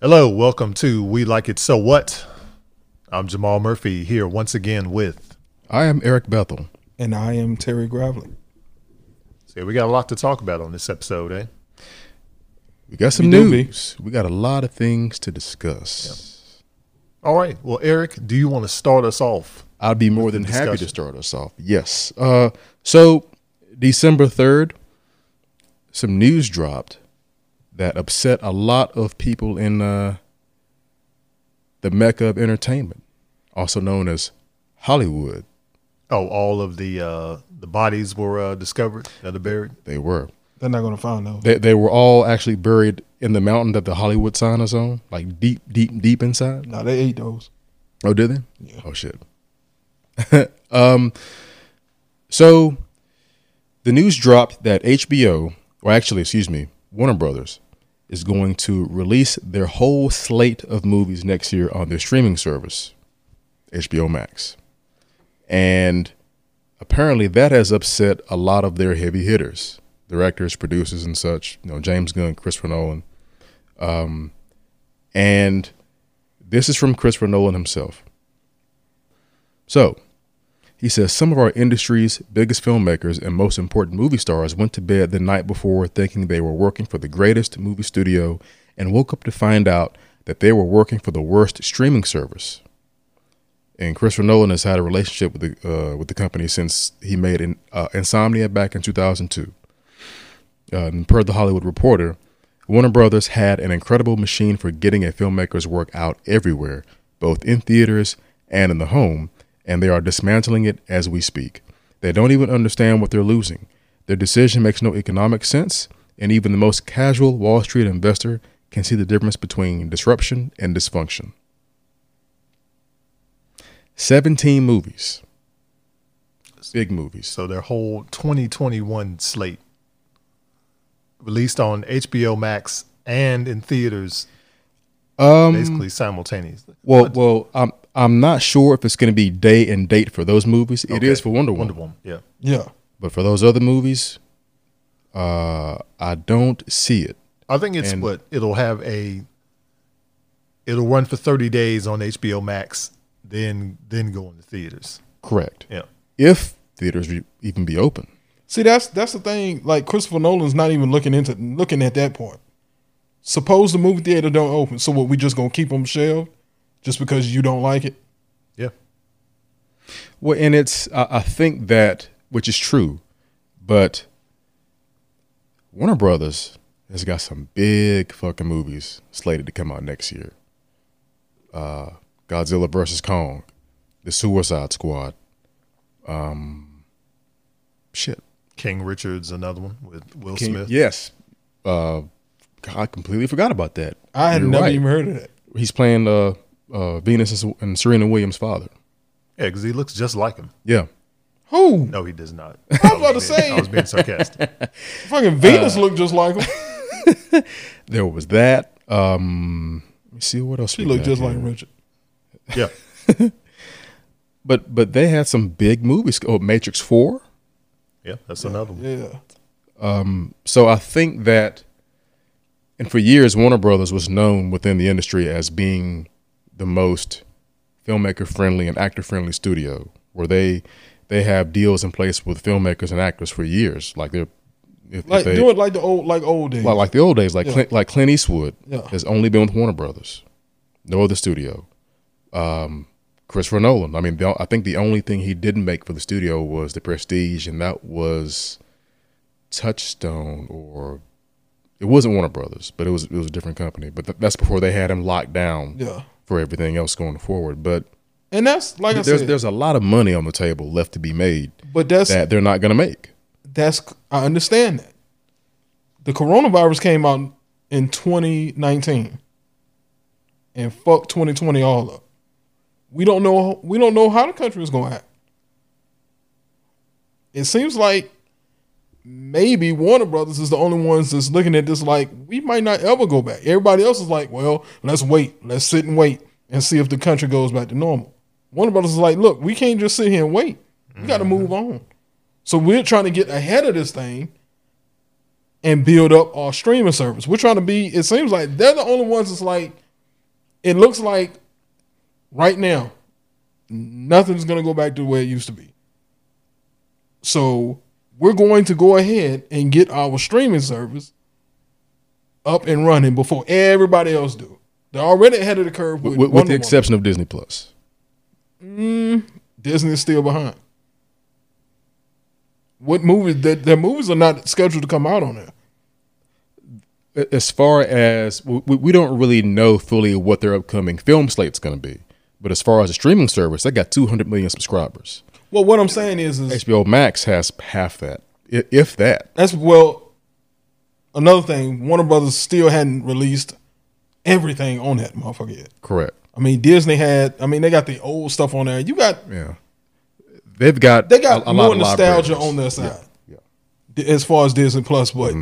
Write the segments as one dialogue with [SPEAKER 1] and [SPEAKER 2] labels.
[SPEAKER 1] Hello, welcome to We Like It So What. I'm Jamal Murphy here once again with.
[SPEAKER 2] I am Eric Bethel.
[SPEAKER 3] And I am Terry Gravely.
[SPEAKER 1] See, we got a lot to talk about on this episode, eh?
[SPEAKER 2] We got some
[SPEAKER 3] You do be.
[SPEAKER 2] news. We got a lot of things to discuss.
[SPEAKER 1] All right. Well, Eric, do you want to start us off?
[SPEAKER 2] I'd be more than happy to
[SPEAKER 1] discussion.
[SPEAKER 2] start us off. Yes. Uh, so, December 3rd, some news dropped that upset a lot of people in uh, the mecca of entertainment, also known as Hollywood.
[SPEAKER 1] Oh, all of the uh, the bodies were uh, discovered that are buried.
[SPEAKER 2] They were.
[SPEAKER 3] They're not going to find those.
[SPEAKER 2] They, they were all actually buried in the mountain that the Hollywood sign is on, like deep, deep, deep inside.
[SPEAKER 3] No, they ate those.
[SPEAKER 2] Oh, did they?
[SPEAKER 3] Yeah.
[SPEAKER 2] Oh shit. um so the news dropped that HBO, or actually, excuse me, Warner Brothers is going to release their whole slate of movies next year on their streaming service, HBO Max. And apparently that has upset a lot of their heavy hitters, directors, producers and such, you know, James Gunn, Christopher Nolan. Um and this is from Christopher Nolan himself. So, he says some of our industry's biggest filmmakers and most important movie stars went to bed the night before thinking they were working for the greatest movie studio and woke up to find out that they were working for the worst streaming service. And Christopher Nolan has had a relationship with the uh, with the company since he made in, uh, Insomnia back in 2002. Uh, and per the Hollywood Reporter, Warner Brothers had an incredible machine for getting a filmmaker's work out everywhere, both in theaters and in the home, and they are dismantling it as we speak. They don't even understand what they're losing. Their decision makes no economic sense, and even the most casual Wall Street investor can see the difference between disruption and dysfunction. 17 movies. Big movies.
[SPEAKER 1] So their whole 2021 slate released on HBO Max and in theaters
[SPEAKER 2] Um,
[SPEAKER 1] basically simultaneously.
[SPEAKER 2] Well, well, I'm I'm not sure if it's going to be day and date for those movies. It
[SPEAKER 1] Okay.
[SPEAKER 2] is for Wonder Woman,
[SPEAKER 1] Wonder Woman. Yeah.
[SPEAKER 3] Yeah.
[SPEAKER 2] but for those other movies, uh, I don't see it.
[SPEAKER 1] I think it's
[SPEAKER 2] And-
[SPEAKER 1] what it'll have a. It'll run for thirty days on HBO Max, then then go into theaters.
[SPEAKER 2] Correct.
[SPEAKER 1] Yeah,
[SPEAKER 2] If theaters re- even be open,
[SPEAKER 3] See, that's that's the thing. Like Christopher Nolan's not even looking into looking at that part. Suppose the movie theater don't open, so what? We just gonna keep them shelved just because you don't like it?
[SPEAKER 1] yeah.
[SPEAKER 2] well, and it's I, I think that which is true, but Warner Brothers has got some big fucking movies slated to come out next year. Uh, Godzilla versus Kong, The Suicide Squad, um, shit.
[SPEAKER 1] King Richard's another one with Will
[SPEAKER 2] King-
[SPEAKER 1] Smith.
[SPEAKER 2] Yes. Uh, God, I completely forgot about that.
[SPEAKER 3] I had
[SPEAKER 2] You're
[SPEAKER 3] never
[SPEAKER 2] right.
[SPEAKER 3] even heard of that.
[SPEAKER 2] He's playing uh, uh, Venus and Ser- and Serena Williams' father.
[SPEAKER 1] Yeah, because he looks just like him.
[SPEAKER 2] Yeah.
[SPEAKER 3] Who?
[SPEAKER 1] No, he does not.
[SPEAKER 3] I was about to
[SPEAKER 1] being-
[SPEAKER 3] say.
[SPEAKER 1] I was being sarcastic.
[SPEAKER 2] Uh,
[SPEAKER 3] Fucking Venus looked just like him.
[SPEAKER 2] There was that. Um, let me see what else.
[SPEAKER 3] She
[SPEAKER 2] we
[SPEAKER 3] looked
[SPEAKER 2] got
[SPEAKER 3] just
[SPEAKER 2] here.
[SPEAKER 3] like Richard.
[SPEAKER 1] yeah,
[SPEAKER 2] But but they had some big movies. Oh, Matrix Four.
[SPEAKER 1] yeah, that's another one.
[SPEAKER 3] Yeah.
[SPEAKER 2] So I think that, and for years Warner Brothers was known within the industry as being the most filmmaker friendly and actor friendly studio, where they they have deals in place with filmmakers and actors for years. Like they're if, if
[SPEAKER 3] Like
[SPEAKER 2] they,
[SPEAKER 3] do it like the old like old days.
[SPEAKER 2] like, like the old days, like
[SPEAKER 3] Yeah.
[SPEAKER 2] Clint, like Clint Eastwood
[SPEAKER 3] Yeah.
[SPEAKER 2] has only been with Warner Brothers, no other studio. Um, Christopher Nolan. I mean, the, I think the only thing he didn't make for the studio was The Prestige, and that was Touchstone, or it wasn't Warner Brothers, but it was it was a different company. But th- that's before they had him locked down
[SPEAKER 3] yeah.
[SPEAKER 2] for everything else going forward. But
[SPEAKER 3] And that's like I
[SPEAKER 2] there's
[SPEAKER 3] said.
[SPEAKER 2] there's a lot of money on the table left to be made
[SPEAKER 3] but that's
[SPEAKER 2] that they're not going to make.
[SPEAKER 3] that's I understand that. The coronavirus came out in 2019 and fucked 2020 all up. We don't know we don't know how the country is going to act. It seems like maybe Warner Brothers is the only ones that's looking at this like we might not ever go back. Everybody else is like, well, let's wait, let's sit and wait and see if the country goes back to normal. Warner Brothers is like, look, we can't just sit here and wait. We got to move on. So we're trying to get ahead of this thing and build up our streaming service. We're trying to be, it seems like they're the only ones that's like, it looks like right now nothing's going to go back to the way it used to be. So we're going to go ahead and get our streaming service up and running before everybody else do. They're already ahead of the curve
[SPEAKER 2] with,
[SPEAKER 3] with,
[SPEAKER 2] with
[SPEAKER 3] Wonder
[SPEAKER 2] the
[SPEAKER 3] Woman.
[SPEAKER 2] exception of Disney Plus.
[SPEAKER 3] Mm. Disney is still behind. What movies? Their, their movies are not scheduled to come out on there.
[SPEAKER 2] A- As far as we, we- we don't really know fully what their upcoming film slate's going to be, but as far as the streaming service, they got 200 million subscribers.
[SPEAKER 3] Well, what I'm saying is, is
[SPEAKER 2] HBO Max has half that, i- if that.
[SPEAKER 3] that's well. Another thing, Warner Brothers still hadn't released everything on that motherfucker yet.
[SPEAKER 2] Correct.
[SPEAKER 3] I mean, Disney had. I mean, they got the old stuff on there. You got
[SPEAKER 2] Yeah, they've got
[SPEAKER 3] they got
[SPEAKER 2] a, a lot
[SPEAKER 3] more
[SPEAKER 2] of
[SPEAKER 3] nostalgia
[SPEAKER 2] libraries.
[SPEAKER 3] on their side.
[SPEAKER 2] Yeah.
[SPEAKER 3] d- as far as Disney Plus, but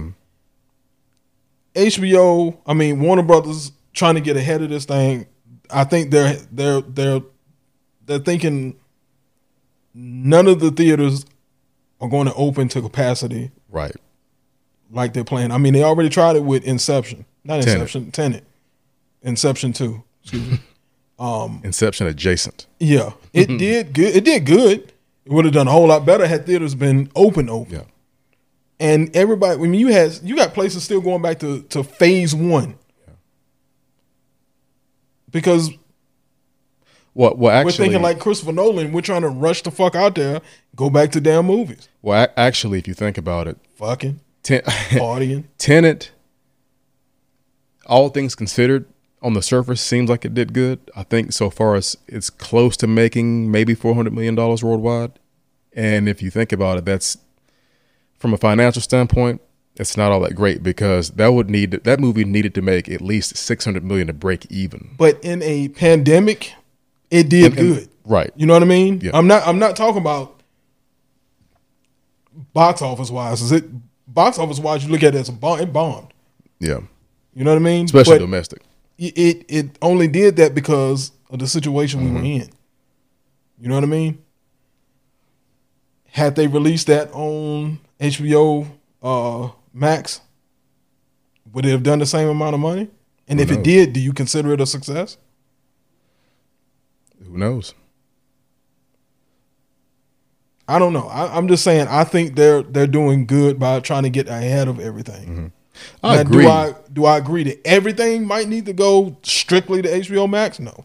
[SPEAKER 3] HBO, I mean Warner Brothers trying to get ahead of this thing. I think they're they're they're they're thinking none of the theaters are going to open to capacity
[SPEAKER 2] Right.
[SPEAKER 3] like they're playing. I mean, they already tried it with Inception, not
[SPEAKER 2] Tenet.
[SPEAKER 3] Inception, Tenant, Inception Two.
[SPEAKER 2] Inception adjacent.
[SPEAKER 3] Yeah, it did good. It did good. It would have done a whole lot better had theaters been open open.
[SPEAKER 2] Yeah.
[SPEAKER 3] and everybody. I mean, you had you got places still going back to to phase one. Because
[SPEAKER 2] Well, well,
[SPEAKER 3] we're
[SPEAKER 2] actually,
[SPEAKER 3] thinking like Christopher Nolan, we're trying to rush the fuck out there, go back to damn movies,
[SPEAKER 2] well, a- actually, if you think about it,
[SPEAKER 3] fucking
[SPEAKER 2] ten-
[SPEAKER 3] partying.
[SPEAKER 2] Tenant, all things considered, on the surface seems like it did good. I think so far as it's close to making maybe four hundred million dollars worldwide, and if you think about it, that's from a financial standpoint, it's not all that great because that would need that movie needed to make at least six hundred million to break even.
[SPEAKER 3] But in a pandemic, it did
[SPEAKER 2] And-
[SPEAKER 3] good.
[SPEAKER 2] Right.
[SPEAKER 3] You know what I mean?
[SPEAKER 2] Yeah.
[SPEAKER 3] I'm not. I'm not talking about box office wise. Is it box office wise? You look at it as a bomb. It bombed.
[SPEAKER 2] Yeah.
[SPEAKER 3] You know what I mean?
[SPEAKER 2] Especially
[SPEAKER 3] But-
[SPEAKER 2] domestic.
[SPEAKER 3] it it only did that because of the situation we were
[SPEAKER 2] Mm-hmm.
[SPEAKER 3] in. You know what I mean? Had they released that on HBO uh, Max, would it have done the same amount of money? And if it
[SPEAKER 2] knows?
[SPEAKER 3] did, do you consider it a success?
[SPEAKER 2] Who knows?
[SPEAKER 3] I don't know. I, I'm just saying. I think they're they're doing good by trying to get ahead of everything.
[SPEAKER 2] Mm-hmm. I
[SPEAKER 3] Now,
[SPEAKER 2] agree.
[SPEAKER 3] Do I do I agree that everything might need to go strictly to HBO Max? No,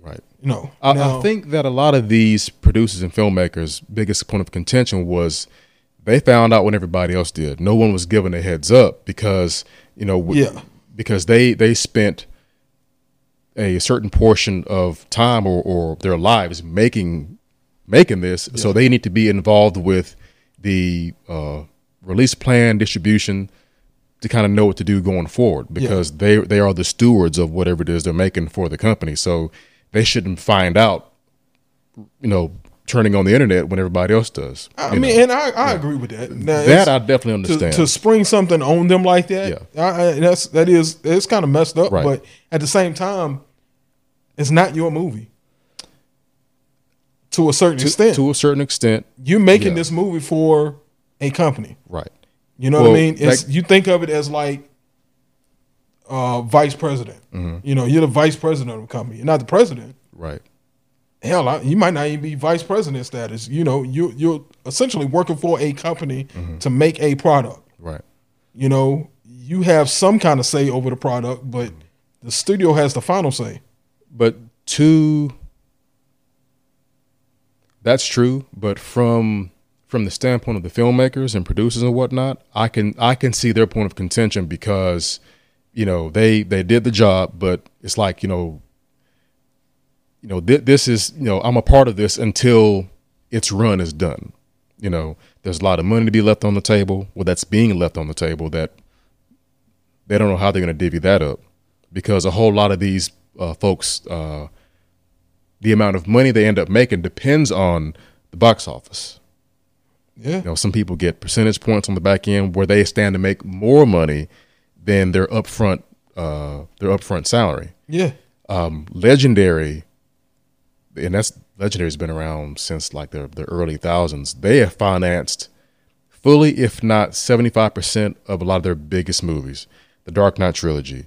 [SPEAKER 2] right.
[SPEAKER 3] no.
[SPEAKER 2] I,
[SPEAKER 3] Now-
[SPEAKER 2] I think that a lot of these producers and filmmakers' biggest point of contention was they found out when everybody else did. No one was given a heads up because you know w-
[SPEAKER 3] Yeah.
[SPEAKER 2] because they they spent a certain portion of time or, or their lives making making this, so they need to be involved with the uh, release plan distribution to kind of know what to do going forward because they they are the stewards of whatever it is they're making for the company. So they shouldn't find out, you know, turning on the internet when everybody else does.
[SPEAKER 3] I
[SPEAKER 2] you
[SPEAKER 3] mean,
[SPEAKER 2] know.
[SPEAKER 3] and I, I agree with that. Now, it's-
[SPEAKER 2] that I definitely
[SPEAKER 3] to,
[SPEAKER 2] understand.
[SPEAKER 3] to spring something on them like that, I, I, that's that is it's kind of messed up.
[SPEAKER 2] Right.
[SPEAKER 3] But at the same time, it's not your movie. To a certain extent,
[SPEAKER 2] to a certain extent,
[SPEAKER 3] you're making
[SPEAKER 2] yeah.
[SPEAKER 3] this movie for a company.
[SPEAKER 2] right?
[SPEAKER 3] You know
[SPEAKER 2] Well,
[SPEAKER 3] what I mean? It's,
[SPEAKER 2] like-
[SPEAKER 3] you think of it as like uh, vice president.
[SPEAKER 2] Mm-hmm.
[SPEAKER 3] You know, you're the vice president of a company. You're not the president.
[SPEAKER 2] Right.
[SPEAKER 3] Hell, I, you might not even be vice president status. You know, you you're essentially working for a company to make a product
[SPEAKER 2] Right.
[SPEAKER 3] you know, you have some kind of say over the product, but the studio has the final say.
[SPEAKER 2] but two that's true but from from the standpoint of the filmmakers and producers and whatnot i can i can see their point of contention because you know they they did the job but it's like you know you know th- this is you know i'm a part of this until its run is done you know there's a lot of money to be left on the table well that's being left on the table that they don't know how they're going to divvy that up because a whole lot of these uh, folks, uh, the amount of money they end up making depends on the box office.
[SPEAKER 3] Yeah.
[SPEAKER 2] You know, some people get percentage points on the back end where they stand to make more money than their upfront uh, their upfront salary.
[SPEAKER 3] Yeah.
[SPEAKER 2] Um, Legendary, and that's Legendary's been around since like the the early thousands. They have financed fully, if not seventy five percent, of a lot of their biggest movies. The Dark Knight trilogy,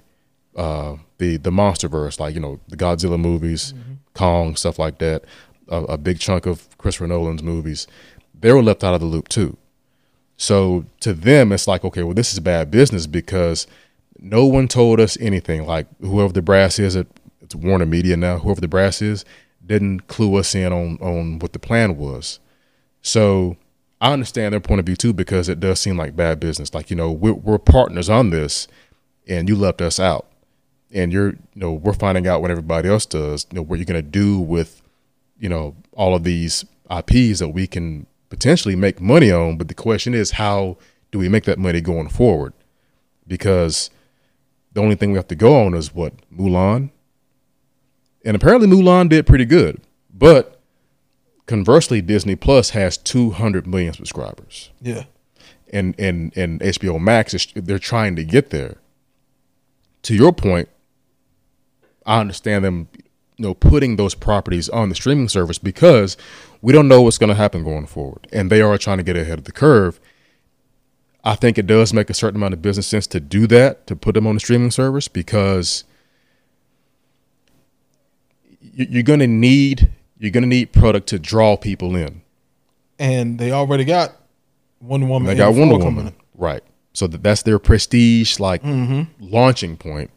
[SPEAKER 2] uh, the the MonsterVerse, like you know the Godzilla movies, Kong stuff like that, a, a big chunk of Christopher Nolan's movies, they were left out of the loop too. So to them, it's like okay, well this is bad business because no one told us anything. Like whoever the brass is at it's Warner Media now, whoever the brass is, didn't clue us in on on what the plan was. So I understand their point of view too because it does seem like bad business. Like you know we're, we're partners on this, and you left us out, and you're you know we're finding out what everybody else does. You know what you're gonna do with you know all of these IPs that we can potentially make money on. But the question is how do we make that money going forward? Because the only thing we have to go on is what Mulan, and apparently Mulan did pretty good, but conversely, Disney Plus has 200 million subscribers,
[SPEAKER 3] Yeah.
[SPEAKER 2] and and and HBO Max is they're trying to get there. To your point, I understand them, you know, putting those properties on the streaming service because we don't know what's going to happen going forward, and they are trying to get ahead of the curve. I think it does make a certain amount of business sense to do that to put them on the streaming service because you- you're going to need you're going to need product to draw people in.
[SPEAKER 3] And they already got Wonder Woman.
[SPEAKER 2] They got
[SPEAKER 3] 84
[SPEAKER 2] Wonder
[SPEAKER 3] coming
[SPEAKER 2] Woman, right? So that, that's their prestige, like
[SPEAKER 3] Mm-hmm.
[SPEAKER 2] launching point.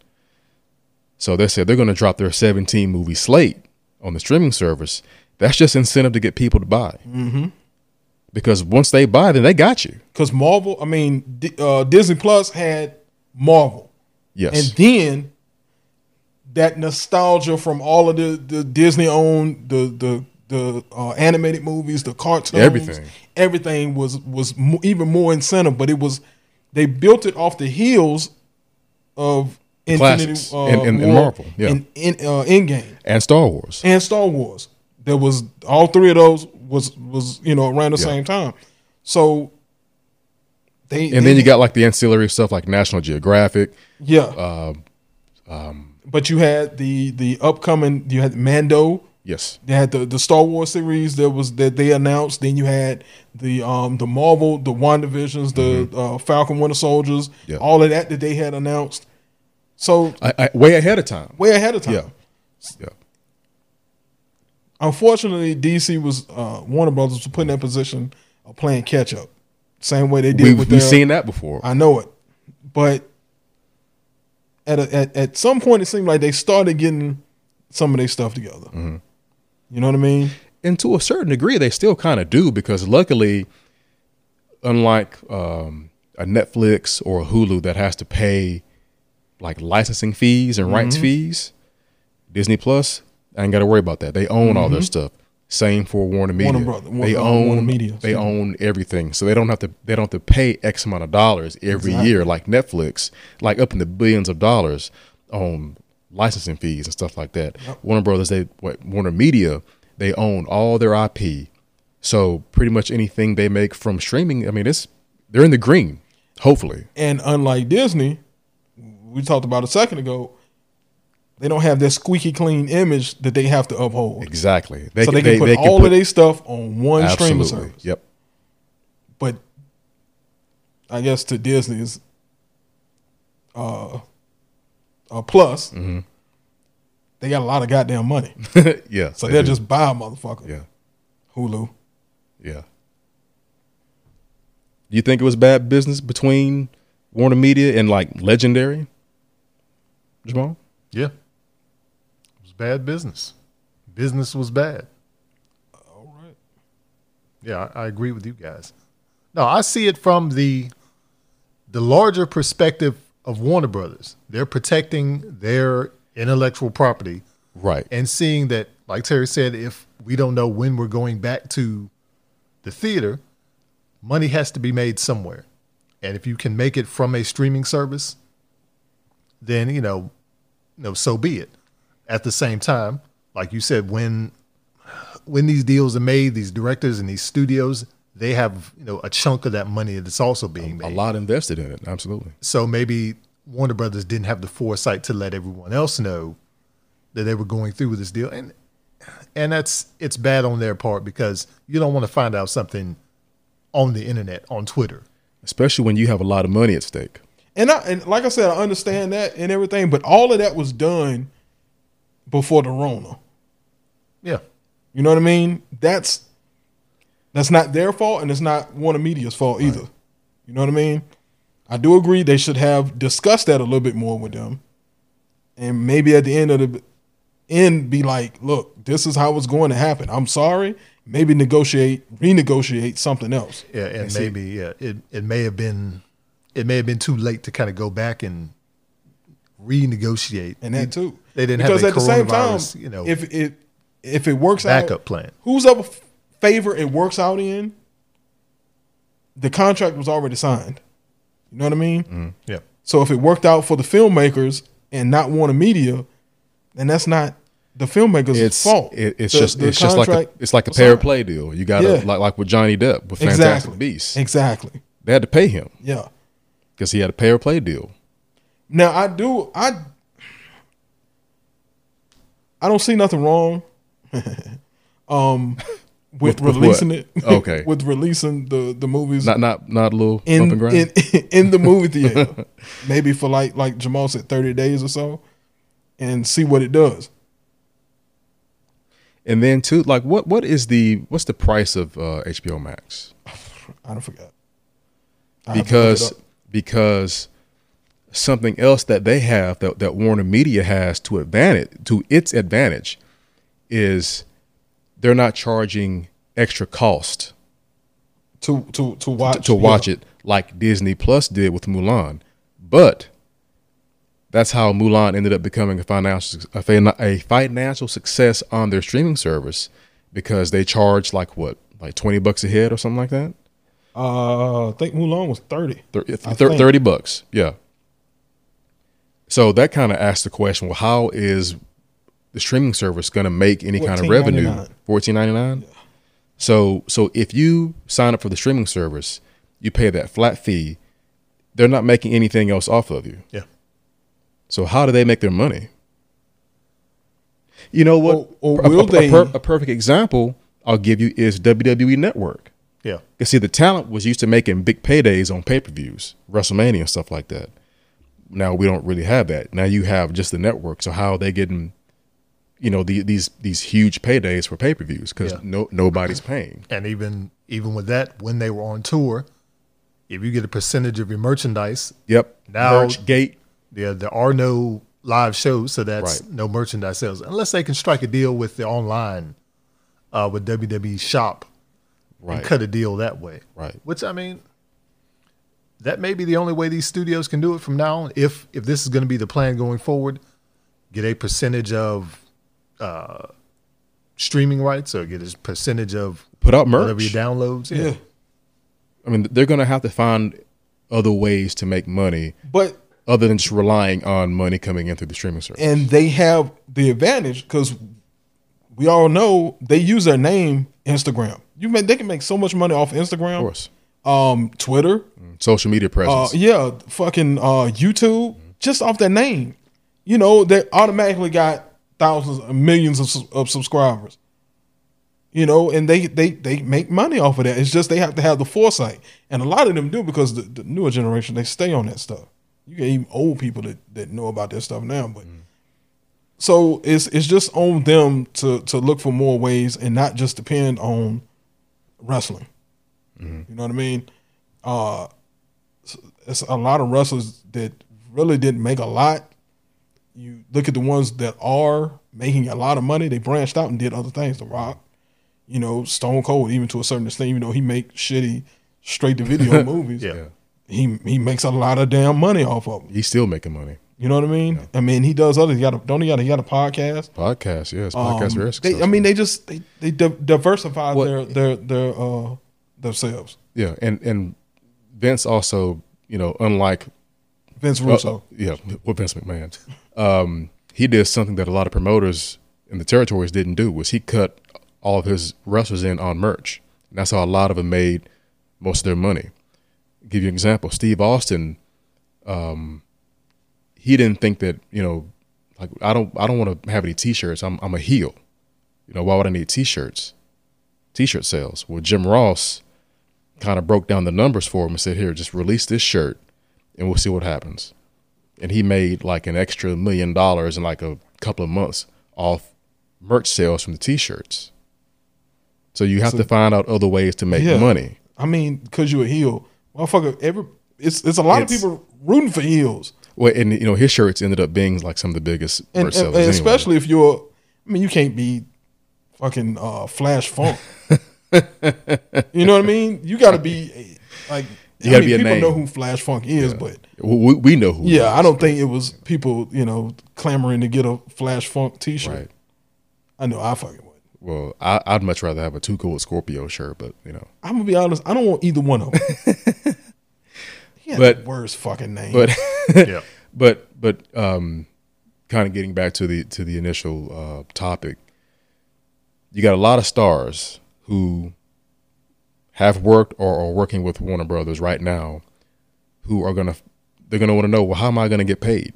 [SPEAKER 2] So they said they're going to drop their 17 movie slate on the streaming service. That's just incentive to get people to buy. Mm-hmm. Because once they buy, then they got you.
[SPEAKER 3] because Marvel, I mean, D- uh, Disney Plus had Marvel, and
[SPEAKER 2] Yes,
[SPEAKER 3] then that nostalgia from all of the, the Disney owned the the the uh, animated movies, the cartoons,
[SPEAKER 2] Everything.
[SPEAKER 3] everything was was mo- even more incentive. But it was they built it off the heels of uh,
[SPEAKER 2] classics and- and- and
[SPEAKER 3] War
[SPEAKER 2] Marvel, yeah.
[SPEAKER 3] and in uh, Endgame
[SPEAKER 2] and Star Wars.
[SPEAKER 3] and Star Wars. There was all three of those was was you know around the same time, so they
[SPEAKER 2] and then you got like the ancillary stuff like National Geographic.
[SPEAKER 3] yeah. Um,
[SPEAKER 2] um,
[SPEAKER 3] but you had the the upcoming. You had Mando.
[SPEAKER 2] Yes,
[SPEAKER 3] They had the, the Star Wars series that was that they announced. Then you had the um the Marvel, the WandaVisions, the uh, Falcon Winter Soldiers,
[SPEAKER 2] Mm-hmm. Yeah.
[SPEAKER 3] all of that that they had announced. So
[SPEAKER 2] I, I, way ahead of time.
[SPEAKER 3] way ahead of time.
[SPEAKER 2] Yeah, yeah.
[SPEAKER 3] Unfortunately, DC was uh, Warner Brothers was put in that position of playing catch up, same way they did
[SPEAKER 2] We,
[SPEAKER 3] with
[SPEAKER 2] we've
[SPEAKER 3] their,
[SPEAKER 2] seen that before.
[SPEAKER 3] I know it, but at a, at at some point, it seemed like they started getting some of their stuff together. You know what I mean?
[SPEAKER 2] and to a certain degree, they still kind of do because luckily, unlike um, a Netflix or a Hulu that has to pay like licensing fees and rights
[SPEAKER 3] Mm-hmm.
[SPEAKER 2] fees, Disney Plus I ain't got to worry about that. They own all their stuff. Same for Warner Media.
[SPEAKER 3] Brother- Mm-hmm. Warner-
[SPEAKER 2] they
[SPEAKER 3] uh,
[SPEAKER 2] own
[SPEAKER 3] Warner Media,
[SPEAKER 2] They
[SPEAKER 3] excuse me.
[SPEAKER 2] own everything, so they don't have to. They don't have to pay X amount of dollars every year like Netflix, like up in the billions of dollars on licensing fees and stuff like that. Warner Brothers, they what, Warner Media, they own all their IP, so pretty much anything they make from streaming, I mean, it's they're in the green. Hopefully,
[SPEAKER 3] And unlike Disney, we talked about a second ago, they don't have that squeaky clean image that they have to uphold.
[SPEAKER 2] exactly.
[SPEAKER 3] so they can put all of their stuff on one streaming service.
[SPEAKER 2] Yep.
[SPEAKER 3] but I guess to Disney's uh, a plus, they got a lot of goddamn money,
[SPEAKER 2] yeah.
[SPEAKER 3] so
[SPEAKER 2] they
[SPEAKER 3] they will
[SPEAKER 2] do.
[SPEAKER 3] just buy a motherfucker.
[SPEAKER 2] yeah.
[SPEAKER 3] Hulu.
[SPEAKER 2] Yeah. Do you think it was bad business between Warner Media and like Legendary? Jamal?
[SPEAKER 1] Yeah. It was bad business. Business was bad.
[SPEAKER 3] All right.
[SPEAKER 1] Yeah, I, I agree with you guys. No, I see it from the the larger perspective of Warner Brothers. They're protecting their intellectual property
[SPEAKER 2] Right.
[SPEAKER 1] and seeing that, like Terry said, if we don't know when we're going back to the theater, money has to be made somewhere. And if you can make it from a streaming service, then you know, you know, so be it. At the same time, like you said, when when these deals are made, these directors and these studios, they have you know a chunk of that money that's also being made
[SPEAKER 2] A lot invested in it. Absolutely.
[SPEAKER 1] so maybe Warner Brothers didn't have the foresight to let everyone else know that they were going through with this deal, and and that's it's bad on their part because you don't want to find out something on the internet on Twitter.
[SPEAKER 2] Especially when you have a lot of money at stake.
[SPEAKER 3] And I and like I said, I understand that and everything, but all of that was done before the Rona.
[SPEAKER 1] Yeah.
[SPEAKER 3] You know what I mean? That's that's not their fault, and it's not Warner Media's fault either. You know what I mean? I do agree they should have discussed that a little bit more with them, and maybe at the end of the end be like, "Look, this is how it's going to happen. I'm sorry." Maybe negotiate, renegotiate something else.
[SPEAKER 1] Yeah, and maybe yeah, it, it may have been it may have been too late to kind of go back and renegotiate.
[SPEAKER 3] and that too.
[SPEAKER 1] They didn't have a coronavirus, you know,
[SPEAKER 3] if it if it works
[SPEAKER 1] backup
[SPEAKER 3] out,
[SPEAKER 1] plan.
[SPEAKER 3] whose ever f- favor it works out in, the contract was already signed. You know what I mean?
[SPEAKER 2] Mm-hmm.
[SPEAKER 1] yeah.
[SPEAKER 3] So if it worked out for the filmmakers and not Warner Media, then that's not the filmmakers'
[SPEAKER 2] It's
[SPEAKER 3] fault.
[SPEAKER 2] it- it's
[SPEAKER 3] The-
[SPEAKER 2] just
[SPEAKER 3] the
[SPEAKER 2] it's just like a,
[SPEAKER 3] contract
[SPEAKER 2] it's like a
[SPEAKER 3] was
[SPEAKER 2] pair
[SPEAKER 3] signed.
[SPEAKER 2] play deal. You got to
[SPEAKER 3] Yeah.
[SPEAKER 2] like like with Johnny Depp with Fantastic
[SPEAKER 3] Exactly.
[SPEAKER 2] Beasts.
[SPEAKER 3] Exactly.
[SPEAKER 2] They had to pay him
[SPEAKER 3] Yeah.
[SPEAKER 2] because he had a pair play deal.
[SPEAKER 3] Now I do I I don't see nothing wrong um
[SPEAKER 2] With-
[SPEAKER 3] with,
[SPEAKER 2] with
[SPEAKER 3] releasing
[SPEAKER 2] what?
[SPEAKER 3] it.
[SPEAKER 2] Okay.
[SPEAKER 3] with releasing the the movies
[SPEAKER 2] Not not not a little bump and
[SPEAKER 3] in
[SPEAKER 2] grind.
[SPEAKER 3] in, in the movie theater. Maybe for like like Jamal said 30 days or so and see what it does.
[SPEAKER 2] and then too, like what what is the what's the price of uh, HBO Max?
[SPEAKER 3] I don't forget. I have to look it
[SPEAKER 2] because
[SPEAKER 3] up.
[SPEAKER 2] because something else that they have that, that Warner Media has to advantage to its advantage is they're not charging extra cost
[SPEAKER 3] to to to watch
[SPEAKER 2] to watch it like Disney Plus did with Mulan, but that's how Mulan ended up becoming a financial a, fin- a financial success on their streaming service because they charged like what like twenty bucks a head or something like that.
[SPEAKER 3] Uh I think Mulan was 30.
[SPEAKER 2] Thir- th-
[SPEAKER 3] I
[SPEAKER 2] thir-
[SPEAKER 3] think.
[SPEAKER 2] 30 bucks yeah so that kind of asks the question well how is the streaming service going to make any kind of revenue
[SPEAKER 3] $14.99.
[SPEAKER 2] 14.99 so so if you sign up for the streaming service you pay that flat fee they're not making anything else off of you
[SPEAKER 1] Yeah.
[SPEAKER 2] so how do they make their money you know what
[SPEAKER 3] Or- or
[SPEAKER 2] A- a-
[SPEAKER 3] will
[SPEAKER 2] a- a
[SPEAKER 3] they-
[SPEAKER 2] per- a perfect example i'll give you is wwe network
[SPEAKER 1] Yeah.
[SPEAKER 2] you see, the talent was used to making big paydays on pay per views, WrestleMania, and stuff like that. Now we don't really have that. Now you have just the network. So how are they getting, you know, the, these these huge paydays for pay per views? Because
[SPEAKER 1] Yeah.
[SPEAKER 2] no nobody's paying.
[SPEAKER 1] And even even with that, when they were on tour, if you get a percentage of your merchandise,
[SPEAKER 2] Yep.
[SPEAKER 1] Now-
[SPEAKER 2] Merch gate.
[SPEAKER 1] there there are no live shows, so that's
[SPEAKER 2] Right.
[SPEAKER 1] no merchandise sales unless they can strike a deal with the online uh, with WWE Shop
[SPEAKER 2] Right.
[SPEAKER 1] and cut a deal that way.
[SPEAKER 2] Right.
[SPEAKER 1] Which I mean, that may be the only way these studios can do it from now on. If if this is going to be the plan going forward, get a percentage of uh, streaming rights or get a percentage of
[SPEAKER 2] Put out
[SPEAKER 1] whatever your
[SPEAKER 2] merch.
[SPEAKER 1] downloads. Yeah.
[SPEAKER 3] Yeah.
[SPEAKER 2] I mean, they're gonna have to find other ways to make money
[SPEAKER 3] But
[SPEAKER 2] other than just relying on money coming in through the streaming service.
[SPEAKER 3] and they have the advantage because we all know they use their name Instagram. You man, they can make so much money off Instagram,
[SPEAKER 2] of course.
[SPEAKER 3] um, Twitter,
[SPEAKER 2] Social media
[SPEAKER 3] uh,
[SPEAKER 2] presence.
[SPEAKER 3] yeah, fucking uh, YouTube, just off their name. You know, they automatically got thousands, millions of, su- of subscribers. You know, and they they they make money off of that. It's just they have to have the foresight, and a lot of them do because the, the newer generation they stay on that stuff. You get even old people that, that know about this stuff now, but so it's it's just on them to to look for more ways and not just depend on wrestling.
[SPEAKER 1] Mm-hmm.
[SPEAKER 3] You know what I mean? Uh, it's a lot of wrestlers that really didn't make a lot. You look at the ones that are making a lot of money. They branched out and did other things. The Rock, you know, Stone Cold, even to a certain extent, even though he make shitty straight to video movies,
[SPEAKER 1] Yeah.
[SPEAKER 3] he he makes a lot of damn money off of them.
[SPEAKER 2] He's still making money.
[SPEAKER 3] You know what I mean? I mean, he does other. He got a, don't he got a, he got a podcast?
[SPEAKER 2] Podcast, yes. Podcast very
[SPEAKER 3] Um, they, I
[SPEAKER 2] successful.
[SPEAKER 3] mean, they just they, they di- diversify
[SPEAKER 2] What-
[SPEAKER 3] their their their uh themselves.
[SPEAKER 2] Yeah, and and Vince also, you know, unlike
[SPEAKER 3] Vince Russo.
[SPEAKER 2] uh, yeah, with Vince McMahon, um, he did something that a lot of promoters in the territories didn't do was he cut all of his wrestlers in on merch. And that's how a lot of them made most of their money. give you an example: Steve Austin, um, he didn't think that you know, like I don't I don't want to have any T-shirts. I'm I'm a heel. You know, why would I need T-shirts? T-shirt sales. Well, Jim Ross kind of broke down the numbers for him and said, "Here, just release this shirt. and we'll see what happens. And he made like an extra million dollars in like a couple of months off merch sales from the T-shirts. So you have to find out other ways to make
[SPEAKER 3] Yeah.
[SPEAKER 2] money.
[SPEAKER 3] I mean, because you're a heel, motherfucker. Every it's it's a lot
[SPEAKER 2] It's-
[SPEAKER 3] of people rooting for heels,
[SPEAKER 2] Well, and you know his shirts ended up being like some of the biggest merch
[SPEAKER 3] and, and-
[SPEAKER 2] sellers,
[SPEAKER 3] and
[SPEAKER 2] anyway.
[SPEAKER 3] especially if you're. I mean, you can't be fucking uh, Flash Funk. you know what I mean? You got to be like.
[SPEAKER 2] You
[SPEAKER 3] I
[SPEAKER 2] gotta
[SPEAKER 3] mean,
[SPEAKER 2] be a
[SPEAKER 3] people
[SPEAKER 2] name.
[SPEAKER 3] know who Flash Funk is, but
[SPEAKER 2] We, we- we know who.
[SPEAKER 3] yeah, I don't think it was people you know clamoring to get a Flash Funk T-shirt.
[SPEAKER 2] Right.
[SPEAKER 3] I know I fucking would.
[SPEAKER 2] Well, I, I'd much rather have a two cool Scorpio shirt, but you know.
[SPEAKER 3] I'm gonna be honest. I don't want either one of them. he had
[SPEAKER 2] But-
[SPEAKER 3] the worst fucking name.
[SPEAKER 2] But
[SPEAKER 1] Yeah.
[SPEAKER 2] but but um, kind of getting back to the to the initial uh, topic, you got a lot of stars who have worked or are working with Warner Brothers right now, who are gonna they're gonna want to know well how am I gonna get paid?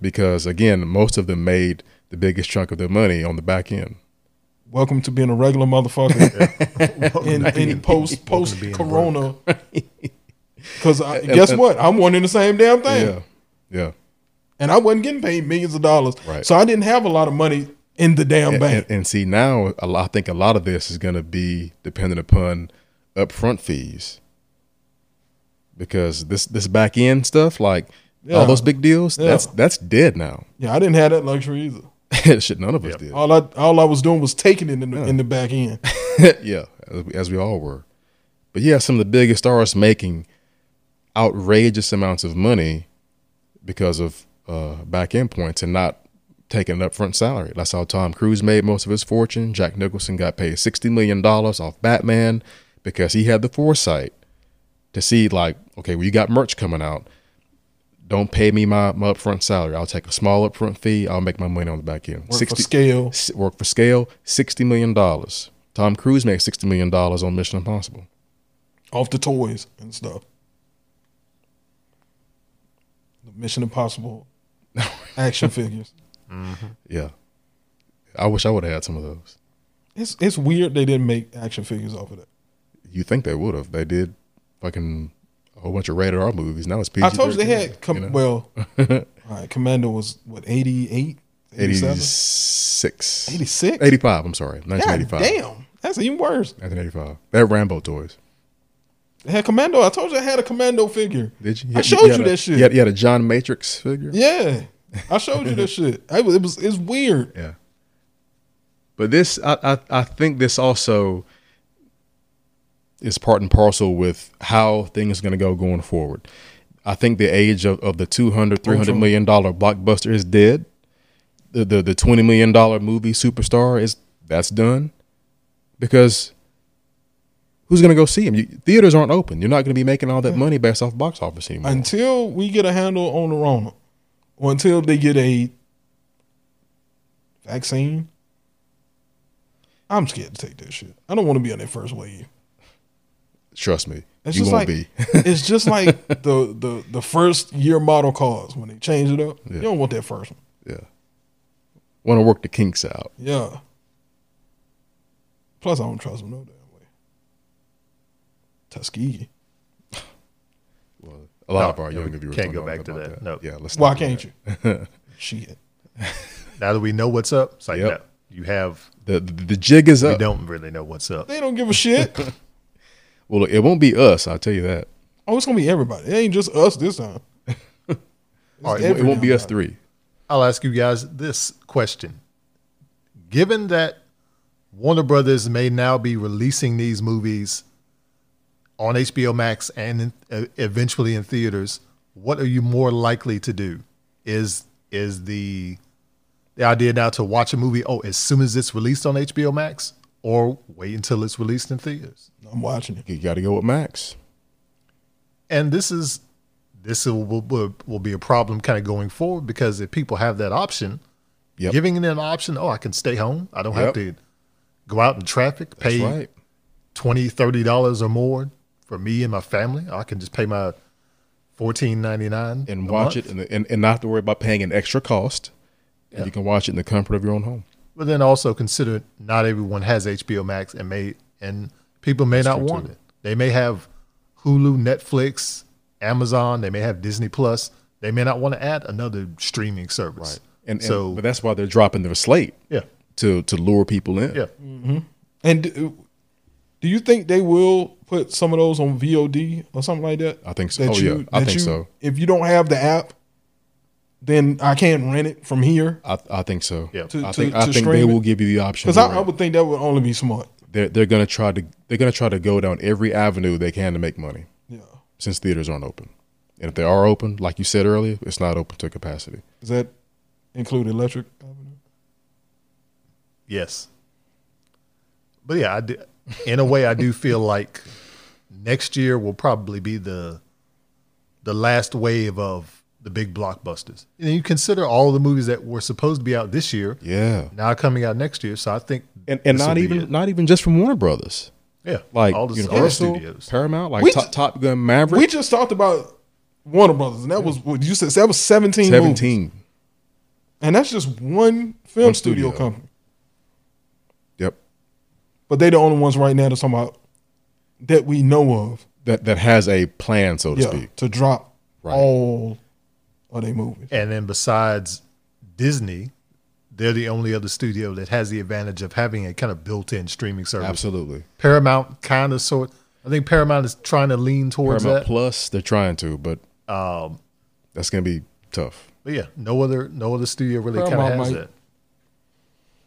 [SPEAKER 2] Because again, most of them made the biggest chunk of their money on the back end.
[SPEAKER 3] Welcome to being a regular motherfucker in,
[SPEAKER 1] Welcome to
[SPEAKER 3] in
[SPEAKER 1] being-
[SPEAKER 3] post
[SPEAKER 1] welcome to
[SPEAKER 3] post
[SPEAKER 1] being
[SPEAKER 3] Corona. Because guess what, I'm wanting the same damn thing,
[SPEAKER 2] Yeah, yeah.
[SPEAKER 3] and I wasn't getting paid millions of dollars,
[SPEAKER 2] Right.
[SPEAKER 3] so I didn't have a lot of money in the damn
[SPEAKER 2] and,
[SPEAKER 3] bank.
[SPEAKER 2] and- and see now a lot, I think a lot of this is going to be dependent upon upfront fees because this this back end stuff like
[SPEAKER 3] Yeah.
[SPEAKER 2] all those big deals
[SPEAKER 3] Yeah.
[SPEAKER 2] that's that's dead now
[SPEAKER 3] yeah, I didn't have that luxury either.
[SPEAKER 2] shit none of us
[SPEAKER 3] All I all I was doing was taking it in the, in the back end.
[SPEAKER 2] did yeah as we, as we all were but yeah some of the biggest stars making outrageous amounts of money because of uh, back end points and not taking an upfront salary. That's how Tom Cruise made most of his fortune. Jack Nicholson got paid sixty million dollars off Batman because he had the foresight to see like, okay, well you got merch coming out. Don't pay me my, my upfront salary. I'll take a small upfront fee. I'll make my money on the back end.
[SPEAKER 3] Work for scale.
[SPEAKER 2] s- Work for scale. Sixty million dollars. Tom Cruise made sixty million dollars on Mission Impossible.
[SPEAKER 3] off the toys and stuff. The Mission Impossible action figures.
[SPEAKER 2] Yeah, I wish I would have had some of those.
[SPEAKER 3] It's it's weird they didn't make action figures off of that.
[SPEAKER 2] You think they would have? They did fucking a whole bunch of rated R movies. Now it's PG.
[SPEAKER 3] I told you they had com-
[SPEAKER 2] know?
[SPEAKER 3] well, all right, Commando was what 88, 87,
[SPEAKER 2] 86,
[SPEAKER 3] 86?
[SPEAKER 2] 85. I'm sorry,
[SPEAKER 3] God
[SPEAKER 2] 1985.
[SPEAKER 3] damn, that's even worse.
[SPEAKER 2] 1985. They had Rambo toys.
[SPEAKER 3] They had Commando. I told you I had a Commando figure.
[SPEAKER 2] Did you?
[SPEAKER 3] I showed you
[SPEAKER 2] had a-
[SPEAKER 3] that shit.
[SPEAKER 2] You had, you had a John Matrix figure.
[SPEAKER 3] Yeah, I showed you that shit. I was, it was it's weird.
[SPEAKER 2] Yeah. But this, I, I, I think this also is part and parcel with how things are going to go going forward. I think the age of, of the 200, 300 million dollar blockbuster is dead. The, the, the 20 million dollar movie superstar is that's done because who's going to go see him? You, theaters aren't open. You're not going to be making all that money based off box office anymore.
[SPEAKER 3] Until we get a handle on the Rona, or until they get a vaccine, I'm scared to take that shit. I don't want to be on that first wave.
[SPEAKER 2] Trust me,
[SPEAKER 3] It's
[SPEAKER 2] you
[SPEAKER 3] just
[SPEAKER 2] won't
[SPEAKER 3] like
[SPEAKER 2] be.
[SPEAKER 3] it's just like the the the first year model cars when they change it up. You don't want that first one.
[SPEAKER 2] yeah. Want to work the kinks out.
[SPEAKER 3] Yeah. Plus, I don't trust them no damn way. Tuskegee.
[SPEAKER 2] A lot
[SPEAKER 1] No,
[SPEAKER 2] of our
[SPEAKER 1] yeah,
[SPEAKER 2] younger
[SPEAKER 1] we
[SPEAKER 2] viewers
[SPEAKER 1] can't
[SPEAKER 2] don't
[SPEAKER 1] go
[SPEAKER 2] know
[SPEAKER 1] back
[SPEAKER 2] about
[SPEAKER 1] to that. No.
[SPEAKER 2] Yeah, let's
[SPEAKER 3] Why
[SPEAKER 2] not do
[SPEAKER 3] can't you? Shit.
[SPEAKER 1] Now that we know what's up, it's like
[SPEAKER 2] Yep.
[SPEAKER 1] no, you have
[SPEAKER 2] that. The, the the jig is
[SPEAKER 1] you
[SPEAKER 2] up.
[SPEAKER 1] don't really know what's up.
[SPEAKER 3] They don't give a shit.
[SPEAKER 2] Well, it won't be us. I'll tell you that.
[SPEAKER 3] Oh, it's gonna be everybody. It ain't just us this time. It's
[SPEAKER 1] All right,
[SPEAKER 2] It, won't- it
[SPEAKER 3] every
[SPEAKER 2] won't be
[SPEAKER 3] damn
[SPEAKER 2] us
[SPEAKER 3] body.
[SPEAKER 2] three.
[SPEAKER 1] I'll ask you guys this question. Given that Warner Brothers may now be releasing these movies on HBO Max and in, uh, eventually in theaters, what are you more likely to do? Is is the the idea now to watch a movie oh as soon as it's released on HBO Max or wait until it's released in theaters?
[SPEAKER 3] I'm watching it.
[SPEAKER 2] You got to go with Max.
[SPEAKER 1] and this is this will, will, will be a problem kind of going forward because if people have that option
[SPEAKER 2] Yep.
[SPEAKER 1] giving them an option oh i can stay home i don't
[SPEAKER 2] Yep.
[SPEAKER 1] have to go out in traffic
[SPEAKER 2] That's
[SPEAKER 1] pay
[SPEAKER 2] right.
[SPEAKER 1] twenty, thirty 20 30 dollars or more for me and my family i can just pay my 14.99
[SPEAKER 2] And
[SPEAKER 1] a month.
[SPEAKER 2] watch it, and, and and not have to worry about paying an extra cost. And you can watch it in the comfort of your own home.
[SPEAKER 1] but then also consider not everyone has hbo max and may and people may not want it they may have Hulu, Netflix, Amazon. They may have Disney Plus. They may not want to add another streaming service.
[SPEAKER 2] And, and
[SPEAKER 1] so,
[SPEAKER 2] but that's why they're dropping their slate
[SPEAKER 1] yeah,
[SPEAKER 2] to to lure people in.
[SPEAKER 1] yeah.
[SPEAKER 3] And do, do you think they will put some of those on VOD or something like that?
[SPEAKER 2] I think so. Oh, yeah. I
[SPEAKER 3] that
[SPEAKER 2] think
[SPEAKER 3] you-
[SPEAKER 2] so.
[SPEAKER 3] If you don't have the app, then I can't rent it from here.
[SPEAKER 2] I, I think so.
[SPEAKER 1] Yeah.
[SPEAKER 3] To-
[SPEAKER 2] I
[SPEAKER 3] to-
[SPEAKER 2] think I
[SPEAKER 3] to
[SPEAKER 2] think they
[SPEAKER 3] stream it?
[SPEAKER 2] will give you the option.
[SPEAKER 3] Because I,
[SPEAKER 2] where
[SPEAKER 3] I would think that would only be smart.
[SPEAKER 2] they're they're gonna try to they're gonna try to go down every avenue they can to make money
[SPEAKER 3] Yeah.
[SPEAKER 2] since theaters aren't open. And if they are open, like you said earlier, it's not open to capacity.
[SPEAKER 3] Does that include electric? Avenue?
[SPEAKER 1] Yes. But yeah, I do, in a way, I do feel like next year will probably be the the last wave of the big blockbusters. And you consider all the movies that were supposed to be out this year
[SPEAKER 2] Yeah.
[SPEAKER 1] now coming out next year. So I think
[SPEAKER 2] And and
[SPEAKER 1] This'll
[SPEAKER 2] not
[SPEAKER 1] be
[SPEAKER 2] even
[SPEAKER 1] it.
[SPEAKER 2] not even just from Warner Brothers.
[SPEAKER 1] yeah,
[SPEAKER 2] Like
[SPEAKER 1] all the
[SPEAKER 2] Universal,
[SPEAKER 1] all the studios.
[SPEAKER 2] Paramount, like
[SPEAKER 3] We
[SPEAKER 2] Top,
[SPEAKER 3] ju-
[SPEAKER 2] Top Gun Maverick.
[SPEAKER 3] We just talked about Warner Brothers, and that was what you said. That was seventeen. Seventeen,
[SPEAKER 2] 17.
[SPEAKER 3] and that's just one film
[SPEAKER 2] One studio.
[SPEAKER 3] studio. company.
[SPEAKER 2] Yep.
[SPEAKER 3] But they the only ones right now that's talking about that we know of.
[SPEAKER 2] That that has a plan, so to
[SPEAKER 3] yeah,
[SPEAKER 2] speak.
[SPEAKER 3] to drop
[SPEAKER 2] Right.
[SPEAKER 3] all of their movies.
[SPEAKER 1] And then besides Disney, they're the only other studio that has the advantage of having a kind of built-in streaming service.
[SPEAKER 2] Absolutely.
[SPEAKER 1] Paramount kind of sort. I think Paramount is trying to lean towards
[SPEAKER 2] Paramount
[SPEAKER 1] that.
[SPEAKER 2] Plus, they're trying to, but
[SPEAKER 1] Um,
[SPEAKER 2] that's gonna be tough.
[SPEAKER 1] But yeah, no other no other studio really kind of
[SPEAKER 3] Paramount
[SPEAKER 1] has
[SPEAKER 3] might-
[SPEAKER 1] that.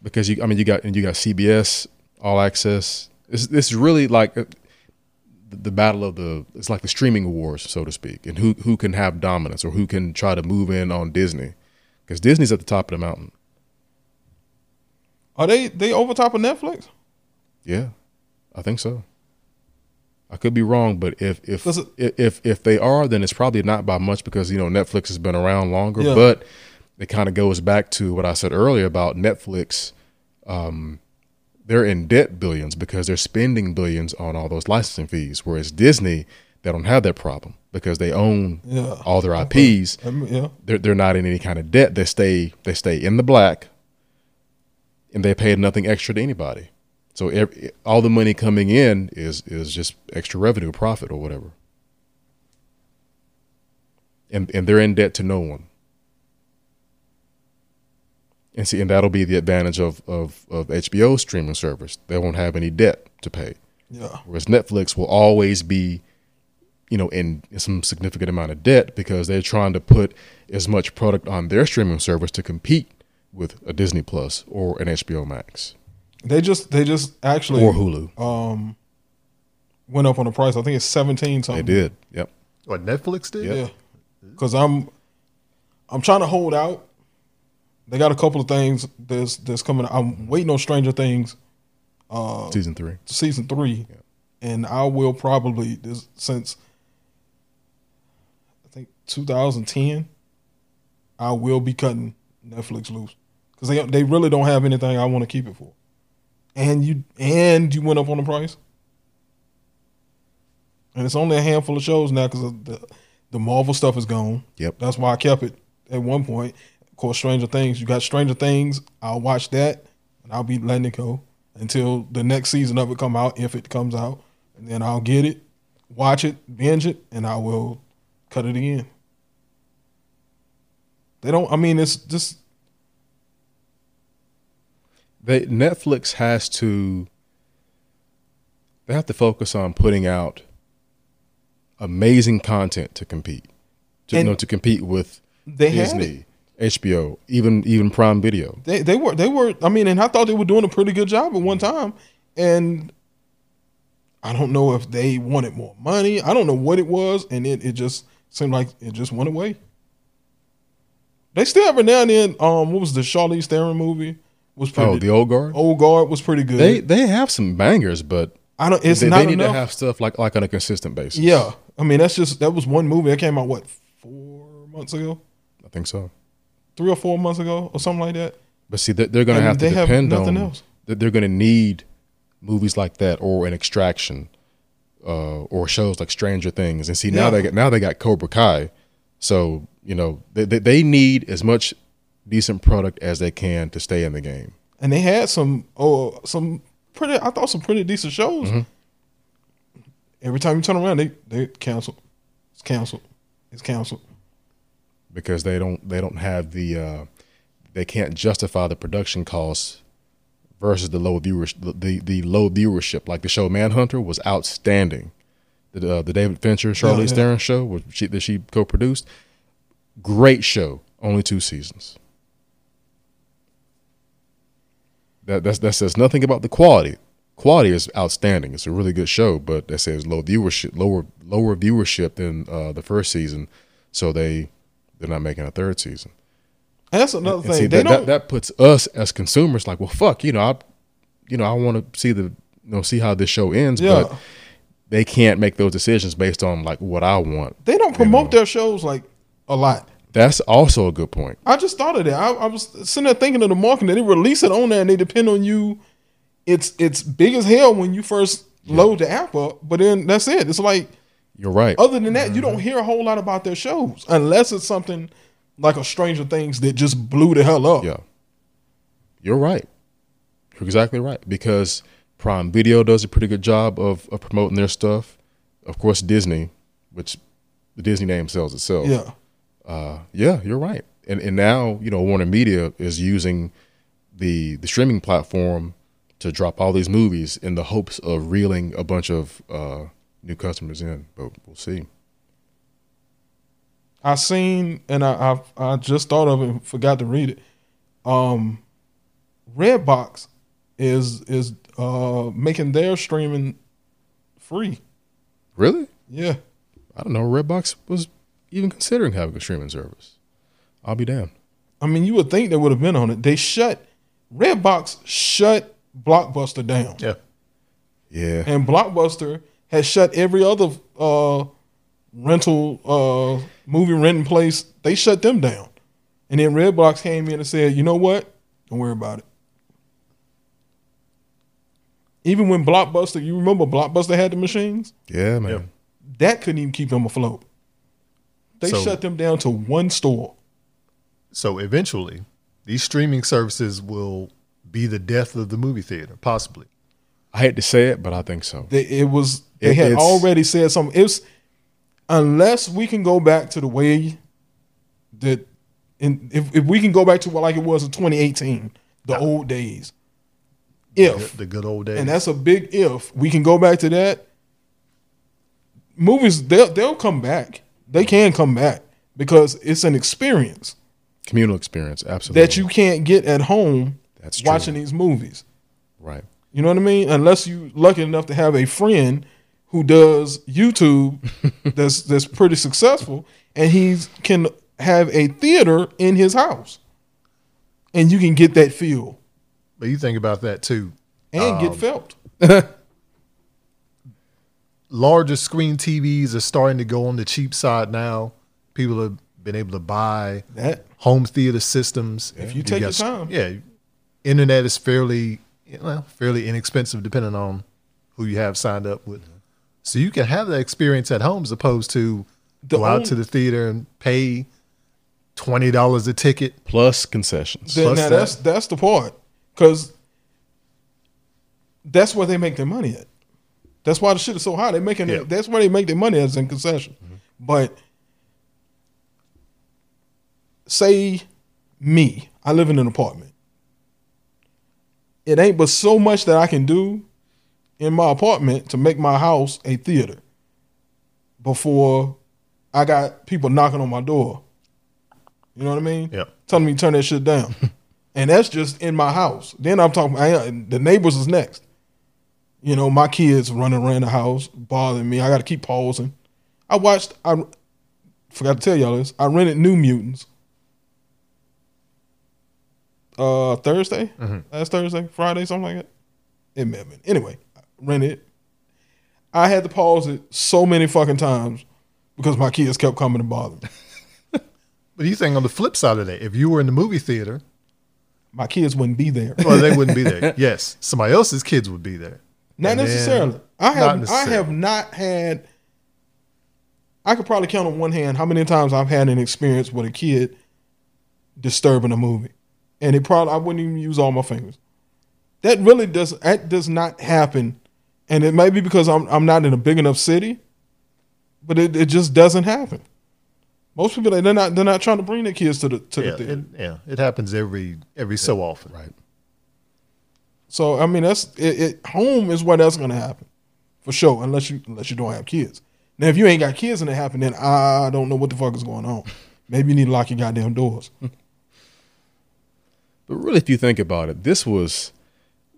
[SPEAKER 2] because you I mean you got and you got CBS All Access. It's it's really like uh, the, the battle of the it's like the streaming wars, so to speak, and who who can have dominance or who can try to move in on Disney because Disney's at the top of the mountain.
[SPEAKER 3] Are they they over top of Netflix?
[SPEAKER 2] Yeah, I think so. I could be wrong, but if if
[SPEAKER 3] Does it-
[SPEAKER 2] if- if if they are, then it's probably not by much because you know Netflix has been around longer.
[SPEAKER 3] Yeah.
[SPEAKER 2] But it kind of goes back to what I said earlier about Netflix. Um, they're in debt billions because they're spending billions on all those licensing fees, whereas Disney they don't have that problem because they own
[SPEAKER 3] Yeah.
[SPEAKER 2] all their IPs.
[SPEAKER 3] Um, yeah,
[SPEAKER 2] They're they're not in any kind of debt. They stay they stay in the black, and they pay nothing extra to anybody. So every, all the money coming in is is just extra revenue, profit, or whatever. And and they're in debt to no one. And see, and that'll be the advantage of of of HBO streaming service. They won't have any debt to pay,
[SPEAKER 3] yeah.
[SPEAKER 2] whereas Netflix will always be, you know, in some significant amount of debt because they're trying to put as much product on their streaming service to compete with a Disney Plus or an HBO Max
[SPEAKER 3] They just they just actually
[SPEAKER 2] or Hulu.
[SPEAKER 3] um went up on the price. I think it's
[SPEAKER 2] They
[SPEAKER 3] seventeen something.
[SPEAKER 2] did. Yep.
[SPEAKER 1] What Netflix did?
[SPEAKER 3] Yeah, because I'm I'm trying to hold out. They got a couple of things that's that's coming. I'm waiting on Stranger Things
[SPEAKER 2] Season three.
[SPEAKER 3] season three, and I will probably this since I think 2010. I will be cutting Netflix loose because they they really don't have anything I want to keep it for. And you and you went up on the price, and it's only a handful of shows now because the the Marvel stuff is gone.
[SPEAKER 2] Yep.
[SPEAKER 3] that's why I kept it at one point. Of course, Stranger Things. You got Stranger Things. I'll watch that, and I'll be letting it go until the next season of it come out, if it comes out, and then I'll get it, watch it, binge it, and I will cut it again. They don't. I mean, it's just
[SPEAKER 2] They Netflix has to. They have to focus on putting out amazing content to compete, to, you
[SPEAKER 3] And
[SPEAKER 2] know, to compete with
[SPEAKER 3] they had it.
[SPEAKER 2] Disney, HBO, even even Prime Video.
[SPEAKER 3] They they were they were. I mean, and I thought they were doing a pretty good job at one time, and I don't know if they wanted more money. I don't know what it was, and it it just seemed like it just went away. They still every now and then. Um, what was the Charlize Theron movie? Was pretty.
[SPEAKER 2] Oh, the old guard.
[SPEAKER 3] old guard was pretty good.
[SPEAKER 2] They they have some bangers, but
[SPEAKER 3] I don't. It's
[SPEAKER 2] they,
[SPEAKER 3] not
[SPEAKER 2] they need
[SPEAKER 3] enough.
[SPEAKER 2] to have stuff like like on a consistent basis.
[SPEAKER 3] yeah, I mean that's just that was one movie that came out what four months ago,
[SPEAKER 2] I think so.
[SPEAKER 3] three or four months ago, or something like that.
[SPEAKER 2] But see, they're, they're going to
[SPEAKER 3] And
[SPEAKER 2] have to
[SPEAKER 3] they have
[SPEAKER 2] depend
[SPEAKER 3] nothing
[SPEAKER 2] on
[SPEAKER 3] else.
[SPEAKER 2] that. They're going to need movies like that or an Extraction, uh, or shows like Stranger Things. And see, now
[SPEAKER 3] Yeah.
[SPEAKER 2] they got now they got Cobra Kai, so you know they, they they need as much decent product as they can to stay in the game.
[SPEAKER 3] and they
[SPEAKER 2] Mm-hmm.
[SPEAKER 3] had some oh some pretty I thought some pretty decent shows. Every time you turn around, they they cancel. It's canceled. It's canceled.
[SPEAKER 2] because they don't they don't have the uh, they can't justify the production costs versus the low viewers the the low viewership. Like the show Manhunter was outstanding. The uh, the David Fincher Charlize
[SPEAKER 3] yeah.
[SPEAKER 2] Theron show which she, that she co-produced, great show. Only two seasons. That that's, that says nothing about the quality. Quality is outstanding. It's a really good show, but that says low viewership, lower lower viewership than uh, the first season. So they they're not making a third season.
[SPEAKER 3] And that's another
[SPEAKER 2] And
[SPEAKER 3] thing.
[SPEAKER 2] see,
[SPEAKER 3] they
[SPEAKER 2] that, that
[SPEAKER 3] don't.
[SPEAKER 2] that puts us as consumers like, well, fuck, you know, I, you know, I want to see the, you know, see how this show ends,
[SPEAKER 3] Yeah.
[SPEAKER 2] but they can't make those decisions based on like what I want.
[SPEAKER 3] they don't promote their shows like a lot.
[SPEAKER 2] That's also a good point.
[SPEAKER 3] I just thought of that. I, I was sitting there thinking of the marketing. They release it on there, and they depend on you. It's it's big as hell when you first load the app up, but then that's it. It's like
[SPEAKER 2] You're right.
[SPEAKER 3] other than that, you
[SPEAKER 2] Mm-hmm.
[SPEAKER 3] don't hear a whole lot about their shows unless it's something like a Stranger Things that just blew the hell up.
[SPEAKER 2] Yeah. You're right. You're exactly right. Because Prime Video does a pretty good job of, of promoting their stuff. Of course, Disney, which the Disney name sells itself.
[SPEAKER 3] yeah.
[SPEAKER 2] Uh, yeah, you're right. And and now you know Warner Media is using the the streaming platform to drop all these movies in the hopes of reeling a bunch of uh, new customers in. But we'll see.
[SPEAKER 3] I seen and I, I I just thought of it and forgot to read it. Um Redbox is is uh making their streaming free.
[SPEAKER 2] Really?
[SPEAKER 3] Yeah.
[SPEAKER 2] I don't know. Redbox was even considering having a streaming service. I'll be damned.
[SPEAKER 3] I mean, you would think they would have been on it. They shut Redbox shut Blockbuster down.
[SPEAKER 1] Yeah.
[SPEAKER 2] Yeah.
[SPEAKER 3] And Blockbuster has shut every other uh rental uh movie renting place. They shut them down. And then Redbox came in and said, "You know what? Don't worry about it." Even when Blockbuster, you remember Blockbuster had the machines?
[SPEAKER 2] Yeah, man.
[SPEAKER 1] Yeah.
[SPEAKER 3] That couldn't even keep them afloat. They
[SPEAKER 1] So-
[SPEAKER 3] shut them down to one store.
[SPEAKER 1] So eventually, these streaming services will be the death of the movie theater, possibly.
[SPEAKER 2] I hate to say it, but I think so.
[SPEAKER 3] They, it was they
[SPEAKER 2] It-
[SPEAKER 3] had
[SPEAKER 2] it's-
[SPEAKER 3] already said something. It's unless we can go back to the way that, and if, if we can go back to what like it was in 2018, the old days. If
[SPEAKER 1] The good old days.
[SPEAKER 3] and that's a big if we can go back to that. Movies they'll they'll come back. They can come back because it's an experience
[SPEAKER 2] Communal experience, absolutely.
[SPEAKER 3] that you can't get at home
[SPEAKER 2] That's true.
[SPEAKER 3] watching these movies.
[SPEAKER 2] right.
[SPEAKER 3] You know what I mean? Unless you lucky enough to have a friend who does YouTube that's that's pretty successful and he can have a theater in his house. And you can get that feel
[SPEAKER 1] but you think about that too.
[SPEAKER 3] and get felt.
[SPEAKER 1] larger screen TVs are starting to go on the cheap side now. People have been able to buy
[SPEAKER 3] That
[SPEAKER 1] home theater systems.
[SPEAKER 3] If you take your time.
[SPEAKER 1] yeah. Internet is fairly well, fairly inexpensive depending on who you have signed up with. So you can have that experience at home as opposed to
[SPEAKER 3] The
[SPEAKER 1] go
[SPEAKER 3] on-
[SPEAKER 1] out to the theater and pay twenty dollars a ticket.
[SPEAKER 2] Plus concessions.
[SPEAKER 3] then,
[SPEAKER 1] Plus
[SPEAKER 3] now
[SPEAKER 1] that.
[SPEAKER 3] that's that's the part. Cause that's where they make their money at. That's why the shit is so high. They making
[SPEAKER 1] Yeah. Mm-hmm.
[SPEAKER 3] that's where they make their money as in concession. But say me, I live in an apartment. It ain't but so much that I can do in my apartment to make my house a theater before I got people knocking on my door. You know what I mean?
[SPEAKER 1] Yeah.
[SPEAKER 3] Telling me to turn that shit down. and that's just in my house. Then I'm talking I, the neighbors is next. You know, my kids running around the house, bothering me. I gotta keep pausing. I watched I forgot to tell y'all this. I rented New Mutants. Uh, Thursday, last Thursday, Friday, something like that. It may have been. Anyway, I rented. it. I had to pause it so many fucking times because my kids kept coming and bothering me.
[SPEAKER 1] But you think on the flip side of that, if you were in the movie theater,
[SPEAKER 3] My kids wouldn't be there.
[SPEAKER 1] well, they wouldn't be there. Yes, somebody else's kids would be there.
[SPEAKER 3] Not
[SPEAKER 1] And then-
[SPEAKER 3] necessarily. I have.
[SPEAKER 1] Not necessarily.
[SPEAKER 3] I have not had. I could probably count on one hand how many times I've had an experience with a kid disturbing a movie, and it probably I wouldn't even use all my fingers. That really does. That does not happen and it may be because I'm I'm not in a big enough city, but it, it just doesn't happen. Most people they're not they're not trying to bring their kids to the to
[SPEAKER 1] Yeah,
[SPEAKER 3] the theater.
[SPEAKER 1] it, yeah, it happens every every so often.
[SPEAKER 2] Right.
[SPEAKER 3] So I mean, that's it, it. Home is where that's gonna happen, for sure. Unless you unless you don't have kids. Now, if you ain't got kids and it happen, then I don't know what the fuck is going on. Maybe you need to lock your goddamn doors.
[SPEAKER 2] But really, if you think about it, this was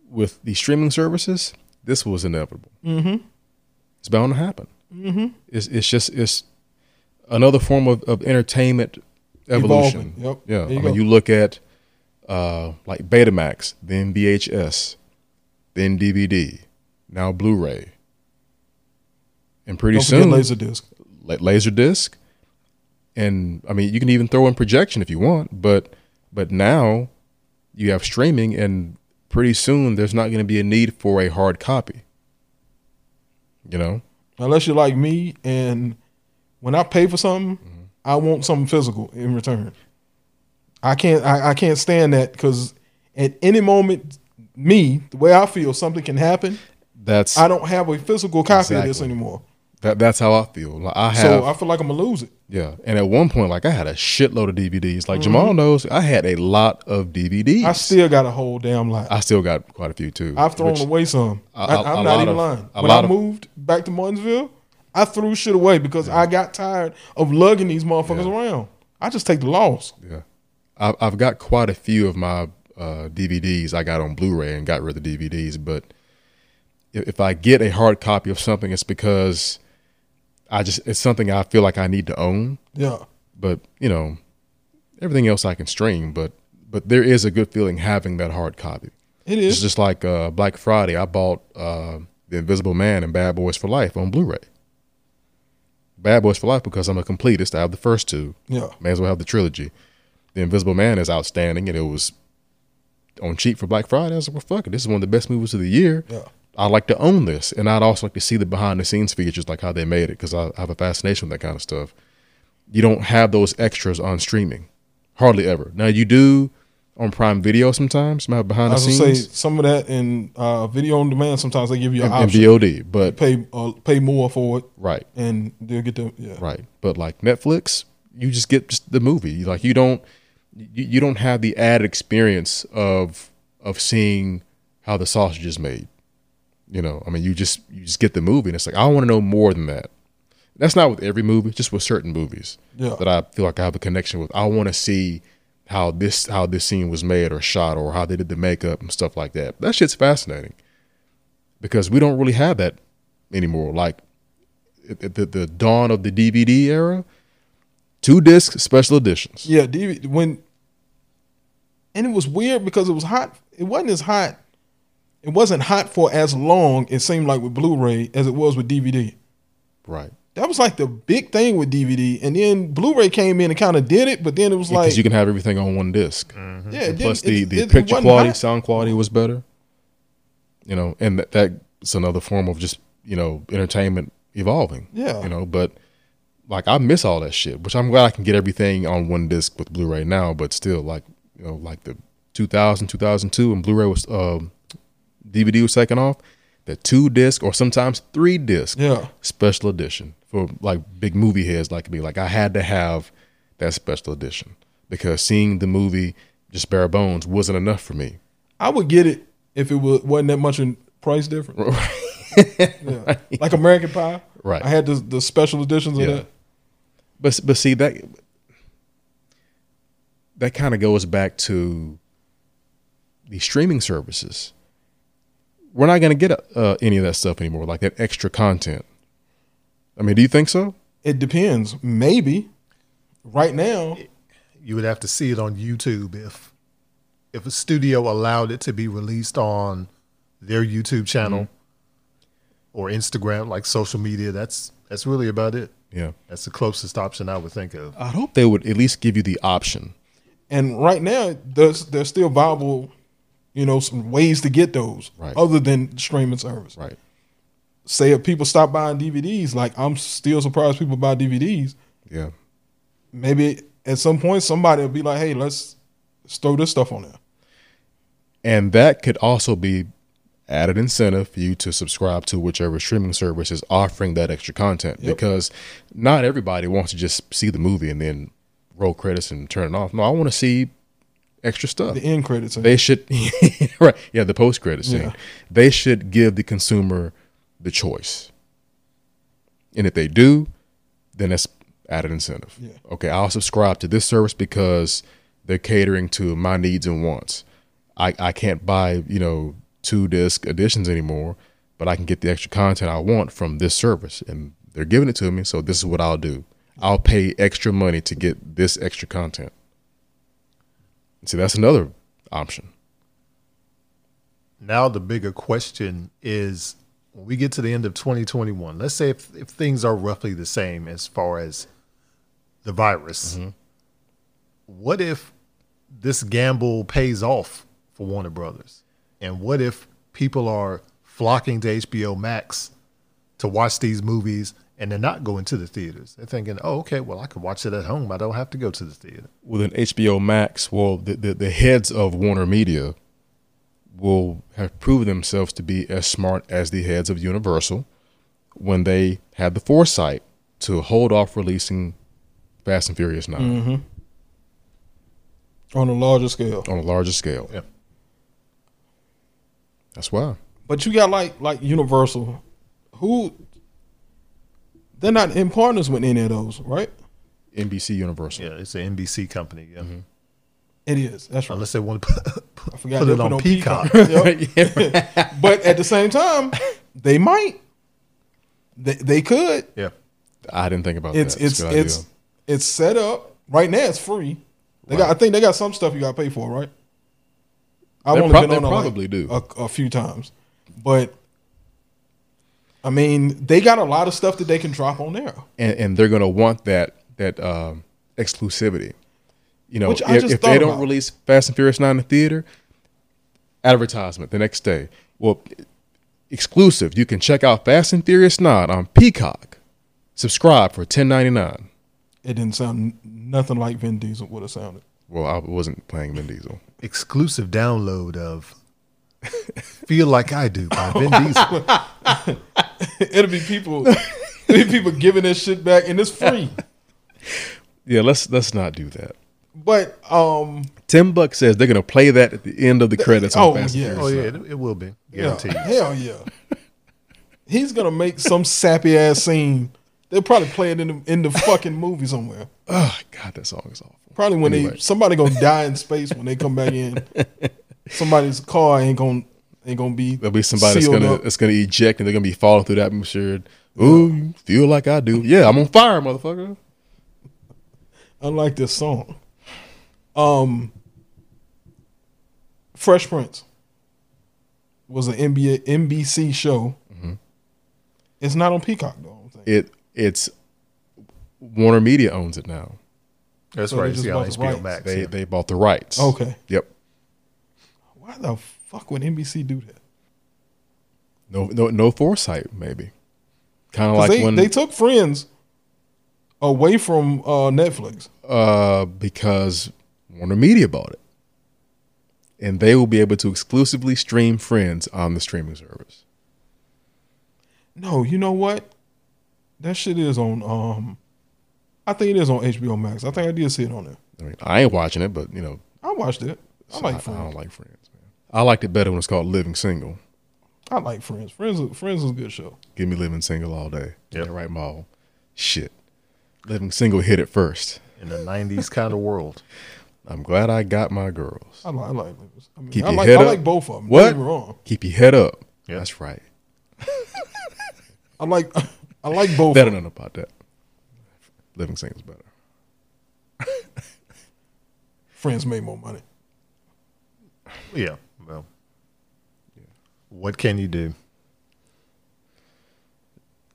[SPEAKER 2] with the streaming services. This was inevitable. Mm-hmm. It's bound to happen. Mm-hmm. It's it's just it's another form of, of entertainment evolution.
[SPEAKER 3] Evolving. Yep.
[SPEAKER 2] Yeah.
[SPEAKER 3] There you
[SPEAKER 2] I mean,
[SPEAKER 3] go.
[SPEAKER 2] you look at uh, like Betamax, then VHS, then DVD, now Blu-ray, and pretty
[SPEAKER 3] Don't forget
[SPEAKER 2] soon
[SPEAKER 3] laser disc.
[SPEAKER 2] like laser disc and i mean you can even throw in projection if you want but but now you have streaming and pretty soon there's not going to be a need for a hard copy you know
[SPEAKER 3] Unless you're like me, and when I pay for something,
[SPEAKER 2] Mm-hmm.
[SPEAKER 3] I want something physical in return. I can't I, I can't stand that because at any moment, me the way I feel, something can happen.
[SPEAKER 2] that's
[SPEAKER 3] I don't have a physical copy of this
[SPEAKER 2] Exactly.
[SPEAKER 3] anymore,
[SPEAKER 2] that, that's how i feel like i have
[SPEAKER 3] so I feel like I'm gonna lose it.
[SPEAKER 2] yeah and at one point like i had a shitload of dvds like jamal knows i had a lot of dvds
[SPEAKER 3] Mm-hmm. I still got a whole damn lot.
[SPEAKER 2] I still got quite a few too
[SPEAKER 3] I've thrown
[SPEAKER 2] which-
[SPEAKER 3] away some.
[SPEAKER 2] A-
[SPEAKER 3] I,
[SPEAKER 2] a-
[SPEAKER 3] I,
[SPEAKER 2] a
[SPEAKER 3] I'm
[SPEAKER 2] lot
[SPEAKER 3] not even
[SPEAKER 2] of-
[SPEAKER 3] lying.
[SPEAKER 2] a
[SPEAKER 3] When
[SPEAKER 2] lot
[SPEAKER 3] I
[SPEAKER 2] of-
[SPEAKER 3] moved back to Martinsville, I threw shit away because I got tired of lugging these motherfuckers around. I just take the loss.
[SPEAKER 2] Yeah, I've I've got quite a few of my uh, DVDs I got on Blu-ray and got rid of the DVDs. But if, if I get a hard copy of something, it's because I just it's something I feel like I need to own.
[SPEAKER 3] Yeah.
[SPEAKER 2] But you know, everything else I can stream. But but there is a good feeling having that hard copy.
[SPEAKER 3] It
[SPEAKER 2] It's
[SPEAKER 3] is.
[SPEAKER 2] just like uh, Black Friday. I bought uh, The Invisible Man and Bad Boys for Life on Blu-ray. Bad Boys for Life because I'm a completist. I have the first two.
[SPEAKER 3] Yeah.
[SPEAKER 2] May as well have the trilogy. The Invisible Man is outstanding, and it was on cheap for Black Friday. I was like, well, fuck it. This is one of the best movies of the year.
[SPEAKER 3] Yeah.
[SPEAKER 2] I'd like to own this. And I'd also like to see the behind the scenes features, like how they made it, because I, I have a fascination with that kind of stuff. You don't have those extras on streaming, hardly ever. Now, you do on Prime Video sometimes, you might have
[SPEAKER 3] I
[SPEAKER 2] behind the
[SPEAKER 3] was gonna say
[SPEAKER 2] scenes
[SPEAKER 3] some of that in uh, video on demand. Sometimes they give you an
[SPEAKER 2] and, and
[SPEAKER 3] option,
[SPEAKER 2] VOD, but
[SPEAKER 3] pay uh, pay more for it,
[SPEAKER 2] right.
[SPEAKER 3] and they'll get the yeah.
[SPEAKER 2] Right. But like Netflix, you just get just the movie. Like you don't you, you don't have the added experience of of seeing how the sausage is made. You know, I mean you just you just get the movie and it's like I want to know more than that. That's not with every movie, just with certain movies
[SPEAKER 3] Yeah.
[SPEAKER 2] that I feel like I have a connection with. I want to see how this how this scene was made or shot or how they did the makeup and stuff like that. That shit's fascinating because we don't really have that anymore. Like at- at the, the dawn of the DVD era, two disc special editions.
[SPEAKER 3] Yeah, DV when and it was weird because it was hot. It wasn't as hot. It wasn't hot for as long. It seemed like with Blu-ray as it was with DVD.
[SPEAKER 2] Right.
[SPEAKER 3] That was like the big thing with DVD, and then Blu-ray came in and kind of did it, but then it was like
[SPEAKER 2] Because you can have everything on one disk.
[SPEAKER 3] yeah, it
[SPEAKER 2] Plus,
[SPEAKER 3] didn't-
[SPEAKER 2] the,
[SPEAKER 3] it-
[SPEAKER 2] the
[SPEAKER 3] it- it
[SPEAKER 2] picture
[SPEAKER 3] wasn't
[SPEAKER 2] quality,
[SPEAKER 3] hot.
[SPEAKER 2] sound quality was better. You know, and that, that's another form of just, you know, entertainment evolving.
[SPEAKER 3] Yeah.
[SPEAKER 2] You know, but like I miss all that shit, which I'm glad I can get everything on one disc with Blu ray now, but still, like, you know, like the 2000, 2002, and Blu ray was, um, DVD was taken off, the two disc or sometimes three disc
[SPEAKER 3] Yeah,
[SPEAKER 2] special edition for like big movie heads like me. Like I had to have that special edition because seeing the movie just bare bones wasn't enough for me.
[SPEAKER 3] I would get it if it was, wasn't that much in price difference. Yeah. Like American Pie,
[SPEAKER 2] Right.
[SPEAKER 3] I had the, the special editions of
[SPEAKER 2] Yeah.
[SPEAKER 3] that.
[SPEAKER 2] But but see that that kind of goes back to the streaming services. We're not going to get uh, any of that stuff anymore, like that extra content. I mean, do you think so?
[SPEAKER 3] It depends. Maybe right now,
[SPEAKER 1] You would have to see it on YouTube if if a studio allowed it to be released on their YouTube channel or Instagram, like social media. That's that's really about it.
[SPEAKER 2] Yeah.
[SPEAKER 1] That's the closest option I would think of.
[SPEAKER 2] I hope they would at least give you the option.
[SPEAKER 3] and right now there's there's still viable, you know, some ways to get those
[SPEAKER 2] Right.
[SPEAKER 3] other than streaming service.
[SPEAKER 2] Right.
[SPEAKER 3] Say if people stop buying DVDs, like I'm still surprised people buy DVDs.
[SPEAKER 2] Yeah.
[SPEAKER 3] Maybe at some point somebody will be like, hey, let's let's throw this stuff on there.
[SPEAKER 2] And that could also be added incentive for you to subscribe to whichever streaming service is offering that extra content because not everybody wants to just see the movie and then roll credits and turn it off. No, I want to see extra stuff.
[SPEAKER 3] The end credits. Are,
[SPEAKER 2] They should, right? Yeah, the post credit scene. They should give the consumer the choice, and if they do, then that's added incentive.
[SPEAKER 3] Yeah.
[SPEAKER 2] Okay, I'll subscribe to this service because they're catering to my needs and wants. I I can't buy you know two disc editions anymore, but I can get the extra content I want from this service, and they're giving it to me. So this is what I'll do. I'll pay extra money to get this extra content. See, that's another option.
[SPEAKER 1] Now the bigger question is when we get to the end of 2021, let's say if, if things are roughly the same as far as the virus, what if this gamble pays off for Warner Brothers? And what if people are flocking to HBO Max to watch these movies and they're not going to the theaters? They're thinking, oh, okay, well, I could watch it at home. I don't have to go to the theater.
[SPEAKER 2] Well, then HBO Max, well, the, the, the heads of Warner Media will have proven themselves to be as smart as the heads of Universal when they had the foresight to hold off releasing Fast and Furious 9
[SPEAKER 3] Mm-hmm. on a larger scale.
[SPEAKER 2] on a larger scale.
[SPEAKER 1] Yeah.
[SPEAKER 2] That's why.
[SPEAKER 3] But you got like like Universal, who they're not in partners with any of those, right?
[SPEAKER 2] NBC Universal.
[SPEAKER 1] Yeah, it's an NBC company. Yeah.
[SPEAKER 3] It is. That's right.
[SPEAKER 1] Unless they want to put, put,
[SPEAKER 3] I forgot
[SPEAKER 1] put
[SPEAKER 3] they
[SPEAKER 1] it on Peacock.
[SPEAKER 3] Yep. but at the same time, they might. They, they could.
[SPEAKER 1] Yeah.
[SPEAKER 2] I didn't think about
[SPEAKER 3] It's
[SPEAKER 2] that. That's
[SPEAKER 3] it's
[SPEAKER 2] a good
[SPEAKER 3] it's it's set up right now. It's free. They got. I think they got some stuff you got to pay for, right? I've
[SPEAKER 2] They
[SPEAKER 3] only
[SPEAKER 2] prob-
[SPEAKER 3] been
[SPEAKER 2] they
[SPEAKER 3] on it, like,
[SPEAKER 2] probably do.
[SPEAKER 3] a, a few times, but I mean, they got a lot of stuff that they can drop on there.
[SPEAKER 2] and, and they're going to want that that um, exclusivity. You know,
[SPEAKER 3] Which I
[SPEAKER 2] if,
[SPEAKER 3] just
[SPEAKER 2] if they
[SPEAKER 3] thought
[SPEAKER 2] don't
[SPEAKER 3] about.
[SPEAKER 2] release Fast and Furious Nine in the theater, advertisement the next day. Well, exclusive. You can check out Fast and Furious Nine on Peacock. Subscribe for ten ninety nine.
[SPEAKER 3] It didn't sound nothing like Vin Diesel would have sounded.
[SPEAKER 2] Well, I wasn't playing Vin Diesel.
[SPEAKER 1] exclusive download of Feel Like I Do by Vin Diesel.
[SPEAKER 3] It'll be people, it'll be people giving this shit back, and it's free.
[SPEAKER 2] Yeah, let's let's not do that.
[SPEAKER 3] But um,
[SPEAKER 2] Tim Buck says they're going to play that at the end of the credits on
[SPEAKER 3] oh,
[SPEAKER 2] Fast
[SPEAKER 3] yeah.
[SPEAKER 2] and Furious.
[SPEAKER 1] Oh, yeah, it, it will be.
[SPEAKER 3] yeah,
[SPEAKER 1] Guaranteed.
[SPEAKER 3] hell yeah, he's gonna make some sappy ass scene. They'll probably play it in the in the fucking movie somewhere.
[SPEAKER 2] Oh God, that song is awful.
[SPEAKER 3] Probably when they
[SPEAKER 2] Anyway.
[SPEAKER 3] somebody gonna die in space when they come back in. Somebody's car ain't gonna ain't gonna be
[SPEAKER 2] There'll be somebody that's
[SPEAKER 3] sealed
[SPEAKER 2] gonna
[SPEAKER 3] up.
[SPEAKER 2] that's gonna eject and they're gonna be falling through the atmosphere. Ooh, you feel like I do. Yeah, I'm on fire, motherfucker.
[SPEAKER 3] unlike this song. Um, Fresh Prince was an NBA NBC show.
[SPEAKER 2] Mm-hmm.
[SPEAKER 3] It's not on Peacock though. I don't think.
[SPEAKER 2] It it's Warner Media owns it now.
[SPEAKER 1] That's
[SPEAKER 3] So they
[SPEAKER 1] right. It's
[SPEAKER 3] just
[SPEAKER 1] yeah,
[SPEAKER 3] bought
[SPEAKER 1] on
[SPEAKER 3] the
[SPEAKER 1] HBO
[SPEAKER 3] rights.
[SPEAKER 1] Max.
[SPEAKER 2] They
[SPEAKER 1] yeah.
[SPEAKER 2] they bought the rights.
[SPEAKER 3] Okay,
[SPEAKER 2] Yep.
[SPEAKER 3] why the fuck would NBC do that?
[SPEAKER 2] No no no foresight maybe. Kind of
[SPEAKER 3] 'Cause
[SPEAKER 2] like
[SPEAKER 3] they
[SPEAKER 2] when
[SPEAKER 3] they took Friends away from uh, Netflix.
[SPEAKER 2] uh because Warner Media bought it. And they will be able to exclusively stream Friends on the streaming service.
[SPEAKER 3] No, you know what? That shit is on. Um, I think it is on HBO Max. I think I did see it on there.
[SPEAKER 2] I mean, I ain't watching it, but you know,
[SPEAKER 3] I watched it. I
[SPEAKER 2] I,
[SPEAKER 3] like
[SPEAKER 2] I
[SPEAKER 3] Friends.
[SPEAKER 2] don't like Friends, man. I liked it better when it's called Living Single.
[SPEAKER 3] I like Friends. Friends. Friends is a good show.
[SPEAKER 2] Give me living single all day.
[SPEAKER 1] Yep.
[SPEAKER 2] Yeah, right, Maul. Shit. Living single hit it first.
[SPEAKER 1] In the 90s kind of world.
[SPEAKER 2] I'm glad I got my girls.
[SPEAKER 3] I like. I like. Lewis. I, mean,
[SPEAKER 2] Keep
[SPEAKER 3] I
[SPEAKER 2] your
[SPEAKER 3] like.
[SPEAKER 2] head
[SPEAKER 3] I
[SPEAKER 2] up.
[SPEAKER 3] like both of them.
[SPEAKER 2] What?
[SPEAKER 3] Don't get me wrong.
[SPEAKER 2] Keep your head up.
[SPEAKER 1] Yeah.
[SPEAKER 2] That's right.
[SPEAKER 3] I like. I like both.
[SPEAKER 2] Better than about that. Living single's better.
[SPEAKER 3] Friends made more money.
[SPEAKER 1] Yeah. Well, what can you do?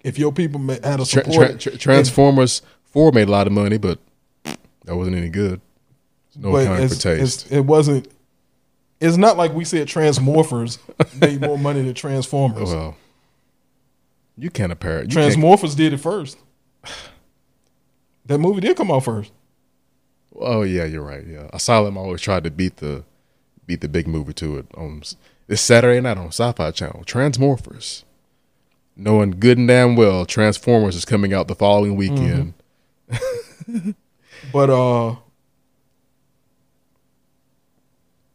[SPEAKER 3] If your people ma- had a
[SPEAKER 2] Tra-
[SPEAKER 3] support,
[SPEAKER 2] tra- tra- Transformers 4 made a lot of money, but that wasn't any good. No
[SPEAKER 3] but
[SPEAKER 2] accounting for
[SPEAKER 3] it's- it's-
[SPEAKER 2] taste.
[SPEAKER 3] it wasn't. It's not like we said Transmorphers made more money than Transformers.
[SPEAKER 2] well, you can't compare it. You can't-
[SPEAKER 3] Transmorphers did it first. That movie did come out first.
[SPEAKER 2] Oh yeah, you're right. Yeah, Asylum always tried to beat the beat the big movie to it. Um, This Saturday night on Sci Fi Channel, Transmorphers. Knowing good and damn well Transformers is coming out the following weekend.
[SPEAKER 3] Mm-hmm. But uh,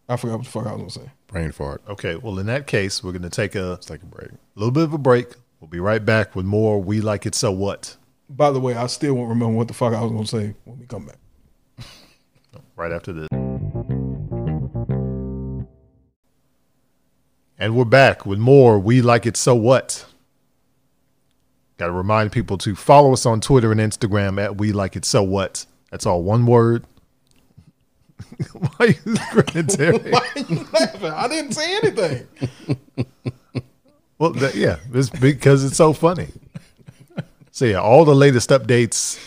[SPEAKER 3] I forgot what the fuck I was gonna say.
[SPEAKER 2] Brain fart.
[SPEAKER 1] Okay, well, in that case, we're going to take a
[SPEAKER 2] Let's take a break.
[SPEAKER 1] little bit of a break. We'll be right back with more We Like It So What
[SPEAKER 3] By the way, I still won't remember what the fuck I was gonna say when we come back.
[SPEAKER 1] right after this. And we're back with more We Like It So What. Got to remind people to follow us on Twitter and Instagram at We Like It So What. That's all one word. Why are you grinning, Terry?
[SPEAKER 3] Why are you laughing? I didn't say anything.
[SPEAKER 1] Well, that, yeah, it's because it's so funny. So yeah, all the latest updates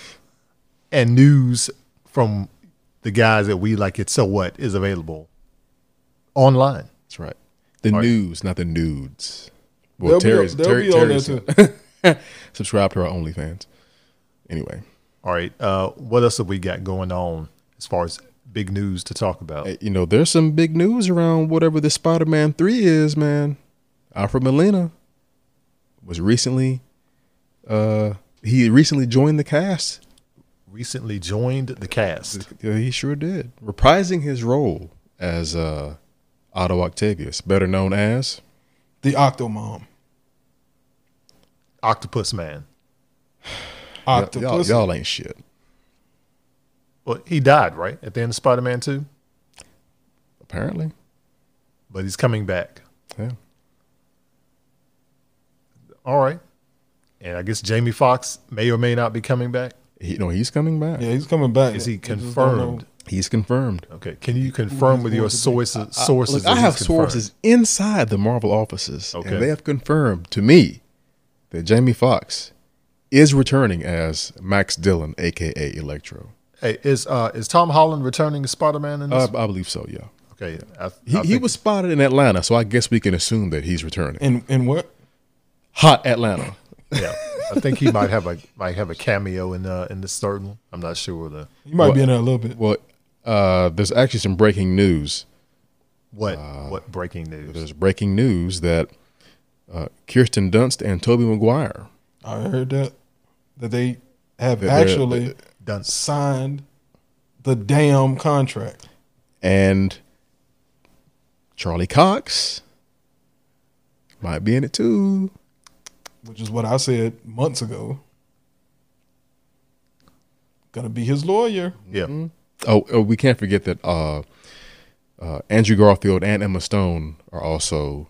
[SPEAKER 1] and news from the guys that we like it so what is available online.
[SPEAKER 2] That's right. The news, not the nudes.
[SPEAKER 3] They'll
[SPEAKER 2] Well,
[SPEAKER 3] be-
[SPEAKER 2] Terry's,
[SPEAKER 3] they'll
[SPEAKER 2] Terry,
[SPEAKER 3] be on
[SPEAKER 2] Terry's
[SPEAKER 3] there
[SPEAKER 2] subscribe to our OnlyFans. Anyway,
[SPEAKER 1] All right, uh, what else have we got going on as far as big news to talk about?
[SPEAKER 2] eh, you know, there's some big news around whatever this Spider Man 3 is, man. Alfred Molina was recently, uh, he recently joined the cast.
[SPEAKER 1] Recently joined the cast.
[SPEAKER 2] Yeah, he sure did. Reprising his role as uh, Otto Octavius, better known as
[SPEAKER 3] The Octomom.
[SPEAKER 1] Octopus Man.
[SPEAKER 3] Octopus.
[SPEAKER 2] y'all, y'all ain't shit.
[SPEAKER 1] Well, he died, right? At the end of Spider Man 2,
[SPEAKER 2] Apparently,
[SPEAKER 1] but he's coming back.
[SPEAKER 2] yeah.
[SPEAKER 1] All right. And I guess Jamie Foxx may or may not be coming back.
[SPEAKER 2] He, no, he's coming back.
[SPEAKER 3] Yeah, he's coming back.
[SPEAKER 1] Is he
[SPEAKER 3] We just don't
[SPEAKER 1] confirmed?
[SPEAKER 3] know.
[SPEAKER 2] He's confirmed.
[SPEAKER 1] Okay. Can you confirm with your sources? sources
[SPEAKER 2] Look,
[SPEAKER 1] that
[SPEAKER 2] I
[SPEAKER 1] he's
[SPEAKER 2] have
[SPEAKER 1] confirmed?
[SPEAKER 2] sources inside the Marvel offices,
[SPEAKER 1] Okay.
[SPEAKER 2] and they have confirmed to me that Jamie Foxx is returning as Max Dillon, aka Electro.
[SPEAKER 1] Hey, is uh, is Tom Holland returning as Spider Man in
[SPEAKER 2] I,
[SPEAKER 1] this?
[SPEAKER 2] I believe so. Yeah,
[SPEAKER 1] okay. I, I
[SPEAKER 2] Uh, he, he
[SPEAKER 1] think-
[SPEAKER 2] was spotted in Atlanta, so I guess we can assume that he's returning.
[SPEAKER 3] And and what?
[SPEAKER 2] Hot Atlanta.
[SPEAKER 1] Yeah, I think he might have a might have a cameo in uh, in this third one. I'm not sure the
[SPEAKER 3] He might be in there a little bit.
[SPEAKER 2] Well, uh, there's actually some breaking news.
[SPEAKER 1] what
[SPEAKER 3] Uh,
[SPEAKER 1] what breaking news.
[SPEAKER 2] There's breaking news that uh, Kirsten Dunst and Toby Maguire.
[SPEAKER 3] I heard that that they have
[SPEAKER 2] they're-
[SPEAKER 3] actually
[SPEAKER 1] Done.
[SPEAKER 3] signed the damn contract.
[SPEAKER 2] and Charlie Cox might be in it too.
[SPEAKER 3] which is what I said months ago. Gonna be his lawyer.
[SPEAKER 1] Yeah,
[SPEAKER 2] Oh, oh, we can't forget that uh, uh, Andrew Garfield and Emma Stone are also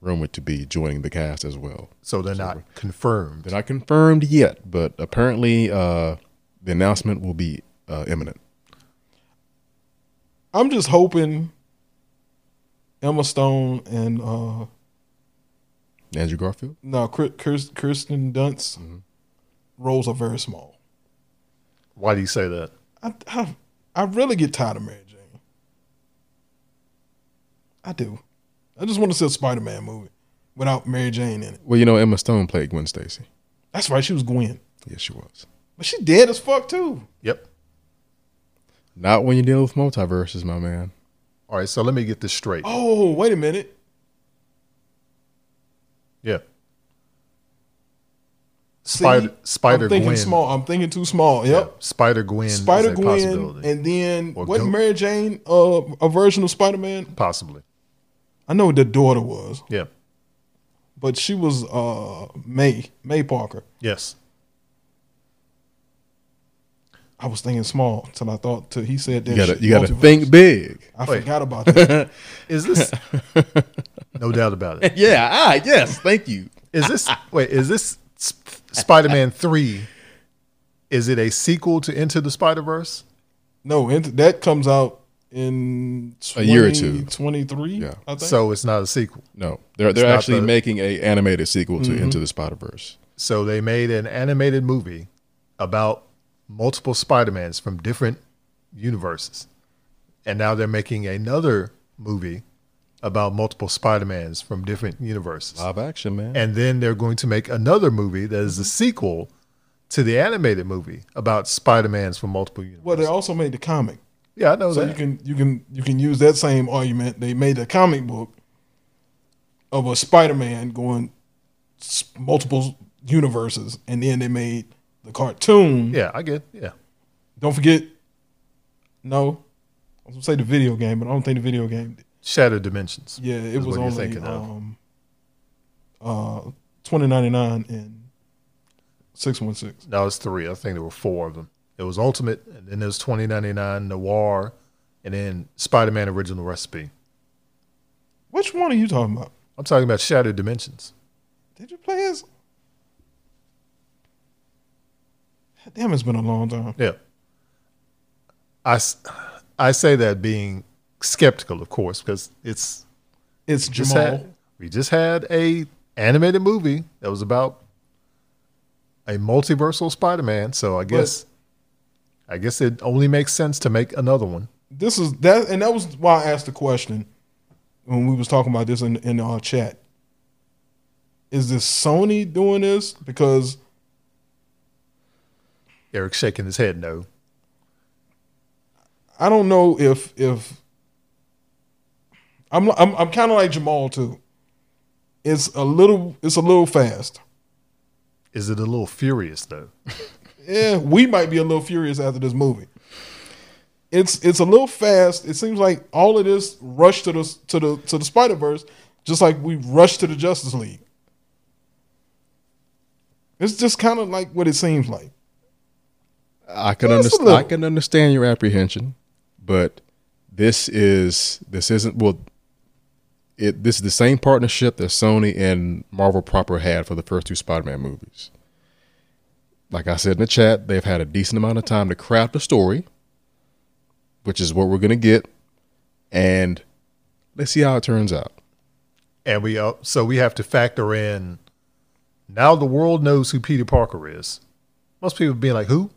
[SPEAKER 2] rumored to be joining the cast as well.
[SPEAKER 1] so they're not confirmed.
[SPEAKER 2] They're not confirmed yet, but apparently uh, the announcement will be uh, imminent.
[SPEAKER 3] I'm just hoping Emma Stone and uh
[SPEAKER 2] Andrew Garfield.
[SPEAKER 3] no Kir- Kir- Kirsten Dunst roles are very small.
[SPEAKER 1] Why do you say that?
[SPEAKER 3] I, I I really get tired of Mary Jane. I do. I just want to see a Spider Man movie without Mary Jane in it.
[SPEAKER 2] Well, you know Emma Stone played Gwen Stacy.
[SPEAKER 3] That's right, she was Gwen,
[SPEAKER 2] Yes, she was.
[SPEAKER 3] but she dead as fuck too.
[SPEAKER 1] Yep.
[SPEAKER 2] Not when you deal with multiverses, my man.
[SPEAKER 1] All right, so let me get this straight.
[SPEAKER 3] Oh wait a minute,
[SPEAKER 1] Yeah,
[SPEAKER 3] See,
[SPEAKER 1] Spider Spider
[SPEAKER 3] I'm thinking
[SPEAKER 1] Gwen.
[SPEAKER 3] small. I'm thinking too small. Yep.
[SPEAKER 1] Spider Gwen.
[SPEAKER 3] Spider Gwen,
[SPEAKER 1] possibility.
[SPEAKER 3] and then
[SPEAKER 1] Or
[SPEAKER 3] what?
[SPEAKER 1] Goat.
[SPEAKER 3] Mary Jane, uh, a version of Spider Man.
[SPEAKER 1] possibly.
[SPEAKER 3] I know what the daughter was,
[SPEAKER 1] Yeah.
[SPEAKER 3] but she was uh May May Parker.
[SPEAKER 1] Yes.
[SPEAKER 3] I was thinking small till I thought till he said that.
[SPEAKER 2] You gotta,
[SPEAKER 3] shit,
[SPEAKER 2] you gotta
[SPEAKER 3] multiverse.
[SPEAKER 2] think big.
[SPEAKER 3] I
[SPEAKER 1] Wait.
[SPEAKER 3] forgot about that.
[SPEAKER 1] Is this? no doubt about it.
[SPEAKER 2] Yeah. Ah. Yes. Thank you.
[SPEAKER 1] Is this? wait. Is this Sp- Spider Man three? Is it a sequel to Into the Spider Verse?
[SPEAKER 3] no, and that comes out in
[SPEAKER 2] A year or two.
[SPEAKER 3] twenty three.
[SPEAKER 2] Yeah.
[SPEAKER 3] I think.
[SPEAKER 1] So it's not a sequel.
[SPEAKER 2] No, they're they're
[SPEAKER 1] not
[SPEAKER 2] actually
[SPEAKER 1] the-
[SPEAKER 2] making a animated sequel to Into the Spider Verse.
[SPEAKER 1] So they made an animated movie about multiple Spider-Mans from different universes. And now they're making another movie about multiple Spider-Mans from different universes.
[SPEAKER 2] Live action, man.
[SPEAKER 1] And then they're going to make another movie that is the sequel to the animated movie about Spider-Mans from multiple universes.
[SPEAKER 3] well, they also made the comic,
[SPEAKER 1] yeah, I know
[SPEAKER 3] so
[SPEAKER 1] that.
[SPEAKER 3] you can you can you can use that same argument. They made a comic book of a Spider-Man going s- multiple universes, and then they made the cartoon.
[SPEAKER 1] Yeah, I get. Yeah,
[SPEAKER 3] Don't forget, no, I was gonna say the video game, but I don't think the video game.
[SPEAKER 1] Shattered Dimensions.
[SPEAKER 3] Yeah, it
[SPEAKER 1] Is
[SPEAKER 3] was
[SPEAKER 1] what you're
[SPEAKER 3] only
[SPEAKER 1] thinking of.
[SPEAKER 3] um, uh, twenty ninety nine and six one six.
[SPEAKER 1] No, it's three. I think there were four of them. It was Ultimate, and then there's 2099 Noir, and then Spider-Man Original Recipe.
[SPEAKER 3] Which one are you talking about?
[SPEAKER 1] I'm talking about Shattered Dimensions.
[SPEAKER 3] Did you play as? Damn, it's been a long time.
[SPEAKER 1] Yeah. I, s- I say that being skeptical, of course, because it's
[SPEAKER 3] It's
[SPEAKER 1] just
[SPEAKER 3] Jamal.
[SPEAKER 1] had, we just had a animated movie that was about a multiversal Spider-Man. So I guess I guess it only makes sense to make another one.
[SPEAKER 3] this is that and that was why I asked the question when we was talking about this in in our chat. Is this Sony doing this? Because
[SPEAKER 1] Eric shaking his head no.
[SPEAKER 3] I don't know if if I'm I'm I'm kind of like Jamal too. It's a little it's a little fast.
[SPEAKER 1] Is it a little furious though?
[SPEAKER 3] Yeah, Eh, we might be a little furious after this movie. It's it's a little fast. It seems like all of this rush to the to the to the Spider Verse, just like we rushed to the Justice League. It's just kind of like what it seems like.
[SPEAKER 2] I can
[SPEAKER 3] Just a
[SPEAKER 2] understand.
[SPEAKER 3] little.
[SPEAKER 2] I can understand your apprehension, but this is this isn't well. It this is the same partnership that Sony and Marvel proper had for the first two Spider-Man movies. Like I said in the chat, they've had a decent amount of time to craft a story, which is what we're gonna get, and let's see how it turns out.
[SPEAKER 1] And we uh, so we have to factor in now the world knows who Peter Parker is. Most people being like who?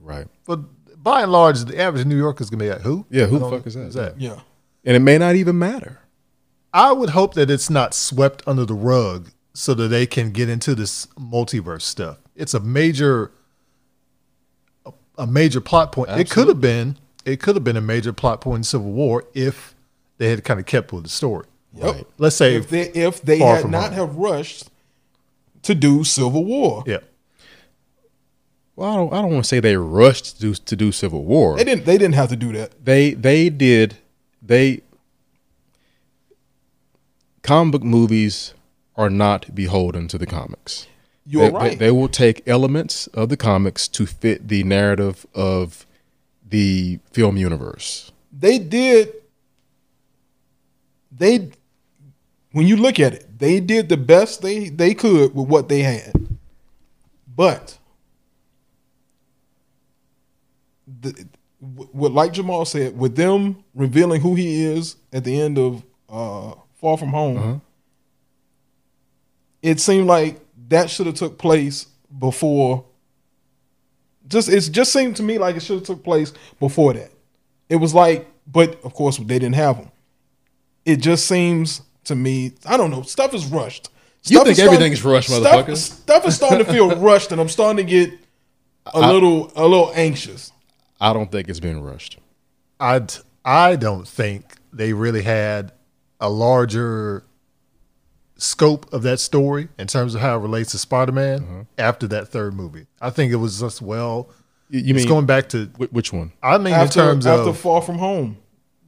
[SPEAKER 2] Right.
[SPEAKER 1] But by and large, the average New Yorker's gonna be like who?
[SPEAKER 2] Yeah, who
[SPEAKER 1] I
[SPEAKER 2] the
[SPEAKER 1] don't-
[SPEAKER 2] fuck is that?
[SPEAKER 1] Who's that?
[SPEAKER 3] Yeah,
[SPEAKER 2] And it may not even matter.
[SPEAKER 1] I would hope that it's not swept under the rug so that they can get into this multiverse stuff. It's a major a, a major plot point. It could have been it could have been a major plot point in Civil War if they had kind of kept with the story.
[SPEAKER 3] Yep.
[SPEAKER 2] Right.
[SPEAKER 1] Let's say
[SPEAKER 3] if they if they
[SPEAKER 1] Far
[SPEAKER 3] had
[SPEAKER 1] from
[SPEAKER 3] not
[SPEAKER 1] home.
[SPEAKER 3] have rushed to do Civil War,
[SPEAKER 1] yeah.
[SPEAKER 2] Well, I don't. I don't want to say they rushed to do, to do Civil War.
[SPEAKER 3] they didn't they didn't have to do that.
[SPEAKER 2] they they did they comic book movies are not beholden to the comics.
[SPEAKER 3] You're
[SPEAKER 2] They- they-
[SPEAKER 3] right.
[SPEAKER 2] They, will take elements of the comics to fit the narrative of the film universe.
[SPEAKER 3] they did they when you look at it they did the best they they could with what they had but the, wh- what like jamal said with them revealing who he is at the end of uh far from home
[SPEAKER 2] Uh-huh.
[SPEAKER 3] it seemed like that should have took place before just it just seemed to me like it should have took place before that. It was like, but of course they didn't have them. It just seems to me, I don't know, stuff is rushed.
[SPEAKER 2] You
[SPEAKER 3] Stuff
[SPEAKER 2] think
[SPEAKER 3] starting-
[SPEAKER 2] everything is rushed,
[SPEAKER 3] stuff-
[SPEAKER 2] motherfucker.
[SPEAKER 3] Stuff is starting to feel rushed, and I'm starting to get a little a little anxious.
[SPEAKER 2] I don't think it's been rushed.
[SPEAKER 1] I d- I don't think they really had a larger scope of that story in terms of how it relates to Spider-Man
[SPEAKER 2] Mm-hmm.
[SPEAKER 1] after that third movie. I think it was just well
[SPEAKER 2] You, you
[SPEAKER 1] it's
[SPEAKER 2] mean
[SPEAKER 1] going back to
[SPEAKER 2] whi- which one?
[SPEAKER 1] I mean
[SPEAKER 3] After,
[SPEAKER 1] in terms
[SPEAKER 3] after
[SPEAKER 1] of
[SPEAKER 3] Far From Home.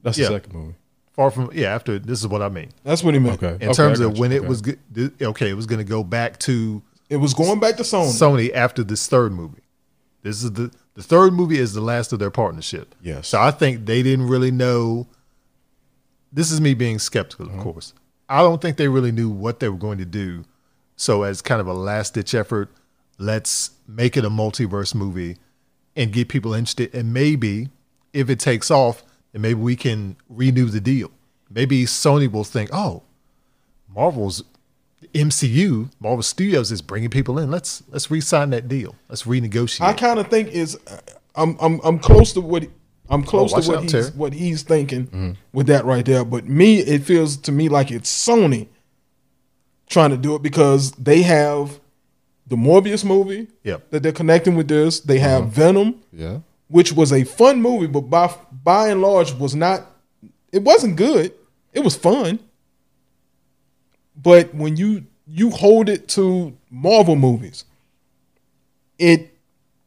[SPEAKER 2] That's
[SPEAKER 1] Yeah.
[SPEAKER 2] the second movie.
[SPEAKER 1] far from yeah after this is what i mean
[SPEAKER 3] That's what he meant.
[SPEAKER 2] Okay.
[SPEAKER 1] in
[SPEAKER 2] Okay,
[SPEAKER 1] terms
[SPEAKER 2] I
[SPEAKER 1] of
[SPEAKER 2] got you.
[SPEAKER 1] when it
[SPEAKER 2] Okay.
[SPEAKER 1] was go- th- okay it was going to go back to
[SPEAKER 3] It was going back to Sony.
[SPEAKER 1] sony after this third movie this is the the third movie is the last of their partnership
[SPEAKER 2] Yes.
[SPEAKER 1] so i think they didn't really know this is me being skeptical of course i don't think they really knew what they were going to do so as kind of a last ditch effort let's make it a multiverse movie and get people interested and maybe if it takes off then maybe we can renew the deal maybe sony will think oh Marvel's MCU, Marvel Studios is bringing people in. Let's let's re-sign that deal. Let's renegotiate.
[SPEAKER 3] I kind of think is I'm I'm I'm close to what I'm close
[SPEAKER 1] Oh, watch
[SPEAKER 3] to what
[SPEAKER 1] out,
[SPEAKER 3] he's
[SPEAKER 1] Terry. Mm-hmm.
[SPEAKER 3] what he's thinking with that right there. But me, it feels to me like it's Sony trying to do it because they have the Morbius movie
[SPEAKER 1] Yep. Mm-hmm.
[SPEAKER 3] that they're connecting with this. They have Venom,
[SPEAKER 2] Yeah.
[SPEAKER 3] which was a fun movie, but by by and large was not. It wasn't good. It was fun, But when you you hold it to Marvel movies, it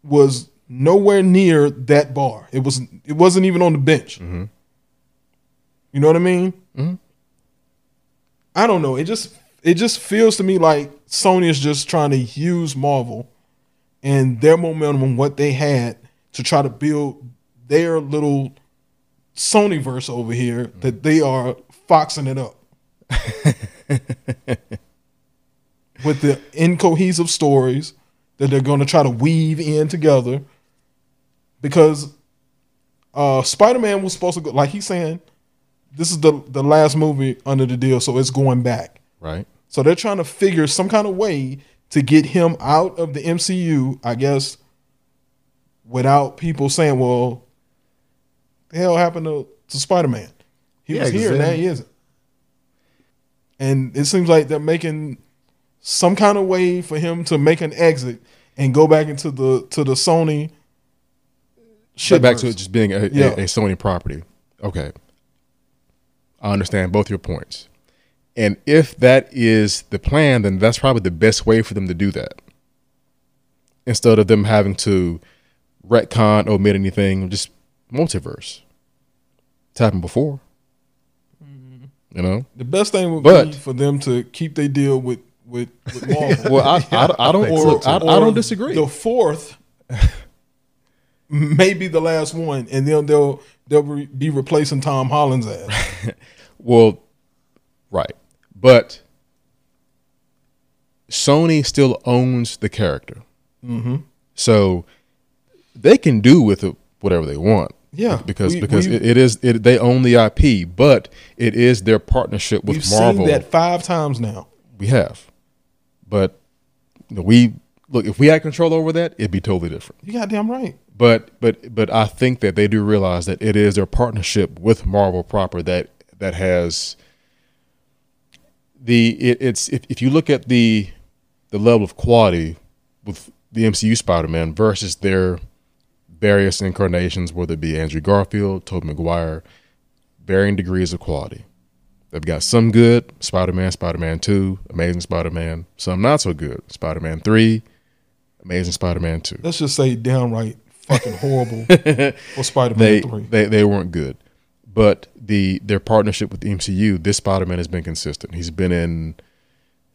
[SPEAKER 3] was nowhere near that bar. It was it wasn't even on the bench. You know what I mean? I don't know. It just it just feels to me like Sony is just trying to use Marvel and their momentum, what they had, to try to build their little Sony verse over here that they are foxing it up with the incohesive stories that they're going to try to weave in together because uh, Spider-Man was supposed to go like he's saying this is the the last movie under the deal so it's going back.
[SPEAKER 2] Right.
[SPEAKER 3] So they're trying to figure some kind of way to get him out of the MCU, I guess, without people saying, well, the hell happened to, to Spider Man? He
[SPEAKER 1] Yeah,
[SPEAKER 3] was here and now
[SPEAKER 1] exactly.
[SPEAKER 3] he isn't. And it seems like they're making some kind of way for him to make an exit and go back into the to the Sony
[SPEAKER 2] Shut
[SPEAKER 3] shit.
[SPEAKER 2] back to it just being a, a-
[SPEAKER 3] Yeah.
[SPEAKER 2] a Sony property. Okay. I understand both your points. And if that is the plan, then that's probably the best way for them to do that. Instead of them having to retcon, omit anything, just multiverse. It's happened before.
[SPEAKER 3] Mm-hmm.
[SPEAKER 2] You know?
[SPEAKER 3] The best thing would
[SPEAKER 2] But-
[SPEAKER 3] be for them to keep their deal with with, with Marvel.
[SPEAKER 2] Well, I, I, I don't
[SPEAKER 1] think so,
[SPEAKER 2] or, I, I don't disagree.
[SPEAKER 3] The fourth may be the last one, and then they'll they'll re- be replacing Tom Holland's ass.
[SPEAKER 2] Well, right. But Sony still owns the character. Mm-hmm. So they can do with it whatever they want.
[SPEAKER 3] Yeah,
[SPEAKER 2] Because
[SPEAKER 3] we-
[SPEAKER 2] because
[SPEAKER 3] we-
[SPEAKER 2] it, it is it, they own the IP, but it is their partnership with
[SPEAKER 3] We've
[SPEAKER 2] Marvel.
[SPEAKER 3] seen that five times now.
[SPEAKER 2] We have. But you know, we look if we had control over that, it'd be totally different.
[SPEAKER 3] You goddamn right.
[SPEAKER 2] But but but I think that they do realize that it is their partnership with Marvel proper that that has the it, it's if, if you look at the the level of quality with the MCU Spider-Man versus their various incarnations, whether it be Andrew Garfield, Tobey Maguire, varying degrees of quality. They've got some good Spider-Man, Spider-Man Two, Amazing Spider-Man, some not so good Spider-Man Three, Amazing Spider-Man Two.
[SPEAKER 3] Let's just say downright fucking horrible for Spider
[SPEAKER 2] they,
[SPEAKER 3] Man Three.
[SPEAKER 2] they they weren't good. But the their partnership with the MCU, this Spider Man has been consistent. He's been in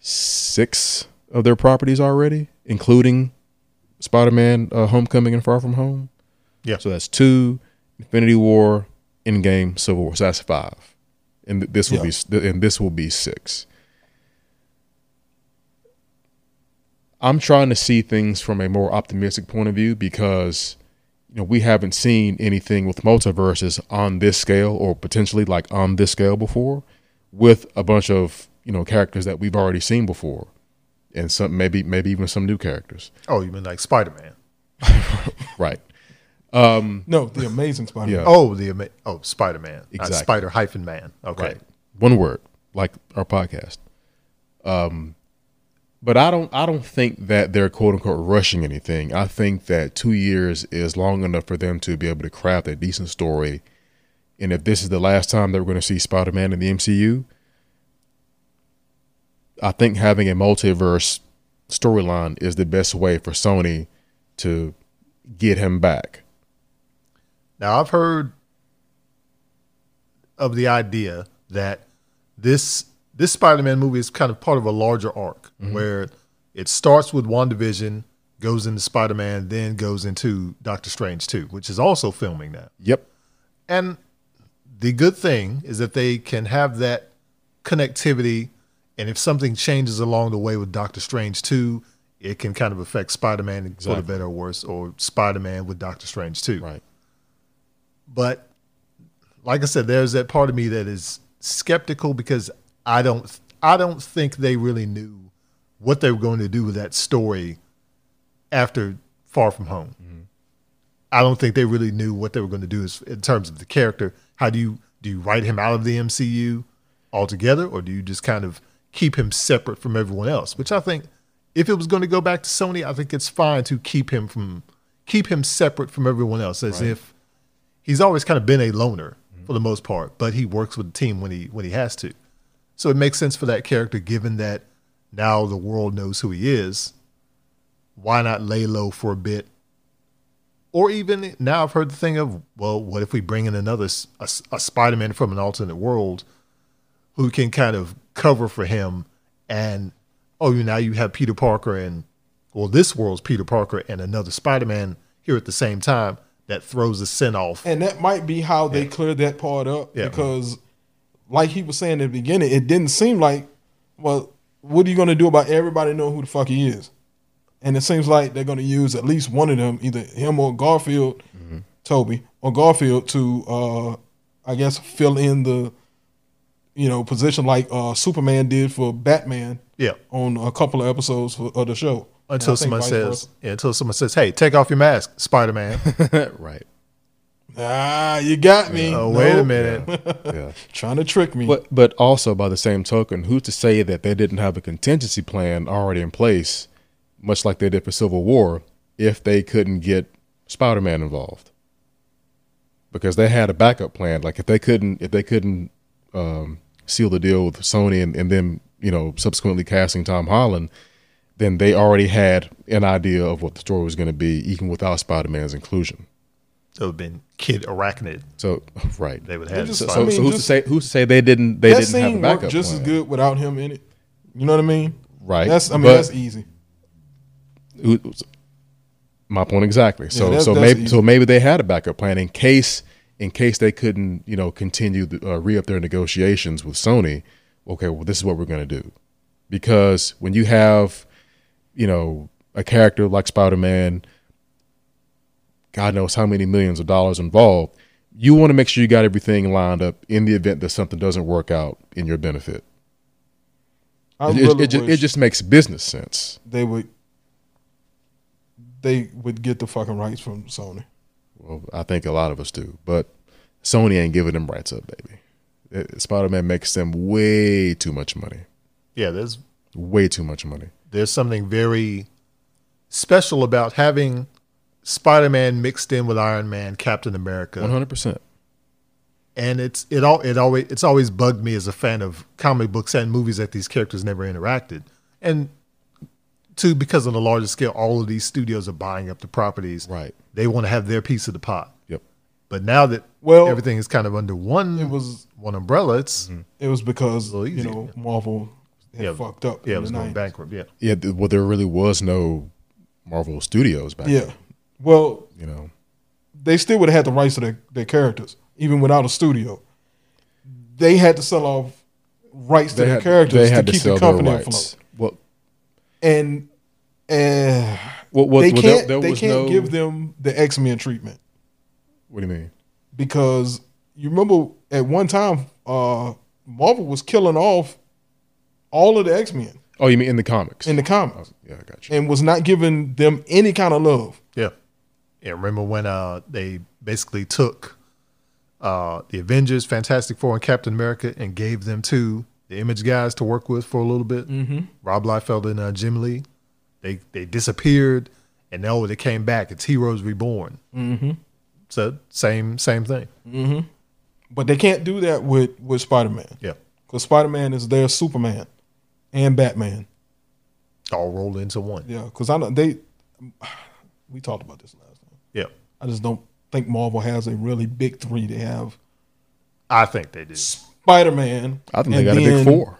[SPEAKER 2] six of their properties already, including Spider Man uh, Homecoming and Far From Home.
[SPEAKER 1] Yeah.
[SPEAKER 2] So that's two, Infinity War, Endgame, Civil War. So that's five, and th- this will be and this will be six. I'm trying to see things from a more optimistic point of view because you know we haven't seen anything with multiverses on this scale or potentially like on this scale before with a bunch of you know characters that we've already seen before and some maybe maybe even some new characters
[SPEAKER 1] Oh, you mean like Spider Man?
[SPEAKER 2] right
[SPEAKER 3] no, the Amazing Spider Man.
[SPEAKER 2] Yeah.
[SPEAKER 1] Oh, the ama- oh Spider Man,
[SPEAKER 2] Exactly.
[SPEAKER 1] Spider hyphen Man. Okay,
[SPEAKER 2] Right. One word, like our podcast. Um, but I don't I don't think that they're quote unquote rushing anything. I think that two years is long enough for them to be able to craft a decent story. And if this is the last time that we're gonna see Spider Man in the MCU, I think having a multiverse storyline is the best way for Sony to get him back.
[SPEAKER 1] now I've heard of the idea that this this Spider Man movie is kind of part of a larger arc
[SPEAKER 2] Mm-hmm.
[SPEAKER 1] where it starts with WandaVision, goes into Spider Man, then goes into Doctor Strange too, which is also filming now.
[SPEAKER 2] Yep.
[SPEAKER 1] And the good thing is that they can have that connectivity. And if something changes along the way with Doctor Strange 2, it can kind of affect Spider Man for
[SPEAKER 2] Exactly.
[SPEAKER 1] the better or worse, or Spider Man with Doctor Strange 2.
[SPEAKER 2] Right.
[SPEAKER 1] But like I said, there's that part of me that is skeptical because I don't I don't think they really knew what they were going to do with that story after Far From Home. I don't think they really knew what they were going to do as, in terms of the character. How do you do you write him out of the MCU altogether, or do you just kind of keep him separate from everyone else? Which I think, if it was going to go back to Sony, I think it's fine to keep him from keep him separate from everyone else, as if he's always kind of been a loner for the most part, but he works with the team when he when he has to. So it makes sense for that character, given that now the world knows who he is. Why not lay low for a bit? Or even now, I've heard the thing of, well, what if we bring in another s- a, s- a Spider-Man from an alternate world who can kind of cover for him? And oh, you now you have Peter Parker and well, this world's Peter Parker and another Spider-Man here at the same time that throws the scent off.
[SPEAKER 3] And that might be how they cleared that part up
[SPEAKER 1] Yeah.
[SPEAKER 3] because, like he was saying in the beginning, it didn't seem like, well, what are you going to do about everybody knowing who the fuck he is? And it seems like they're going to use at least one of them, either him or Garfield,
[SPEAKER 1] Mm-hmm.
[SPEAKER 3] Toby or Garfield, to uh, I guess fill in the, you know, position like uh, Superman did for Batman
[SPEAKER 1] Yeah.
[SPEAKER 3] on a couple of episodes for, of the show.
[SPEAKER 1] Until
[SPEAKER 3] And I think
[SPEAKER 1] someone
[SPEAKER 3] vice
[SPEAKER 1] says, yeah, until someone says, "Hey, take off your mask, Spider-Man." Uh,
[SPEAKER 2] right.
[SPEAKER 3] versa. ah, you got me.
[SPEAKER 1] oh, wait a
[SPEAKER 3] Nope.
[SPEAKER 1] minute.
[SPEAKER 2] Yeah.
[SPEAKER 3] trying to trick me.
[SPEAKER 2] But but also by the same token, who's to say that they didn't have a contingency plan already in place, much like they did for Civil War, if they couldn't get Spider Man involved? Because they had a backup plan. Like if they couldn't if they couldn't um, seal the deal with Sony and, and then, you know, subsequently casting Tom Holland, then they already had an idea of what the story was gonna be, even without Spider Man's inclusion.
[SPEAKER 1] That would have been Kid Arachnid.
[SPEAKER 2] So right.
[SPEAKER 1] They would have had
[SPEAKER 3] just-
[SPEAKER 2] So,
[SPEAKER 1] Spider-
[SPEAKER 2] so,
[SPEAKER 3] I mean,
[SPEAKER 2] so who's to
[SPEAKER 3] just-
[SPEAKER 2] say who's to say they didn't they
[SPEAKER 3] that
[SPEAKER 2] didn't have a
[SPEAKER 3] scene worked
[SPEAKER 2] backup
[SPEAKER 3] just
[SPEAKER 2] plan?
[SPEAKER 3] as good without him in it. You know what I mean?
[SPEAKER 2] Right.
[SPEAKER 3] That's I mean
[SPEAKER 2] But-
[SPEAKER 3] that's easy.
[SPEAKER 2] who- my point exactly. So
[SPEAKER 3] that's-
[SPEAKER 2] so
[SPEAKER 3] that's
[SPEAKER 2] maybe
[SPEAKER 3] easy.
[SPEAKER 2] so maybe they had a backup plan in case in case they couldn't you know continue the, uh, re up their negotiations with Sony. Okay, well this is what we're gonna do because when you have you know a character like Spider Man, God knows how many millions of dollars involved. You want to make sure you got everything lined up in the event that something doesn't work out in your benefit.
[SPEAKER 3] I
[SPEAKER 2] It, it-
[SPEAKER 3] really
[SPEAKER 2] it ju-
[SPEAKER 3] wish
[SPEAKER 2] it just makes business sense.
[SPEAKER 3] they would they would get the fucking rights from Sony.
[SPEAKER 2] Well, I think a lot of us do, but Sony ain't giving them rights up, baby. Spider Man makes them way too much money,
[SPEAKER 1] yeah, there's
[SPEAKER 2] way too much money.
[SPEAKER 1] there's something very special about having Spider-Man mixed in with Iron Man, Captain America,
[SPEAKER 3] Mm-hmm.
[SPEAKER 2] One hundred percent.
[SPEAKER 1] and it's it all it always it's always bugged me as a fan of comic books and movies that these characters never interacted, and two because on a larger scale, all of these studios are buying up the properties.
[SPEAKER 2] Right.
[SPEAKER 1] They want to have their piece of the pot.
[SPEAKER 2] Yep.
[SPEAKER 1] But now that
[SPEAKER 3] Well,
[SPEAKER 1] everything is kind of under one
[SPEAKER 3] It was
[SPEAKER 1] one umbrella, it's
[SPEAKER 3] it was because
[SPEAKER 1] little
[SPEAKER 3] you
[SPEAKER 1] easier.
[SPEAKER 3] know Marvel had
[SPEAKER 1] Yeah.
[SPEAKER 3] fucked up.
[SPEAKER 1] yeah,
[SPEAKER 3] in
[SPEAKER 1] it was
[SPEAKER 3] the
[SPEAKER 1] going
[SPEAKER 3] 90s.
[SPEAKER 1] bankrupt. Yeah.
[SPEAKER 2] Yeah. th- Well, there really was no Marvel Studios back.
[SPEAKER 3] Yeah.
[SPEAKER 2] Then,
[SPEAKER 3] Well,
[SPEAKER 2] you know.
[SPEAKER 3] they still would have had the rights to their, their characters, even without a studio. They had to sell off rights to their characters to keep the company afloat.
[SPEAKER 2] Well,
[SPEAKER 3] And uh,
[SPEAKER 2] well, well,
[SPEAKER 3] they
[SPEAKER 2] well,
[SPEAKER 3] can't.
[SPEAKER 2] there- there
[SPEAKER 3] they
[SPEAKER 2] was
[SPEAKER 3] can't
[SPEAKER 2] no-
[SPEAKER 3] give them the X Men treatment
[SPEAKER 2] What do you mean?
[SPEAKER 3] because you remember at one time uh, Marvel was killing off all of the X Men
[SPEAKER 2] Oh, you mean in the comics?
[SPEAKER 3] in the comics
[SPEAKER 2] yeah, I got you.
[SPEAKER 3] and was not giving them any kind of love.
[SPEAKER 1] Yeah. Yeah. Remember when uh, they basically took uh, the Avengers, Fantastic Four, and Captain America and gave them to the image guys to work with for a little bit? Mm-hmm. Rob Liefeld and uh, Jim Lee. They, they disappeared and now they came back. It's Heroes Reborn. Mm-hmm. So same same thing.
[SPEAKER 3] But they can't do that with with Spider Man
[SPEAKER 1] Yeah.
[SPEAKER 3] because Spider Man is their Superman and Batman.
[SPEAKER 1] All rolled into one.
[SPEAKER 3] Yeah, because I know they. We talked about this last time.
[SPEAKER 1] Yeah.
[SPEAKER 3] I just don't think Marvel has a really big three. They have
[SPEAKER 1] I think they did.
[SPEAKER 3] Spider Man.
[SPEAKER 2] I think they got a big four.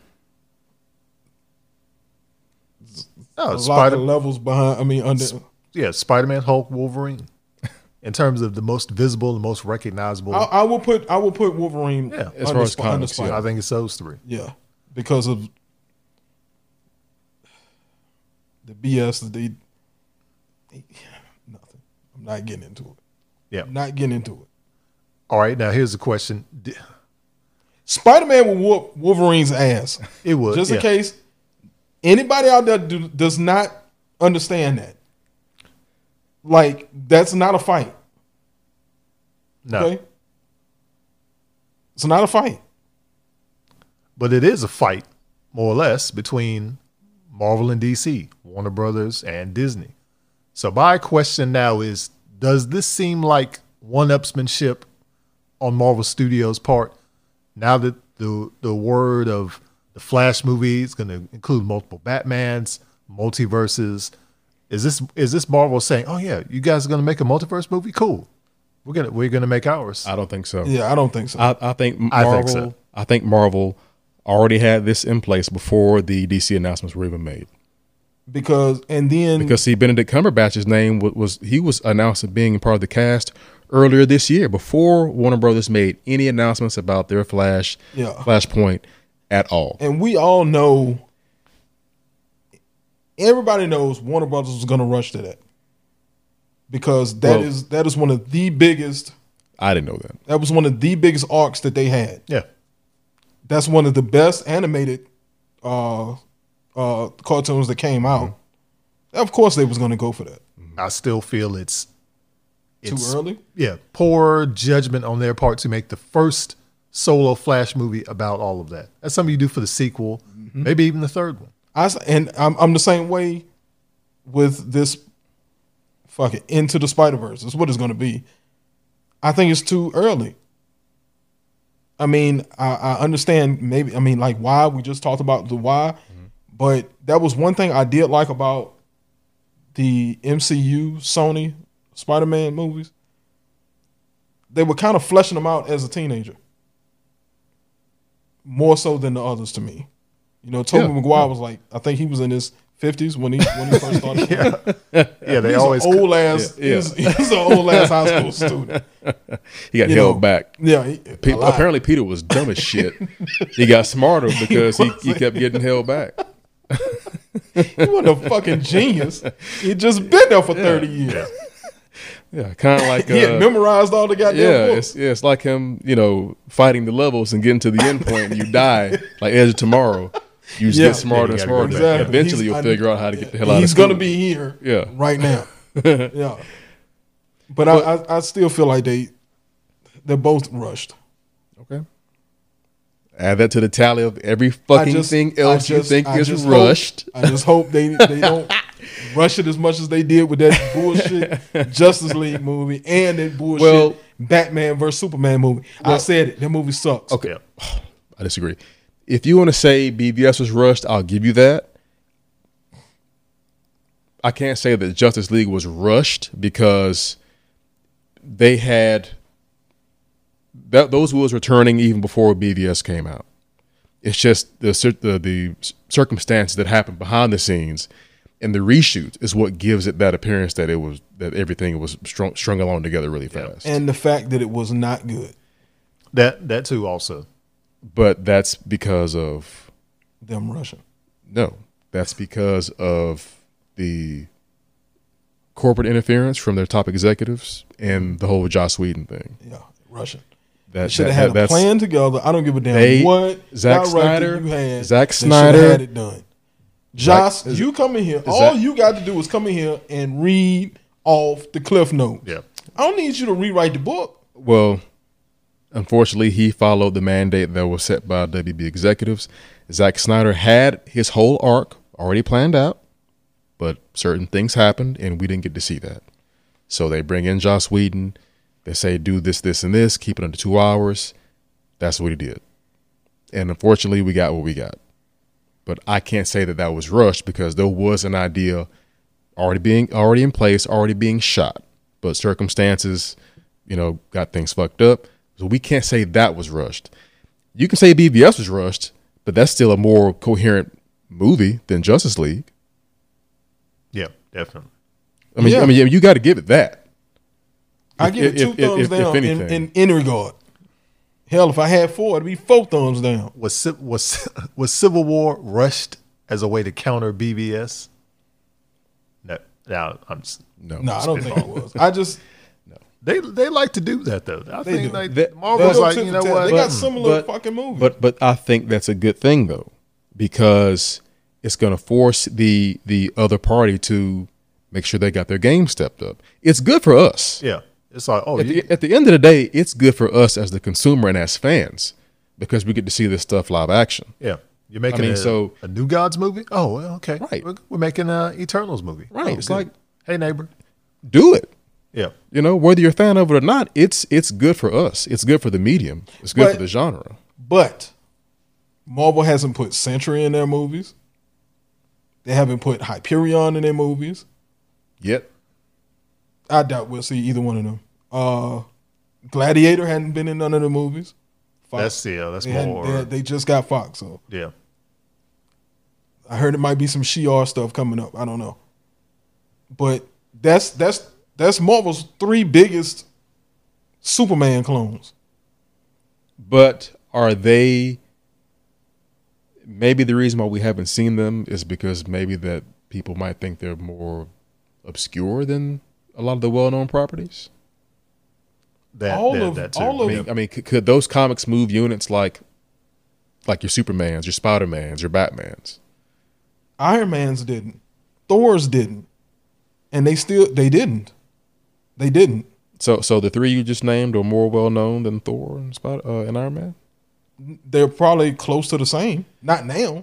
[SPEAKER 1] No,
[SPEAKER 3] A lot
[SPEAKER 1] Oh, Spider
[SPEAKER 3] of levels behind. I mean, under
[SPEAKER 1] yeah, Spider Man, Hulk, Wolverine. In terms of the most visible, the most recognizable,
[SPEAKER 3] I, I will put I will put Wolverine.
[SPEAKER 1] Yeah,
[SPEAKER 2] as far as
[SPEAKER 3] Sp- under
[SPEAKER 2] comics,
[SPEAKER 3] Spider-
[SPEAKER 1] I think it's those three.
[SPEAKER 3] yeah, because of the BS that they, they- nothing. I'm not getting into it.
[SPEAKER 1] Yeah.
[SPEAKER 3] I'm not getting into it.
[SPEAKER 1] All right, now here's the question. D-
[SPEAKER 3] Spider Man will whoop Wolverine's ass.
[SPEAKER 1] It would.
[SPEAKER 3] just
[SPEAKER 1] yeah.
[SPEAKER 3] in case anybody out there do, does not understand that. Like that's not a fight.
[SPEAKER 1] No.
[SPEAKER 3] Okay, it's not a fight.
[SPEAKER 1] But it is a fight, more or less, between Marvel and DC, Warner Brothers and Disney. So my question now is does this seem like one upsmanship on Marvel Studios' part now that the the word of the Flash movie is going to include multiple Batmans, multiverses. Is this is this Marvel saying, "Oh yeah, you guys are going to make a multiverse movie? Cool, we're gonna we're gonna make ours."
[SPEAKER 2] I don't think so.
[SPEAKER 3] Yeah, I don't think so.
[SPEAKER 2] I, I think Marvel.
[SPEAKER 1] I
[SPEAKER 2] I
[SPEAKER 1] think
[SPEAKER 2] think,
[SPEAKER 1] so.
[SPEAKER 2] Marvel already had this in place before the DC announcements were even made.
[SPEAKER 3] because and then
[SPEAKER 2] Because see, Benedict Cumberbatch's name was, was he was announced as being part of the cast earlier this year before Warner Brothers made any announcements about their Flash,
[SPEAKER 3] Yeah.
[SPEAKER 2] Flashpoint at all.
[SPEAKER 3] and we all know everybody knows Warner Brothers was gonna rush to that. Because that is
[SPEAKER 2] Well-
[SPEAKER 3] that is one of the biggest
[SPEAKER 2] I didn't know that.
[SPEAKER 3] that was one of the biggest arcs that they had.
[SPEAKER 1] yeah,
[SPEAKER 3] That's one of the best animated uh uh cartoons that came out.
[SPEAKER 2] Mm-hmm.
[SPEAKER 3] Of course they was gonna go for that.
[SPEAKER 1] I still feel it's it's
[SPEAKER 3] Too early?
[SPEAKER 1] yeah poor judgment on their part to make the first solo Flash movie about all of that. That's something you do for the sequel, maybe even the third one.
[SPEAKER 3] I s- and I'm I'm the same way with this. Fuck it, into the Spider Verse is what it's going to be. I think it's too early. I mean, I, I understand maybe. I mean, like why we just talked about the why, but that was one thing I did like about the MCU Sony Spider Man movies. They were kind of fleshing them out as a teenager, more so than the others to me. You know, Tobey
[SPEAKER 2] Yeah.
[SPEAKER 3] Maguire was like, I think he was in his fifties when he when he first started.
[SPEAKER 1] Yeah, they
[SPEAKER 3] He's
[SPEAKER 1] always
[SPEAKER 3] an old ass.
[SPEAKER 2] yeah.
[SPEAKER 3] He's, he's an old ass high school student.
[SPEAKER 2] He got
[SPEAKER 3] You
[SPEAKER 2] held
[SPEAKER 3] know,
[SPEAKER 2] back.
[SPEAKER 3] Yeah, he, a
[SPEAKER 2] Pe-
[SPEAKER 3] lot.
[SPEAKER 2] apparently, Peter was dumb as shit. he got smarter because he, he kept getting held back.
[SPEAKER 3] he wasn't a fucking genius. He just been there for thirty years.
[SPEAKER 2] Yeah, kind of like
[SPEAKER 3] He had
[SPEAKER 2] uh,
[SPEAKER 3] memorized all the goddamn
[SPEAKER 2] yeah,
[SPEAKER 3] books.
[SPEAKER 2] it's, yeah, it's like him, you know, fighting the levels and getting to the end point, and you die like Edge of Tomorrow. You just
[SPEAKER 3] Yeah.
[SPEAKER 2] get smarter
[SPEAKER 1] Yeah,
[SPEAKER 2] and
[SPEAKER 1] you gotta
[SPEAKER 2] smarter.
[SPEAKER 1] go back.
[SPEAKER 3] Exactly.
[SPEAKER 2] Eventually,
[SPEAKER 3] He's-
[SPEAKER 2] you'll
[SPEAKER 3] I-
[SPEAKER 2] figure out how to get the hell out.
[SPEAKER 3] He's
[SPEAKER 2] of school.
[SPEAKER 3] gonna be here.
[SPEAKER 2] Yeah.
[SPEAKER 3] right now. yeah, but I, I I still feel like they they're both rushed.
[SPEAKER 2] okay. Add that to the tally of every fucking thing else
[SPEAKER 3] I just-
[SPEAKER 2] you think
[SPEAKER 3] I
[SPEAKER 2] is
[SPEAKER 3] just hope-
[SPEAKER 2] rushed.
[SPEAKER 3] I just hope they they don't rush it as much as they did with that bullshit Justice League movie and that bullshit
[SPEAKER 2] Well-
[SPEAKER 3] Batman versus Superman movie. I said it. That movie sucks.
[SPEAKER 2] Okay. I disagree. If you want to say BVS was rushed, I'll give you that. I can't say that Justice League was rushed because they had that those was returning even before BVS came out. It's just the cir- the, the circumstances that happened behind the scenes and the reshoot is what gives it that appearance that it was that everything was strung, strung along together really fast.
[SPEAKER 3] And the fact that it was not good.
[SPEAKER 1] that that too also.
[SPEAKER 2] But that's because of
[SPEAKER 3] Them rushing.
[SPEAKER 2] No, that's because of the corporate interference from their top executives and the whole Joss Whedon thing.
[SPEAKER 3] Yeah, rushing.
[SPEAKER 2] That
[SPEAKER 3] Should
[SPEAKER 2] that-
[SPEAKER 3] have had
[SPEAKER 2] that-
[SPEAKER 3] a plan together. I don't give a damn
[SPEAKER 2] They-
[SPEAKER 3] what
[SPEAKER 2] Zack
[SPEAKER 3] director
[SPEAKER 2] Snyder-
[SPEAKER 3] you had.
[SPEAKER 2] Zack
[SPEAKER 3] they shoulda
[SPEAKER 2] Snyder-
[SPEAKER 3] had it done. Josh, you come in here. All
[SPEAKER 2] Zack-
[SPEAKER 3] you got to do is come in here and read off the cliff note.
[SPEAKER 1] Yeah.
[SPEAKER 3] I don't need you to rewrite the book.
[SPEAKER 2] Well, unfortunately, he followed the mandate that was set by WB executives. Zack Snyder had his whole arc already planned out, but certain things happened, and we didn't get to see that. So they bring in Joss Whedon. They say, do this, this, and this, keep it under two hours. That's what he did. And unfortunately, we got what we got. But I can't say that that was rushed because there was an idea already being already in place, already being shot. But circumstances, you know, got things fucked up. So we can't say that was rushed. You can say BVS was rushed, but that's still a more coherent movie than Justice League.
[SPEAKER 1] Yeah, definitely.
[SPEAKER 2] I mean,
[SPEAKER 3] Yeah.
[SPEAKER 2] I mean, yeah, you got to give it that.
[SPEAKER 3] I
[SPEAKER 2] If-
[SPEAKER 3] give it
[SPEAKER 2] if-
[SPEAKER 3] two
[SPEAKER 2] if-
[SPEAKER 3] thumbs
[SPEAKER 2] if- if
[SPEAKER 3] down in,
[SPEAKER 2] anything.
[SPEAKER 3] in any regard. Hell, if I had four, it'd be four thumbs down.
[SPEAKER 1] Was Ci- was was Civil War rushed as a way to counter BVS? No, now I'm. Just,
[SPEAKER 2] No,
[SPEAKER 3] No, I don't think it was. I just
[SPEAKER 1] They they like to do that though. I think
[SPEAKER 3] do.
[SPEAKER 1] like
[SPEAKER 2] That-
[SPEAKER 1] Marvel's
[SPEAKER 3] They'll
[SPEAKER 1] like
[SPEAKER 3] tip
[SPEAKER 1] you
[SPEAKER 3] the
[SPEAKER 1] know
[SPEAKER 3] tab.
[SPEAKER 1] what?
[SPEAKER 3] They got
[SPEAKER 1] Mm.
[SPEAKER 3] similar fucking movies.
[SPEAKER 2] But but I think that's a good thing though, because it's going to force the the other party to make sure they got their game stepped up. It's good for us.
[SPEAKER 1] yeah, it's like oh
[SPEAKER 2] At
[SPEAKER 1] you,
[SPEAKER 2] the, at the end of the day, it's good for us as the consumer and as fans because we get to see this stuff live action.
[SPEAKER 1] yeah, you're making
[SPEAKER 2] mean,
[SPEAKER 1] a,
[SPEAKER 2] so-
[SPEAKER 1] a New Gods movie. Oh well, okay,
[SPEAKER 2] Right.
[SPEAKER 1] We're, we're making a Eternals movie.
[SPEAKER 2] Right,
[SPEAKER 1] Oh,
[SPEAKER 2] it's
[SPEAKER 1] good.
[SPEAKER 2] like-
[SPEAKER 1] hey neighbor.
[SPEAKER 2] Do it.
[SPEAKER 1] Yeah,
[SPEAKER 2] You know, whether you're a fan of it or not, it's it's good for us. It's good for the medium. It's good for
[SPEAKER 3] But-
[SPEAKER 2] the genre.
[SPEAKER 3] but Marvel hasn't put Century in their movies. They haven't put Hyperion in their movies.
[SPEAKER 2] Yet.
[SPEAKER 3] I doubt we'll see either one of them. Uh, Gladiator hadn't been in none of the movies. Fox,
[SPEAKER 1] That's yeah, that's
[SPEAKER 3] they, hadn't-
[SPEAKER 1] more
[SPEAKER 3] they, they just got Fox, so
[SPEAKER 1] yeah.
[SPEAKER 3] I heard it might be some Shi'ar stuff coming up. I don't know. But that's that's that's Marvel's three biggest Superman clones.
[SPEAKER 2] But are they maybe the reason why we haven't seen them is because maybe that people might think they're more obscure than a lot of the well-known properties.
[SPEAKER 1] That
[SPEAKER 3] All
[SPEAKER 1] that,
[SPEAKER 3] of-
[SPEAKER 1] that too.
[SPEAKER 3] all
[SPEAKER 2] I
[SPEAKER 3] of-
[SPEAKER 2] mean, I mean, c- could those comics move units like like your Supermans, your Spider-Mans, your Batmans?
[SPEAKER 3] Iron Man's didn't. Thor's didn't. And they still they didn't. They didn't.
[SPEAKER 2] So so the three you just named are more well-known than Thor and Spider uh, and Iron Man?
[SPEAKER 3] They're probably close to the same. Not now.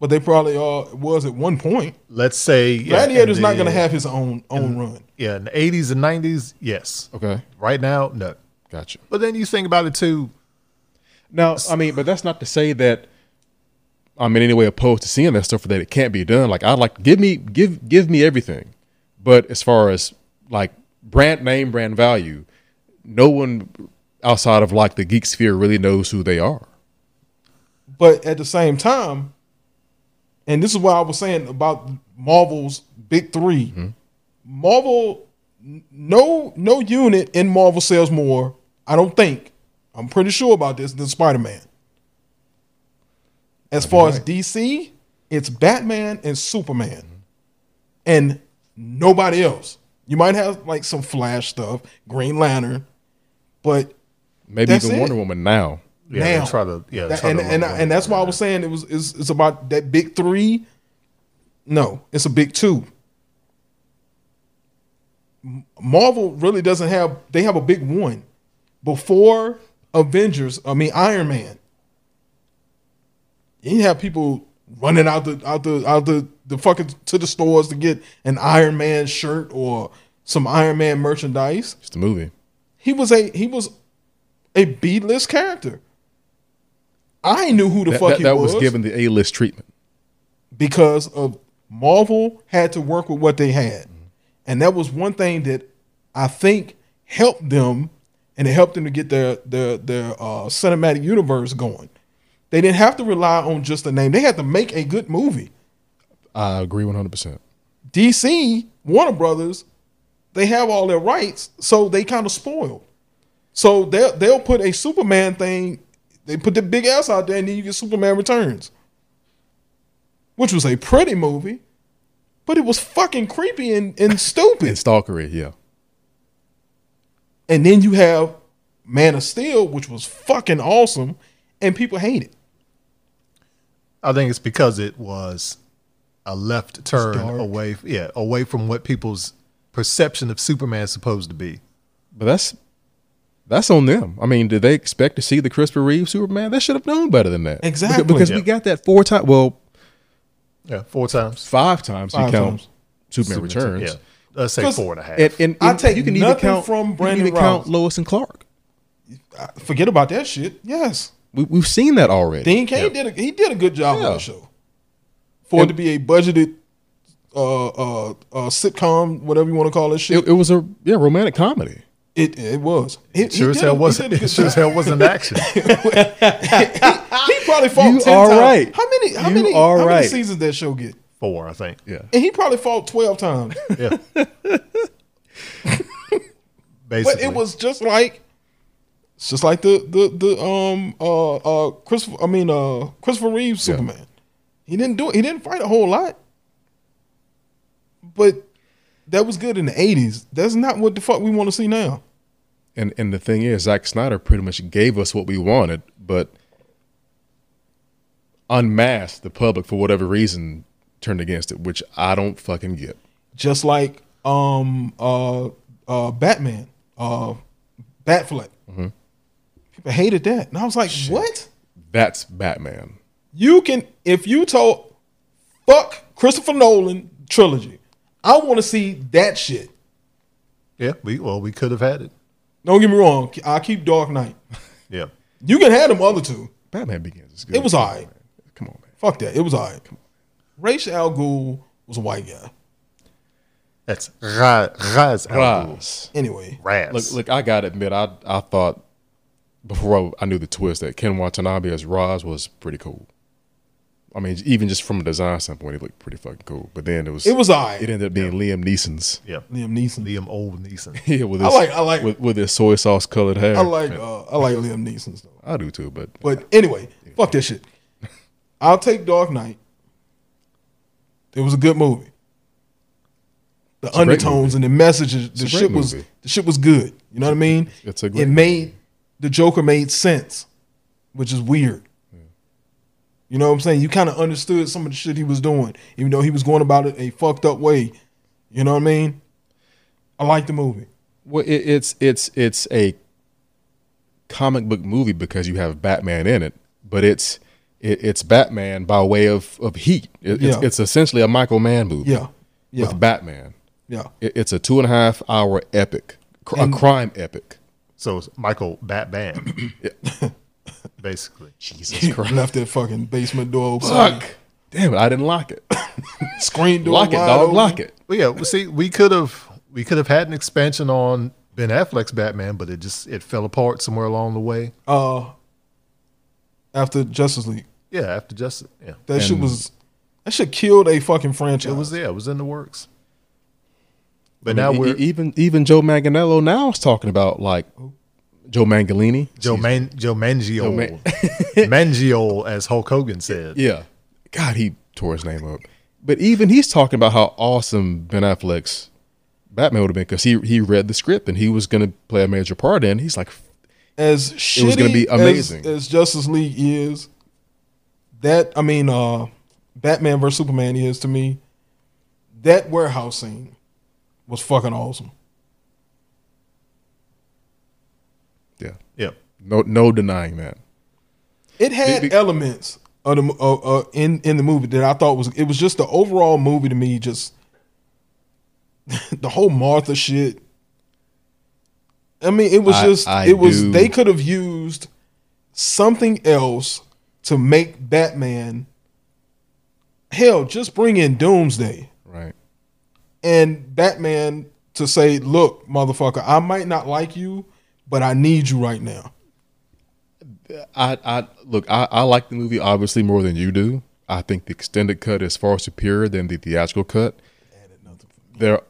[SPEAKER 3] But they probably uh was at one point.
[SPEAKER 1] Let's say yeah,
[SPEAKER 3] Gladiator's
[SPEAKER 1] in
[SPEAKER 3] not
[SPEAKER 1] the-
[SPEAKER 3] gonna have his own own run.
[SPEAKER 1] yeah in the eighties and nineties. Yes,
[SPEAKER 2] Okay.
[SPEAKER 1] right now no.
[SPEAKER 2] Gotcha.
[SPEAKER 1] But then you think about it too.
[SPEAKER 2] Now, I mean, but that's not to say that I'm in any way opposed to seeing that stuff or that it can't be done. Like I'd like give me give give me everything. But as far as like brand name, brand value, no one outside of like the geek sphere really knows who they are.
[SPEAKER 3] But at the same time, and this is what I was saying about Marvel's big 3 Marvel, n- no, no unit in Marvel sells more. I don't think. I'm pretty sure about this than Spider Man. As far as DC, it's Batman and Superman, and nobody else. You might have like some Flash stuff, Green Lantern, but
[SPEAKER 2] Maybe
[SPEAKER 3] That's
[SPEAKER 2] even
[SPEAKER 3] it.
[SPEAKER 2] Wonder Woman now.
[SPEAKER 1] Yeah, they
[SPEAKER 3] now.
[SPEAKER 1] try to yeah,
[SPEAKER 3] That-
[SPEAKER 1] try
[SPEAKER 3] and
[SPEAKER 1] to lump
[SPEAKER 3] and,
[SPEAKER 1] them
[SPEAKER 3] and that's why I was saying it was it's, it's about that big three. No, it's a big two. M- Marvel really doesn't have they have a big one before Avengers. I mean Iron Man. You didn't have people running out the out the out the the fucking to the stores to get an Iron Man shirt or some Iron Man merchandise
[SPEAKER 2] It's the movie.
[SPEAKER 3] he was a he was a B list character. I knew who the
[SPEAKER 2] That,
[SPEAKER 3] fuck
[SPEAKER 2] that,
[SPEAKER 3] he
[SPEAKER 2] that
[SPEAKER 3] was,
[SPEAKER 2] was given the A list treatment.
[SPEAKER 3] because of Marvel had to work with what they had, and that was one thing that I think helped them, and it helped them to get their their their uh, cinematic universe going. They didn't have to rely on just a name; they had to make a good movie.
[SPEAKER 2] I agree one hundred percent.
[SPEAKER 3] DC, Warner Brothers, they have all their rights, so they kind of spoiled. So they'll they'll put a Superman thing, they put the big ass out there, and then you get Superman Returns, which was a pretty movie, but it was fucking creepy and, and
[SPEAKER 2] And
[SPEAKER 3] stupid.
[SPEAKER 2] stalkery, yeah.
[SPEAKER 3] And then you have Man of Steel, which was fucking awesome, and people hate it.
[SPEAKER 1] I think it's because it was a left turn
[SPEAKER 3] dark.
[SPEAKER 1] away, yeah, away from what people's perception of Superman is supposed to be.
[SPEAKER 2] But that's that's on them. I mean, did they expect to see the Christopher Reeve Superman? They should have known better than that. Beca-
[SPEAKER 3] Exactly.
[SPEAKER 2] Because we
[SPEAKER 1] Yeah.
[SPEAKER 2] got that four times. Well,
[SPEAKER 1] Yeah, four times.
[SPEAKER 2] five times
[SPEAKER 3] Five
[SPEAKER 2] you count
[SPEAKER 3] times.
[SPEAKER 2] Superman, Returns.
[SPEAKER 1] Yeah, let's say
[SPEAKER 3] 'Cause-
[SPEAKER 1] four and a half.
[SPEAKER 2] And, and,
[SPEAKER 3] I
[SPEAKER 2] and
[SPEAKER 3] take
[SPEAKER 2] you can even
[SPEAKER 3] nothing
[SPEAKER 2] count
[SPEAKER 3] from
[SPEAKER 2] you can
[SPEAKER 3] Brandon
[SPEAKER 2] even count
[SPEAKER 3] Rouse.
[SPEAKER 2] Lois and Clark.
[SPEAKER 3] Forget about that shit. Yes,
[SPEAKER 2] We, we've seen that already.
[SPEAKER 3] Dean Kane did a, he did a good job
[SPEAKER 2] Yeah.
[SPEAKER 3] on the show for it to be a budgeted uh, uh, uh, sitcom, whatever you want to call it. Shit,
[SPEAKER 2] it, it was a yeah romantic comedy.
[SPEAKER 3] it it was. He, he
[SPEAKER 1] sure as
[SPEAKER 3] did a-
[SPEAKER 1] hell
[SPEAKER 3] he
[SPEAKER 1] wasn't.
[SPEAKER 3] did a good
[SPEAKER 1] Sure as hell wasn't action.
[SPEAKER 3] job. He probably fought
[SPEAKER 2] You
[SPEAKER 3] ten
[SPEAKER 2] are
[SPEAKER 3] times.
[SPEAKER 2] right.
[SPEAKER 3] How many? How
[SPEAKER 2] You
[SPEAKER 3] many?
[SPEAKER 2] are
[SPEAKER 3] how many
[SPEAKER 2] right.
[SPEAKER 3] seasons that show get?
[SPEAKER 1] Four, I think.
[SPEAKER 2] Yeah,
[SPEAKER 3] And he probably fought twelve times.
[SPEAKER 1] Yeah.
[SPEAKER 3] but
[SPEAKER 1] Basically,
[SPEAKER 3] it was just like, it's just like the the the um uh uh Christopher. I mean uh Christopher Reeve Superman. He didn't do it. He didn't fight a whole lot. But that was good in the eighties. That's not what the fuck we want to see now.
[SPEAKER 2] and and the thing is, Zack Snyder pretty much gave us what we wanted, but unmasked the public for whatever reason turned against it, which I don't fucking get.
[SPEAKER 3] Just like um uh uh Batman uh Batfleck. People hated that, and I was like, what?
[SPEAKER 2] That's Batman.
[SPEAKER 3] You can if you told fuck Christopher Nolan trilogy. I want to see that shit.
[SPEAKER 1] yeah. We well, we could have had it.
[SPEAKER 3] Don't get me wrong. I keep Dark Knight.
[SPEAKER 1] Yeah,
[SPEAKER 3] You can have them other two.
[SPEAKER 2] Batman Begins is good.
[SPEAKER 3] It was
[SPEAKER 2] Come on,
[SPEAKER 3] alright.
[SPEAKER 2] man. Come on, man.
[SPEAKER 3] Fuck that. It was all right. Ra's al Ghul was a white guy.
[SPEAKER 1] That's Ra- Raz Al Ghul.
[SPEAKER 2] Rise.
[SPEAKER 3] Anyway,
[SPEAKER 1] Raz.
[SPEAKER 2] Look, look. I gotta admit, I I thought before I, I knew the twist that Ken Watanabe as Raz was pretty cool. I mean, even just from a design standpoint, it looked pretty fucking cool. But then it was
[SPEAKER 3] it was all right.
[SPEAKER 2] it ended up being Liam Neeson's.
[SPEAKER 1] Yeah.
[SPEAKER 3] Liam Neeson.
[SPEAKER 1] Liam Old Neeson.
[SPEAKER 2] Yeah, with
[SPEAKER 3] I
[SPEAKER 2] his,
[SPEAKER 3] like- I like-
[SPEAKER 2] with, with his soy sauce colored hair.
[SPEAKER 3] I like uh, I like Liam Neeson stuff.
[SPEAKER 2] I do too, but
[SPEAKER 3] But anyway, fuck that shit. I'll take Dark Knight. It was a good movie. The
[SPEAKER 2] a great
[SPEAKER 3] undertones and the messages, the
[SPEAKER 2] a great
[SPEAKER 3] shit was
[SPEAKER 2] movie.
[SPEAKER 3] the shit was good. You know what I mean?
[SPEAKER 2] It's a
[SPEAKER 3] it
[SPEAKER 2] great
[SPEAKER 3] made the Joker made sense, which is weird. You know what I'm saying? You kind of understood some of the shit he was doing, even though he was going about it a fucked up way. You know what I mean? I like the movie.
[SPEAKER 2] well, it, it's it's it's a comic book movie because you have Batman in it, but it's it, it's Batman by way of of heat. It- it's,
[SPEAKER 3] Yeah.
[SPEAKER 2] it's essentially a Michael Mann movie
[SPEAKER 3] Yeah, yeah,
[SPEAKER 2] with Batman.
[SPEAKER 3] yeah.
[SPEAKER 2] It, it's a two and a half hour epic, cr- a crime epic.
[SPEAKER 1] So it's Michael Batman. Basically.
[SPEAKER 2] Jesus Christ!
[SPEAKER 3] Left that fucking basement door open.
[SPEAKER 2] Fuck! Damn it! I didn't lock it.
[SPEAKER 3] Screen door.
[SPEAKER 2] Lock it,
[SPEAKER 3] wide
[SPEAKER 2] dog.
[SPEAKER 3] open.
[SPEAKER 2] Lock it.
[SPEAKER 1] Well, yeah, well, see, we could have we could have had an expansion on Ben Affleck's Batman, but it just it fell apart somewhere along the way.
[SPEAKER 3] uh after Justice League.
[SPEAKER 1] Yeah, after Justice, yeah,
[SPEAKER 3] That shit was that shit killed a fucking franchise.
[SPEAKER 1] it was there. It was in the works. But
[SPEAKER 2] Now
[SPEAKER 1] now we're
[SPEAKER 2] E, even even Joe Manganello now is talking about like Joe Mangalini.
[SPEAKER 1] Joe Man, Joe Mangio,
[SPEAKER 2] Man-
[SPEAKER 1] Mangio, as Hulk Hogan said.
[SPEAKER 2] Yeah. God, he tore his name up. But even he's talking about how awesome Ben Affleck's Batman would have been because he he read the script and he was going to play a major part in. it. He's like,
[SPEAKER 3] as shitty
[SPEAKER 2] It was gonna be
[SPEAKER 3] as-
[SPEAKER 2] amazing.
[SPEAKER 3] as, Justice League is. That I mean, uh Batman versus Superman is to me. That warehouse scene was fucking awesome.
[SPEAKER 2] yeah,
[SPEAKER 1] Yeah,
[SPEAKER 2] no no denying that.
[SPEAKER 3] It had
[SPEAKER 2] Be- be-
[SPEAKER 3] elements of the mo- uh, uh, in in the movie that I thought was it was just the overall movie to me just the whole Martha shit. I mean, it was
[SPEAKER 2] I-
[SPEAKER 3] just
[SPEAKER 2] I
[SPEAKER 3] it was
[SPEAKER 2] do-
[SPEAKER 3] they could have used something else to make Batman. Hell, just bring in Doomsday
[SPEAKER 2] Right.
[SPEAKER 3] and Batman to say, "Look, motherfucker, I might not like you, but I need you right now."
[SPEAKER 2] I, I look, I, I like the movie obviously more than you do. I think the extended cut is far superior than the theatrical cut. There,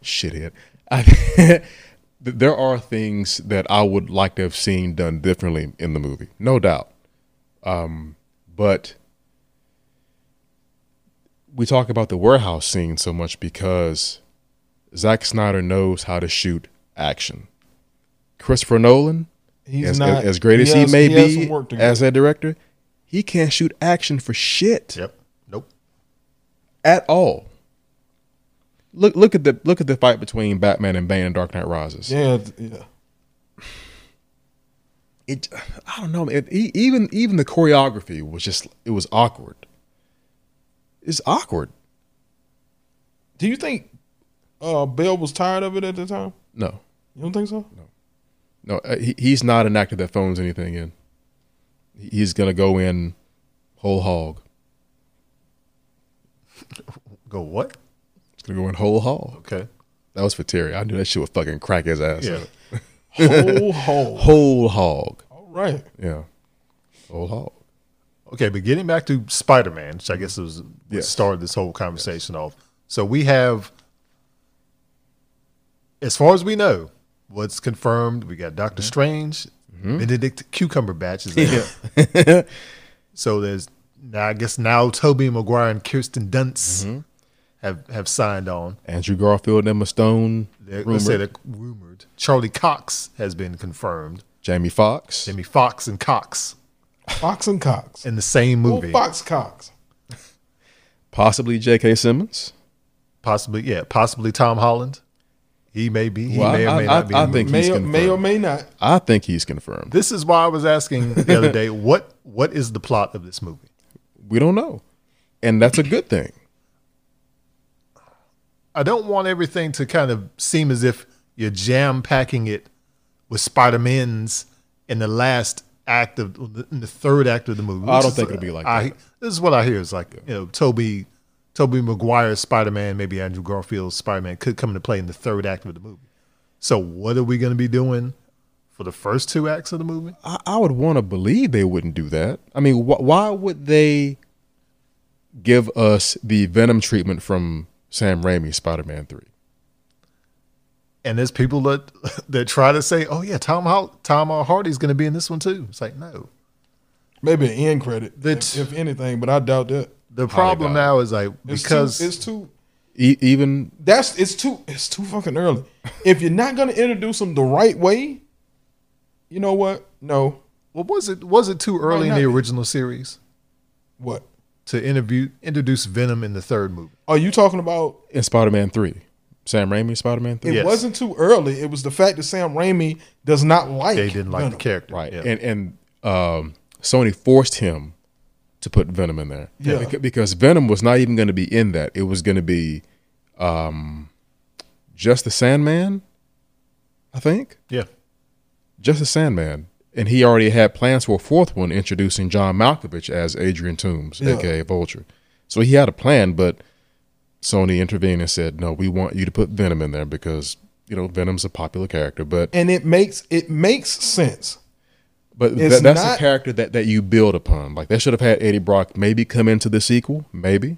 [SPEAKER 2] shithead. I, there are things that I would like to have seen done differently in the movie, no doubt. Um, but we talk about the warehouse scene so much because Zack Snyder knows how to shoot action. Christopher Nolan,
[SPEAKER 3] He's
[SPEAKER 2] as,
[SPEAKER 3] not
[SPEAKER 2] as great as he
[SPEAKER 3] has-
[SPEAKER 2] may
[SPEAKER 3] has some
[SPEAKER 2] be
[SPEAKER 3] work to do.
[SPEAKER 2] as a director, he can't shoot action for shit
[SPEAKER 1] yep, nope.
[SPEAKER 2] at all. Look look at the look at the fight between Batman and Bane in Dark Knight Rises.
[SPEAKER 3] Yeah, th- yeah.
[SPEAKER 2] It I don't know. It, e- even even the choreography was just it was awkward. It's awkward.
[SPEAKER 3] Do you think uh, Bell was tired of it at the time?
[SPEAKER 2] No,
[SPEAKER 3] You don't think so?
[SPEAKER 2] no. uh, He, he's not an actor that phones anything in. He- He's gonna go in whole hog.
[SPEAKER 1] Go what?
[SPEAKER 2] He's gonna go in whole hog.
[SPEAKER 1] Okay,
[SPEAKER 2] That was for Terry. I knew that shit would fucking crack his ass.
[SPEAKER 1] yeah.
[SPEAKER 2] up.
[SPEAKER 3] Whole hole.
[SPEAKER 2] Whole hog.
[SPEAKER 3] All right.
[SPEAKER 2] Yeah. Whole hog.
[SPEAKER 1] Okay, but getting back to Spider Man, which I guess was what
[SPEAKER 2] Yes.
[SPEAKER 1] started this whole conversation off. So we have, as far as we know, what's confirmed. We got Doctor Strange, Benedict Cucumber Batch is there. so there's now. I guess now Toby Maguire and Kirsten Dunst have have signed on.
[SPEAKER 2] Andrew Garfield, Emma Stone,
[SPEAKER 1] They're,
[SPEAKER 2] rumored.
[SPEAKER 1] Let's say they're rumored. Charlie Cox has been confirmed.
[SPEAKER 2] Jamie Foxx.
[SPEAKER 1] Jimmy Fox and Cox
[SPEAKER 3] Fox and Cox.
[SPEAKER 1] in the same
[SPEAKER 3] Who
[SPEAKER 1] movie.
[SPEAKER 3] Fox Cox?
[SPEAKER 2] possibly J.K. Simmons.
[SPEAKER 1] Possibly, yeah, possibly Tom Holland. He may be. He
[SPEAKER 2] Well,
[SPEAKER 1] may
[SPEAKER 2] I-
[SPEAKER 1] or may
[SPEAKER 2] I-
[SPEAKER 1] not be.
[SPEAKER 2] I
[SPEAKER 1] in the
[SPEAKER 2] think-
[SPEAKER 1] movie.
[SPEAKER 3] May
[SPEAKER 2] He's
[SPEAKER 3] or, may or
[SPEAKER 2] confirmed.
[SPEAKER 3] may not.
[SPEAKER 2] I think he's confirmed.
[SPEAKER 1] this is why I was asking the other day what what is the plot of this movie?
[SPEAKER 2] We don't know, and that's a good thing.
[SPEAKER 1] I don't want everything to kind of seem as if you're jam packing it with Spider Men's in the last act of in the third act of the movie.
[SPEAKER 2] I
[SPEAKER 1] which
[SPEAKER 2] don't
[SPEAKER 1] is,
[SPEAKER 2] think it'll be like
[SPEAKER 1] I,
[SPEAKER 2] that.
[SPEAKER 1] This is what I hear. It's like you know, Toby, Toby Maguire's Spider Man, maybe Andrew Garfield's Spider Man could come into play in the third act of the movie. So what are we going to be doing for the first two acts of the movie?
[SPEAKER 2] I, I would want to believe they wouldn't do that. I mean, wh- why would they give us the Venom treatment from Sam Raimi's Spider-Man Three?
[SPEAKER 1] And there's people that that try to say, "Oh yeah, Tom Hol- Tom R. Hardy's going to be in this one too." It's like no.
[SPEAKER 3] Maybe an end credit,
[SPEAKER 1] That's-
[SPEAKER 3] if, if anything, but I doubt that.
[SPEAKER 1] The problem
[SPEAKER 2] doubt
[SPEAKER 1] now is like
[SPEAKER 3] It's
[SPEAKER 1] because
[SPEAKER 3] too, it's too
[SPEAKER 2] E- even
[SPEAKER 3] that's it's too it's too fucking early. if you're not gonna introduce them the right way, you know what? No,
[SPEAKER 1] well, was it was it too early in
[SPEAKER 3] not
[SPEAKER 1] the
[SPEAKER 3] be?
[SPEAKER 1] original series
[SPEAKER 3] what
[SPEAKER 1] to interview introduce Venom in the third movie?
[SPEAKER 3] are you talking about?
[SPEAKER 2] in Spider-Man Three, Sam Raimi Spider-Man Three,
[SPEAKER 3] It
[SPEAKER 1] Yes.
[SPEAKER 3] wasn't too early. It was the fact that Sam Raimi does not like.
[SPEAKER 1] They didn't like the
[SPEAKER 3] Venom.
[SPEAKER 1] character,
[SPEAKER 2] right?
[SPEAKER 1] Yeah.
[SPEAKER 2] And and um, Sony forced him to put Venom in there,
[SPEAKER 3] Yeah.
[SPEAKER 2] Beca- because Venom was not even going to be in that. It was going to be um, just the Sandman, I think.
[SPEAKER 1] yeah.
[SPEAKER 2] Just the Sandman. And he already had plans for a fourth one introducing John Malkovich as Adrian Toombs,
[SPEAKER 3] Yeah.
[SPEAKER 2] aka Vulture. So he had a plan, but Sony intervened and said, No, we want you to put Venom in there because, you know, Venom's a popular character. But
[SPEAKER 3] and it makes it makes sense.
[SPEAKER 2] but
[SPEAKER 3] It's
[SPEAKER 2] that, that's a
[SPEAKER 3] not-
[SPEAKER 2] character that, that you build upon. Like they should have had Eddie Brock maybe come into the sequel, maybe.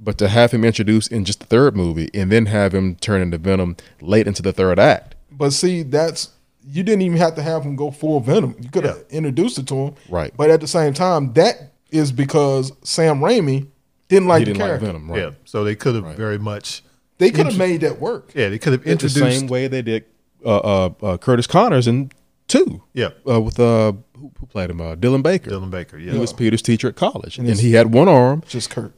[SPEAKER 2] But to have him introduced in just the third movie and then have him turn into Venom late into the third act.
[SPEAKER 3] But see, that's you didn't even have to have him go full Venom. You could have introduced it to him,
[SPEAKER 2] Right.
[SPEAKER 3] But at the same time, that is because Sam Raimi didn't like
[SPEAKER 2] He
[SPEAKER 3] the
[SPEAKER 2] didn't like
[SPEAKER 3] character.
[SPEAKER 2] Venom, right?
[SPEAKER 1] Yeah. So they could have very much.
[SPEAKER 3] They could have made that work.
[SPEAKER 1] Yeah, they could have
[SPEAKER 2] the
[SPEAKER 1] introduced.
[SPEAKER 2] same way they did uh, uh, uh, Curtis Connors in two.
[SPEAKER 1] Yeah,
[SPEAKER 2] Uh, with uh, who, who played him? Uh, Dylan Baker.
[SPEAKER 1] Dylan Baker. Yeah,
[SPEAKER 2] He was Peter's teacher at college, and, he had one arm.
[SPEAKER 3] Just Kurt.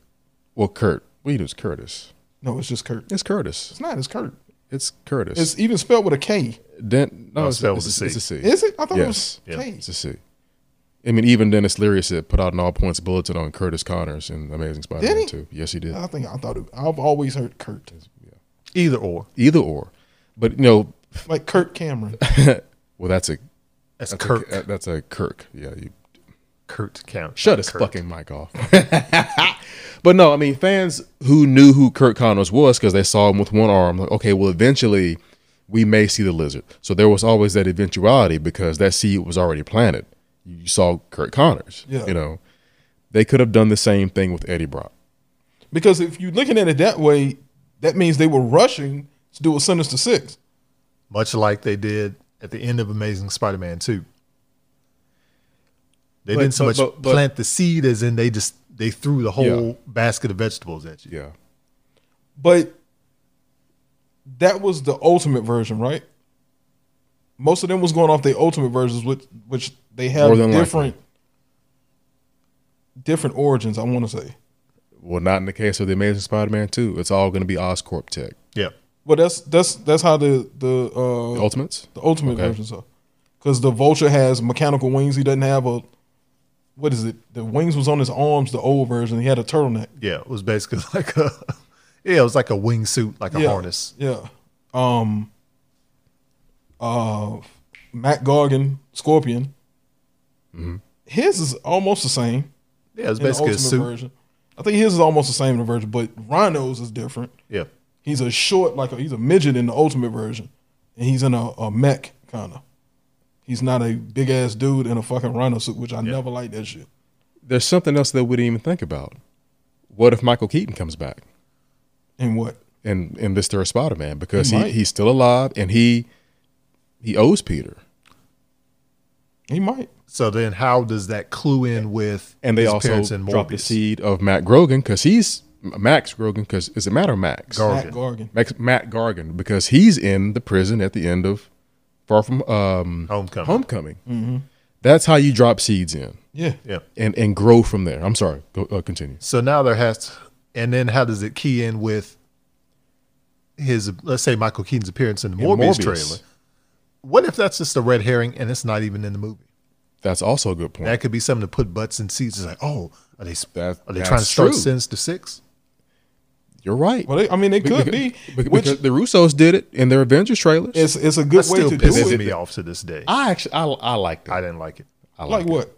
[SPEAKER 2] Well, Kurt. Wait, it was Curtis.
[SPEAKER 3] No, it's just Kurt.
[SPEAKER 2] It's Curtis.
[SPEAKER 3] It's not. It's Kurt.
[SPEAKER 2] It's Curtis.
[SPEAKER 3] It's even spelled with a K.
[SPEAKER 2] Dent. No,
[SPEAKER 1] No,
[SPEAKER 2] it's,
[SPEAKER 1] spelled
[SPEAKER 2] it's,
[SPEAKER 1] with
[SPEAKER 2] a-
[SPEAKER 1] a
[SPEAKER 2] it's a C.
[SPEAKER 3] Is it? I thought
[SPEAKER 2] Yes.
[SPEAKER 3] it
[SPEAKER 1] Yeah.
[SPEAKER 3] was K.
[SPEAKER 2] It's a C. I mean, even Dennis Leary said put out an all points bulletin on Curtis Connors in Amazing Spider-Man
[SPEAKER 3] he? Uh.
[SPEAKER 2] Two. Yes, he did.
[SPEAKER 3] I think I thought it. I've always heard Kurt,
[SPEAKER 1] either or.
[SPEAKER 2] Either or, but you know,
[SPEAKER 3] like Kurt Cameron.
[SPEAKER 2] well, that's a
[SPEAKER 1] That's,
[SPEAKER 2] that's
[SPEAKER 1] Kirk.
[SPEAKER 2] A, that's a Kirk. Yeah, you
[SPEAKER 1] Kurt count.
[SPEAKER 2] uh, Shut his fucking mic off. but no, I mean, fans who knew who Kurt Connors was because they saw him with one arm, like, okay, well, eventually we may see the lizard. So there was always that eventuality because that seed was already planted. You saw Kurt Connors.
[SPEAKER 3] Yeah.
[SPEAKER 2] You know, they could have done the same thing with Eddie Brock.
[SPEAKER 3] Because if you're looking at it that way, that means they were rushing to do a Sinister Six.
[SPEAKER 1] Much like they did at the end of Amazing Spider-Man Two. They
[SPEAKER 2] But-
[SPEAKER 1] didn't so
[SPEAKER 2] but-
[SPEAKER 1] much
[SPEAKER 2] but- but-
[SPEAKER 1] plant the seed as in they just they threw the whole basket of vegetables at you.
[SPEAKER 2] Yeah.
[SPEAKER 3] But that was the ultimate version, right? Most of them was going off their ultimate versions, which which they have
[SPEAKER 2] More than likely.
[SPEAKER 3] different different origins. I want to say,
[SPEAKER 2] Well, not in the case of the Amazing Spider-Man 2. It's all going to be Oscorp Tech.
[SPEAKER 1] Yeah,
[SPEAKER 3] but that's that's that's how the the uh,
[SPEAKER 2] Ultimates?
[SPEAKER 3] the ultimate
[SPEAKER 2] Okay.
[SPEAKER 3] versions are, because the vulture has mechanical wings. He doesn't have a what is it? The wings was on his arms. The old version, he had a turtleneck.
[SPEAKER 1] yeah. It was basically like a. Yeah, it was like a wingsuit, like a
[SPEAKER 3] yeah.
[SPEAKER 1] harness.
[SPEAKER 3] Yeah. Um uh Matt Gargan, Scorpion. His is almost the same.
[SPEAKER 1] Yeah, it was
[SPEAKER 3] in
[SPEAKER 1] Mm-hmm.
[SPEAKER 3] the
[SPEAKER 1] basically a
[SPEAKER 3] Ultimate
[SPEAKER 1] suit.
[SPEAKER 3] version. I think his is almost the same in the version, but Rhino's is different.
[SPEAKER 1] Yeah,
[SPEAKER 3] He's a short, like a, he's a midget in the ultimate version. And he's in a, a mech kinda. He's not a big ass dude in a fucking rhino suit, which I never like that shit.
[SPEAKER 2] There's something else that we didn't even think about. What if Michael Keaton comes back?
[SPEAKER 3] And what?
[SPEAKER 2] in in this third Spider Man because
[SPEAKER 3] He
[SPEAKER 2] he,
[SPEAKER 3] might.
[SPEAKER 2] he's still alive and he he owes Peter.
[SPEAKER 3] He might.
[SPEAKER 1] So then, how does that clue in with
[SPEAKER 2] And they
[SPEAKER 1] his
[SPEAKER 2] also
[SPEAKER 1] parents in
[SPEAKER 2] dropped the
[SPEAKER 1] Morbius?
[SPEAKER 2] seed of Matt Grogan because he's Max Grogan because is it Matt or Max?
[SPEAKER 1] Gar-
[SPEAKER 3] Matt
[SPEAKER 1] Gargan.
[SPEAKER 3] Gargan.
[SPEAKER 2] Max Matt Gargan because he's in the prison at the end of Far From um,
[SPEAKER 1] Homecoming.
[SPEAKER 2] Homecoming.
[SPEAKER 1] Mm-hmm.
[SPEAKER 2] That's how you drop seeds in
[SPEAKER 3] Yeah.
[SPEAKER 1] Yeah.
[SPEAKER 2] and and grow from there. I'm sorry, go uh, continue.
[SPEAKER 1] So now there has to, and then how does it key in with his, let's say, Michael Keaton's appearance in the
[SPEAKER 2] In
[SPEAKER 1] Morbius,
[SPEAKER 2] Morbius.
[SPEAKER 1] trailer? What if that's just a red herring and it's not even in the movie?
[SPEAKER 2] That's also a good point.
[SPEAKER 1] That could be something to put butts in seats. It's like, oh, are they
[SPEAKER 2] That-
[SPEAKER 1] are they
[SPEAKER 2] that's
[SPEAKER 1] trying to start
[SPEAKER 2] true.
[SPEAKER 1] Sinister Six?
[SPEAKER 2] You're right.
[SPEAKER 3] Well, they, I mean, they could
[SPEAKER 2] because,
[SPEAKER 3] be.
[SPEAKER 2] be-
[SPEAKER 3] Which
[SPEAKER 2] because the Russos did it in their Avengers trailers.
[SPEAKER 3] it's it's a
[SPEAKER 1] That
[SPEAKER 3] good way
[SPEAKER 1] still
[SPEAKER 3] to do
[SPEAKER 1] pisses
[SPEAKER 3] it.
[SPEAKER 1] me off to this day.
[SPEAKER 2] I actually I, I liked it.
[SPEAKER 1] I didn't like it.
[SPEAKER 2] I
[SPEAKER 3] Like
[SPEAKER 2] liked it.
[SPEAKER 3] what?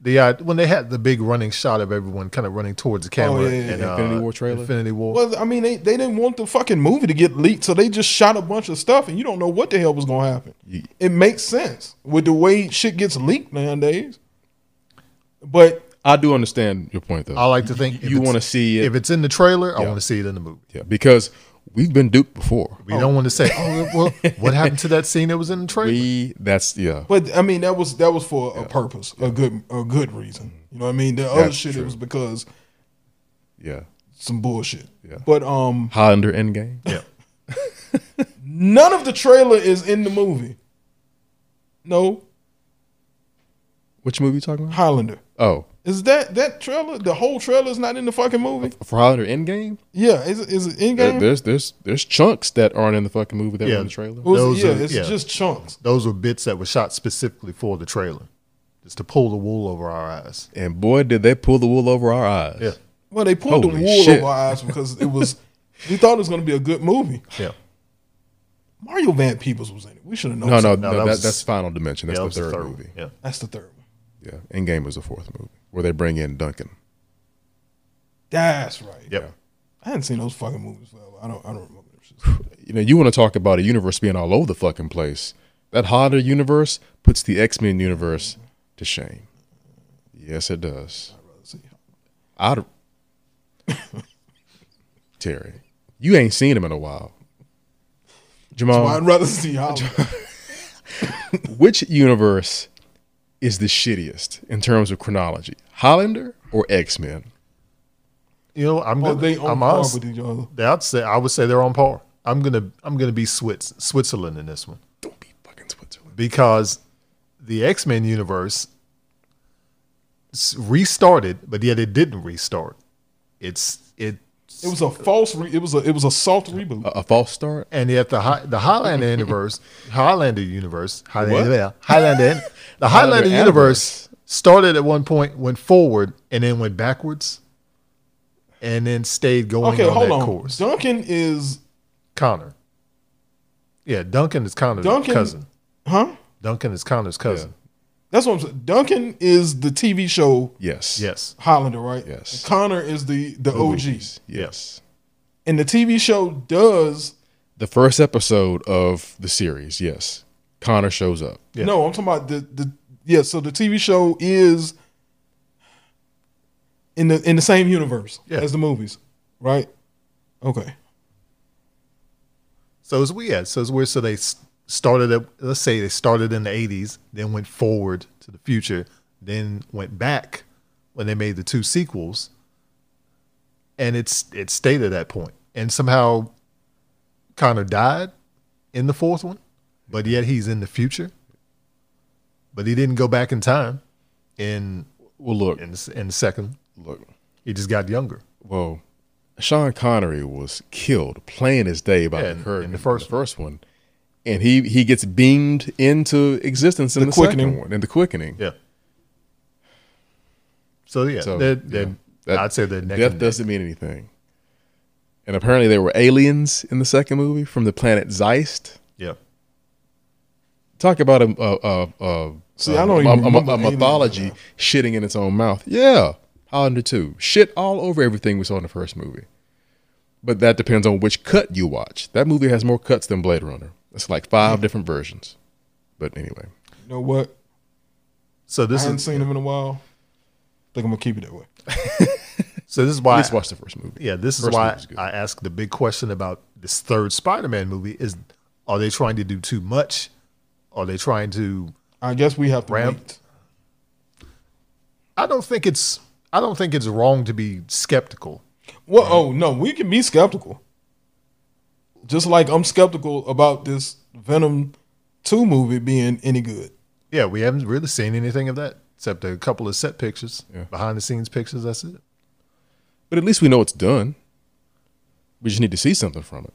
[SPEAKER 1] The uh, when they had the big running shot of everyone kind of running towards the camera
[SPEAKER 3] yeah, yeah,
[SPEAKER 1] in,
[SPEAKER 2] Oh, yeah. Infinity
[SPEAKER 1] uh,
[SPEAKER 2] War trailer.
[SPEAKER 1] Infinity War.
[SPEAKER 3] Well, I mean, they, they didn't want the fucking movie to get leaked, so they just shot a bunch of stuff, and you don't know what the hell was going to happen.
[SPEAKER 2] Ye-
[SPEAKER 3] It makes sense with the way shit gets leaked nowadays. But
[SPEAKER 2] I do understand your point though.
[SPEAKER 1] I like to think if
[SPEAKER 2] you
[SPEAKER 1] it's-
[SPEAKER 2] want to see it,
[SPEAKER 1] if it's in the trailer, I want to see it in the movie.
[SPEAKER 2] yeah, because we've been duped before.
[SPEAKER 1] We don't want to say, "Oh, well, what happened to that scene that was in the trailer?"
[SPEAKER 2] We that's yeah.
[SPEAKER 3] but I mean, that was that was for a purpose, a good a good reason. You know what I mean? The other
[SPEAKER 2] That's
[SPEAKER 3] shit
[SPEAKER 2] true.
[SPEAKER 3] it was because
[SPEAKER 2] Yeah.
[SPEAKER 3] some bullshit.
[SPEAKER 2] Yeah.
[SPEAKER 3] But um,
[SPEAKER 2] Highlander Endgame.
[SPEAKER 1] yeah,
[SPEAKER 3] none of the trailer is in the movie. No,
[SPEAKER 2] Which movie you talking about?
[SPEAKER 3] Highlander.
[SPEAKER 2] Oh,
[SPEAKER 3] Is that that trailer? The whole trailer is not in the fucking movie.
[SPEAKER 2] for Highlander Endgame?
[SPEAKER 3] Yeah, is it, is it in
[SPEAKER 2] There,
[SPEAKER 3] game?
[SPEAKER 2] there's there's there's chunks that aren't in the fucking movie that were
[SPEAKER 1] Yeah.
[SPEAKER 2] in the trailer.
[SPEAKER 3] What was it?
[SPEAKER 1] Those
[SPEAKER 3] yeah,
[SPEAKER 1] are-
[SPEAKER 3] it's
[SPEAKER 1] yeah.
[SPEAKER 3] just chunks.
[SPEAKER 1] those were bits that were shot specifically for the trailer, just to pull the wool over our eyes.
[SPEAKER 2] And boy, did they pull the wool over our eyes.
[SPEAKER 1] Yeah,
[SPEAKER 3] Well, they pulled
[SPEAKER 2] Holy
[SPEAKER 3] the wool
[SPEAKER 2] shit.
[SPEAKER 3] over our eyes because it was. we thought it was going to be a good movie.
[SPEAKER 1] yeah.
[SPEAKER 3] Mario Van Peebles was in it. We should have known.
[SPEAKER 2] No, no,
[SPEAKER 3] something.
[SPEAKER 2] no.
[SPEAKER 1] No, that
[SPEAKER 2] that,
[SPEAKER 1] was-
[SPEAKER 2] that's Final Dimension. That's
[SPEAKER 1] yeah, that
[SPEAKER 2] the
[SPEAKER 1] was
[SPEAKER 2] third,
[SPEAKER 1] one.
[SPEAKER 2] movie.
[SPEAKER 1] Yeah,
[SPEAKER 3] that's the third one.
[SPEAKER 2] Yeah. Endgame was the fourth movie where they bring in Duncan.
[SPEAKER 3] That's right.
[SPEAKER 1] yep.
[SPEAKER 3] I hadn't seen those fucking movies forever. I don't. I don't remember. them shits.
[SPEAKER 2] You know, you want to talk about a universe being all over the fucking place. That Highlander universe puts the X Men universe to shame. Yes, it does.
[SPEAKER 3] Let's see.
[SPEAKER 2] I'd Terry, you ain't seen him in a while. Jamal,
[SPEAKER 3] Well, I'd rather see Holland.
[SPEAKER 2] which universe is the shittiest in terms of chronology, Highlander or X Men?
[SPEAKER 1] You know, I'm
[SPEAKER 2] Oh,
[SPEAKER 3] Or
[SPEAKER 1] gonna.
[SPEAKER 3] they on
[SPEAKER 1] I'm
[SPEAKER 3] par
[SPEAKER 1] honest.
[SPEAKER 3] with each other.
[SPEAKER 1] I'd say I would say they're on par. I'm gonna I'm gonna be Swiss, Switzerland in this one
[SPEAKER 2] Don't be fucking Switzerland.
[SPEAKER 1] because the X Men universe s- restarted, but yet it didn't restart. It's it
[SPEAKER 3] It was a false. Re- it was a. It was a soft
[SPEAKER 1] Uh,
[SPEAKER 3] reboot.
[SPEAKER 2] A, a false start.
[SPEAKER 1] and yet the Hi- the Highlander universe, Highlander universe, Highlander,
[SPEAKER 2] What?
[SPEAKER 1] yeah, Highlander, the Highlander universe started at one point, went forward, and then went backwards, and then stayed going
[SPEAKER 3] okay,
[SPEAKER 1] on
[SPEAKER 3] hold
[SPEAKER 1] that
[SPEAKER 3] on.
[SPEAKER 1] course.
[SPEAKER 3] Duncan is
[SPEAKER 1] Connor, yeah, Duncan is Connor's
[SPEAKER 3] Duncan-
[SPEAKER 1] cousin.
[SPEAKER 3] huh?
[SPEAKER 1] Duncan is Connor's cousin.
[SPEAKER 3] That's what I'm saying. Duncan is the TV show
[SPEAKER 2] Yes.
[SPEAKER 1] Yes,
[SPEAKER 3] Highlander, right?
[SPEAKER 2] Yes.
[SPEAKER 3] And Connor is the the OG,
[SPEAKER 2] Yes. Yes.
[SPEAKER 3] and the TV show does.
[SPEAKER 2] The first episode of the series. Yes. Connor shows up.
[SPEAKER 1] Yeah.
[SPEAKER 3] No, I'm talking about the the yeah. So the TV show is in the in the same universe
[SPEAKER 1] Yeah.
[SPEAKER 3] as the movies, right? Okay.
[SPEAKER 1] so it's weird. So it's weird. So they s- started at let's say they started in the eighties, then went forward to the future, then went back when they made the two sequels, and it's it stayed at that point. And somehow, Connor died in the fourth one, but yet he's in the future. But he didn't go back in time in
[SPEAKER 2] Well, look,
[SPEAKER 1] in, the- in the second.
[SPEAKER 2] look.
[SPEAKER 1] He just got younger.
[SPEAKER 2] Well, Sean Connery was killed plain as day by
[SPEAKER 1] Yeah,
[SPEAKER 2] the
[SPEAKER 1] in-
[SPEAKER 2] curtain
[SPEAKER 1] in the first
[SPEAKER 2] one, and he he gets beamed into existence in the,
[SPEAKER 3] The
[SPEAKER 2] quickening.
[SPEAKER 3] quickening.
[SPEAKER 2] second one, in the quickening.
[SPEAKER 1] Yeah. So yeah,
[SPEAKER 2] So,
[SPEAKER 1] they're, they're,
[SPEAKER 2] yeah, that-
[SPEAKER 1] I'd say they're neck
[SPEAKER 2] Death
[SPEAKER 1] and neck.
[SPEAKER 2] doesn't mean anything. And apparently, there were aliens in the second movie from the planet Zeist.
[SPEAKER 1] Yeah.
[SPEAKER 2] Talk about a a a, a,
[SPEAKER 3] See,
[SPEAKER 2] a-
[SPEAKER 3] I don't
[SPEAKER 2] a-
[SPEAKER 3] even
[SPEAKER 2] a-
[SPEAKER 3] remember
[SPEAKER 2] a
[SPEAKER 3] aliens
[SPEAKER 2] mythology
[SPEAKER 3] now.
[SPEAKER 2] shitting in its own mouth. Yeah, Highlander two shit all over everything we saw in the first movie. But that depends on which cut you watch. That movie has more cuts than Blade Runner. It's like five different versions. But anyway,
[SPEAKER 3] You know what?
[SPEAKER 1] So
[SPEAKER 3] I
[SPEAKER 1] this
[SPEAKER 3] haven't
[SPEAKER 1] is
[SPEAKER 3] seen him in a while. think I'm gonna keep it that way.
[SPEAKER 1] so this is
[SPEAKER 2] at
[SPEAKER 1] why
[SPEAKER 2] least watch the first movie.
[SPEAKER 1] yeah this is
[SPEAKER 2] first
[SPEAKER 1] why
[SPEAKER 2] movie's good.
[SPEAKER 1] I ask the big question about this third Spider-Man movie is are they trying to do too much? Are they trying to?
[SPEAKER 3] I guess we have to
[SPEAKER 1] Ram-
[SPEAKER 3] wait.
[SPEAKER 1] I don't think it's I don't think it's wrong to be skeptical.
[SPEAKER 3] Well, oh no, we can be skeptical. Just like I'm skeptical about this Venom two movie being any good.
[SPEAKER 1] Yeah, we haven't really seen anything of that except a couple of set pictures, behind the scenes pictures. That's it.
[SPEAKER 2] But at least we know it's done. We just need to see something from it.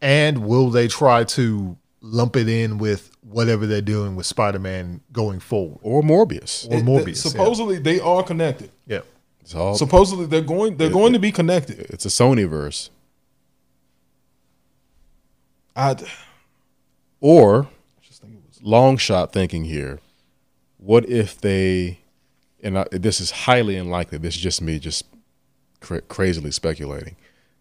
[SPEAKER 1] And will they try to lump it in with whatever they're doing with Spider-Man going forward?
[SPEAKER 2] Or Morbius.
[SPEAKER 1] Or
[SPEAKER 3] It-
[SPEAKER 1] Morbius?
[SPEAKER 3] th-
[SPEAKER 1] yeah.
[SPEAKER 3] supposedly they are connected.
[SPEAKER 1] yeah.
[SPEAKER 2] It's all
[SPEAKER 3] Supposedly they're going they're going to be connected.
[SPEAKER 2] it's a Sony verse.
[SPEAKER 3] I I
[SPEAKER 2] Or
[SPEAKER 3] just think it was
[SPEAKER 2] long shot thinking here. What if they, and I, this is highly unlikely. This is just me, just cra- crazily speculating.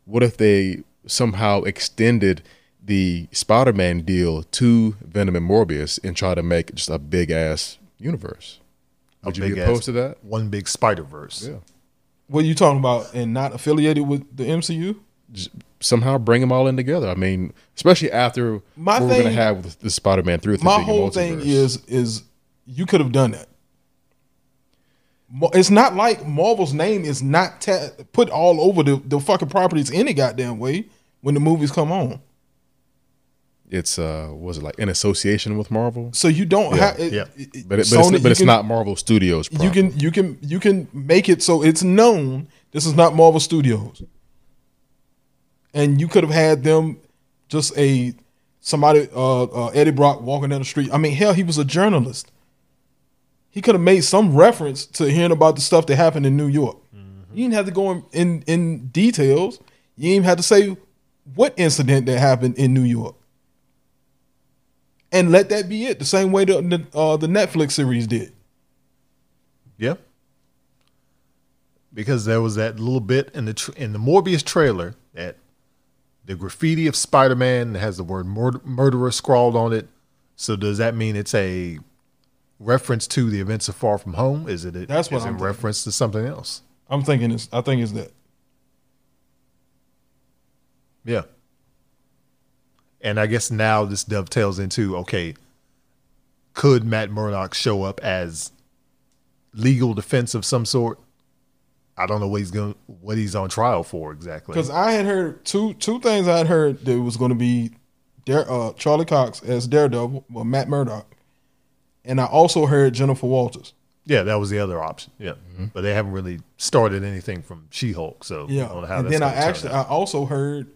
[SPEAKER 2] What if they somehow extended the Spider-Man deal to Venom and Morbius and try to make just a big ass universe?
[SPEAKER 1] A
[SPEAKER 2] Would you be
[SPEAKER 1] big-ass
[SPEAKER 2] opposed to that?
[SPEAKER 1] One big Spider Verse.
[SPEAKER 2] Yeah.
[SPEAKER 3] what you talking about and not affiliated with the MCU?
[SPEAKER 2] Somehow bring them all in together. I mean, especially after
[SPEAKER 3] My
[SPEAKER 2] what we're gonna
[SPEAKER 3] thing-
[SPEAKER 2] have with the Spider-Man through
[SPEAKER 3] My whole thing is is you could have done that. Mo- It's not like Marvel's name is not ta- put all over the, the fucking properties any goddamn way when the movies come on.
[SPEAKER 2] it's uh, was it like in association with Marvel?
[SPEAKER 3] So you don't have
[SPEAKER 1] yeah.
[SPEAKER 2] But, it, but it's, but it's
[SPEAKER 3] not.
[SPEAKER 2] not Marvel Studios.
[SPEAKER 3] you can you can you can make it so it's known this is not Marvel Studios. And you could have had them just a somebody uh, uh Eddie Brock walking down the street. I mean, hell, he was a journalist. He could have made some reference to hearing about the stuff that happened in New York. You didn't have to go in, in in details. You didn't have to say what incident that happened in New York. And let that be it, the same way the the, uh, the Netflix series did.
[SPEAKER 1] Yeah. Because there was that little bit in the tr in the Morbius trailer that the graffiti of Spider-Man has the word mur- murderer scrawled on it. So does that mean it's a reference to the events of Far From Home? Is it a,
[SPEAKER 3] That's what
[SPEAKER 1] is
[SPEAKER 3] I'm
[SPEAKER 1] it
[SPEAKER 3] thinking.
[SPEAKER 1] reference to something else?
[SPEAKER 3] I'm thinking it's. I think it's that.
[SPEAKER 1] Yeah. And I guess now this dovetails into okay, could Matt Murdock show up as legal defense of some sort? I don't know what he's going what he's on trial for exactly.
[SPEAKER 3] Because I had heard two two things. I had heard that it was going to be Dare, uh, Charlie Cox as Daredevil, well Matt Murdock, and I also heard Jennifer Walters.
[SPEAKER 1] Yeah, that was the other option. Yeah.
[SPEAKER 3] Mm-hmm.
[SPEAKER 1] But they haven't really started anything from She-Hulk, so I don't know how
[SPEAKER 3] and
[SPEAKER 1] that's
[SPEAKER 3] then I
[SPEAKER 1] gonna turn
[SPEAKER 3] actually
[SPEAKER 1] out.
[SPEAKER 3] I also heard.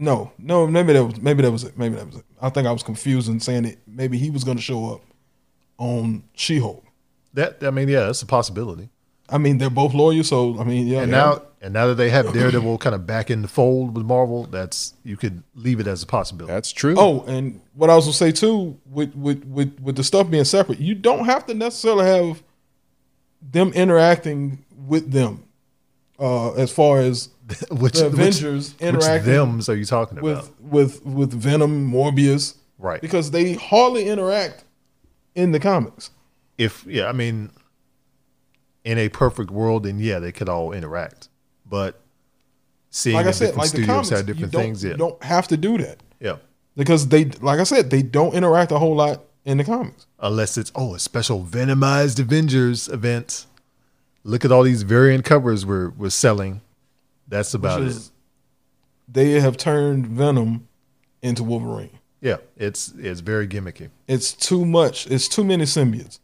[SPEAKER 3] No, no, maybe that was maybe that was it. Maybe that was it. I think I was confused in saying that maybe he was going to show up on She-Hulk.
[SPEAKER 1] that I mean, yeah, that's a possibility.
[SPEAKER 3] I mean, they're both lawyers, so I mean, yeah.
[SPEAKER 1] And
[SPEAKER 3] yeah.
[SPEAKER 1] now and now that they have Daredevil kind of back in the fold with Marvel, that's you could leave it as a possibility.
[SPEAKER 2] That's true.
[SPEAKER 3] Oh, and what I was gonna say too, with with with with the stuff being separate, you don't have to necessarily have them interacting with them, uh, as far as
[SPEAKER 1] which
[SPEAKER 3] the
[SPEAKER 1] which-
[SPEAKER 3] Avengers
[SPEAKER 1] which
[SPEAKER 3] interacting
[SPEAKER 1] them's are you talking about?
[SPEAKER 3] with with with Venom, Morbius,
[SPEAKER 1] Right.
[SPEAKER 3] Because they hardly interact in the comics.
[SPEAKER 1] if yeah, I mean, in a perfect world, then yeah, they could all interact. But seeing
[SPEAKER 3] Like I
[SPEAKER 1] that
[SPEAKER 3] said,
[SPEAKER 1] different
[SPEAKER 3] like the
[SPEAKER 1] studios
[SPEAKER 3] comics,
[SPEAKER 1] have
[SPEAKER 3] you
[SPEAKER 1] different
[SPEAKER 3] don't,
[SPEAKER 1] things, yeah,
[SPEAKER 3] you don't have to do that
[SPEAKER 1] yeah,
[SPEAKER 3] because they, like I said, they don't interact a whole lot in the comics.
[SPEAKER 1] unless it's oh a special Venomized Avengers event. Look at all these variant covers we're we're selling. That's about
[SPEAKER 3] Which
[SPEAKER 1] it.
[SPEAKER 3] is, they have turned Venom into Wolverine.
[SPEAKER 1] Yeah, it's it's very gimmicky.
[SPEAKER 3] It's too much. It's too many symbiotes.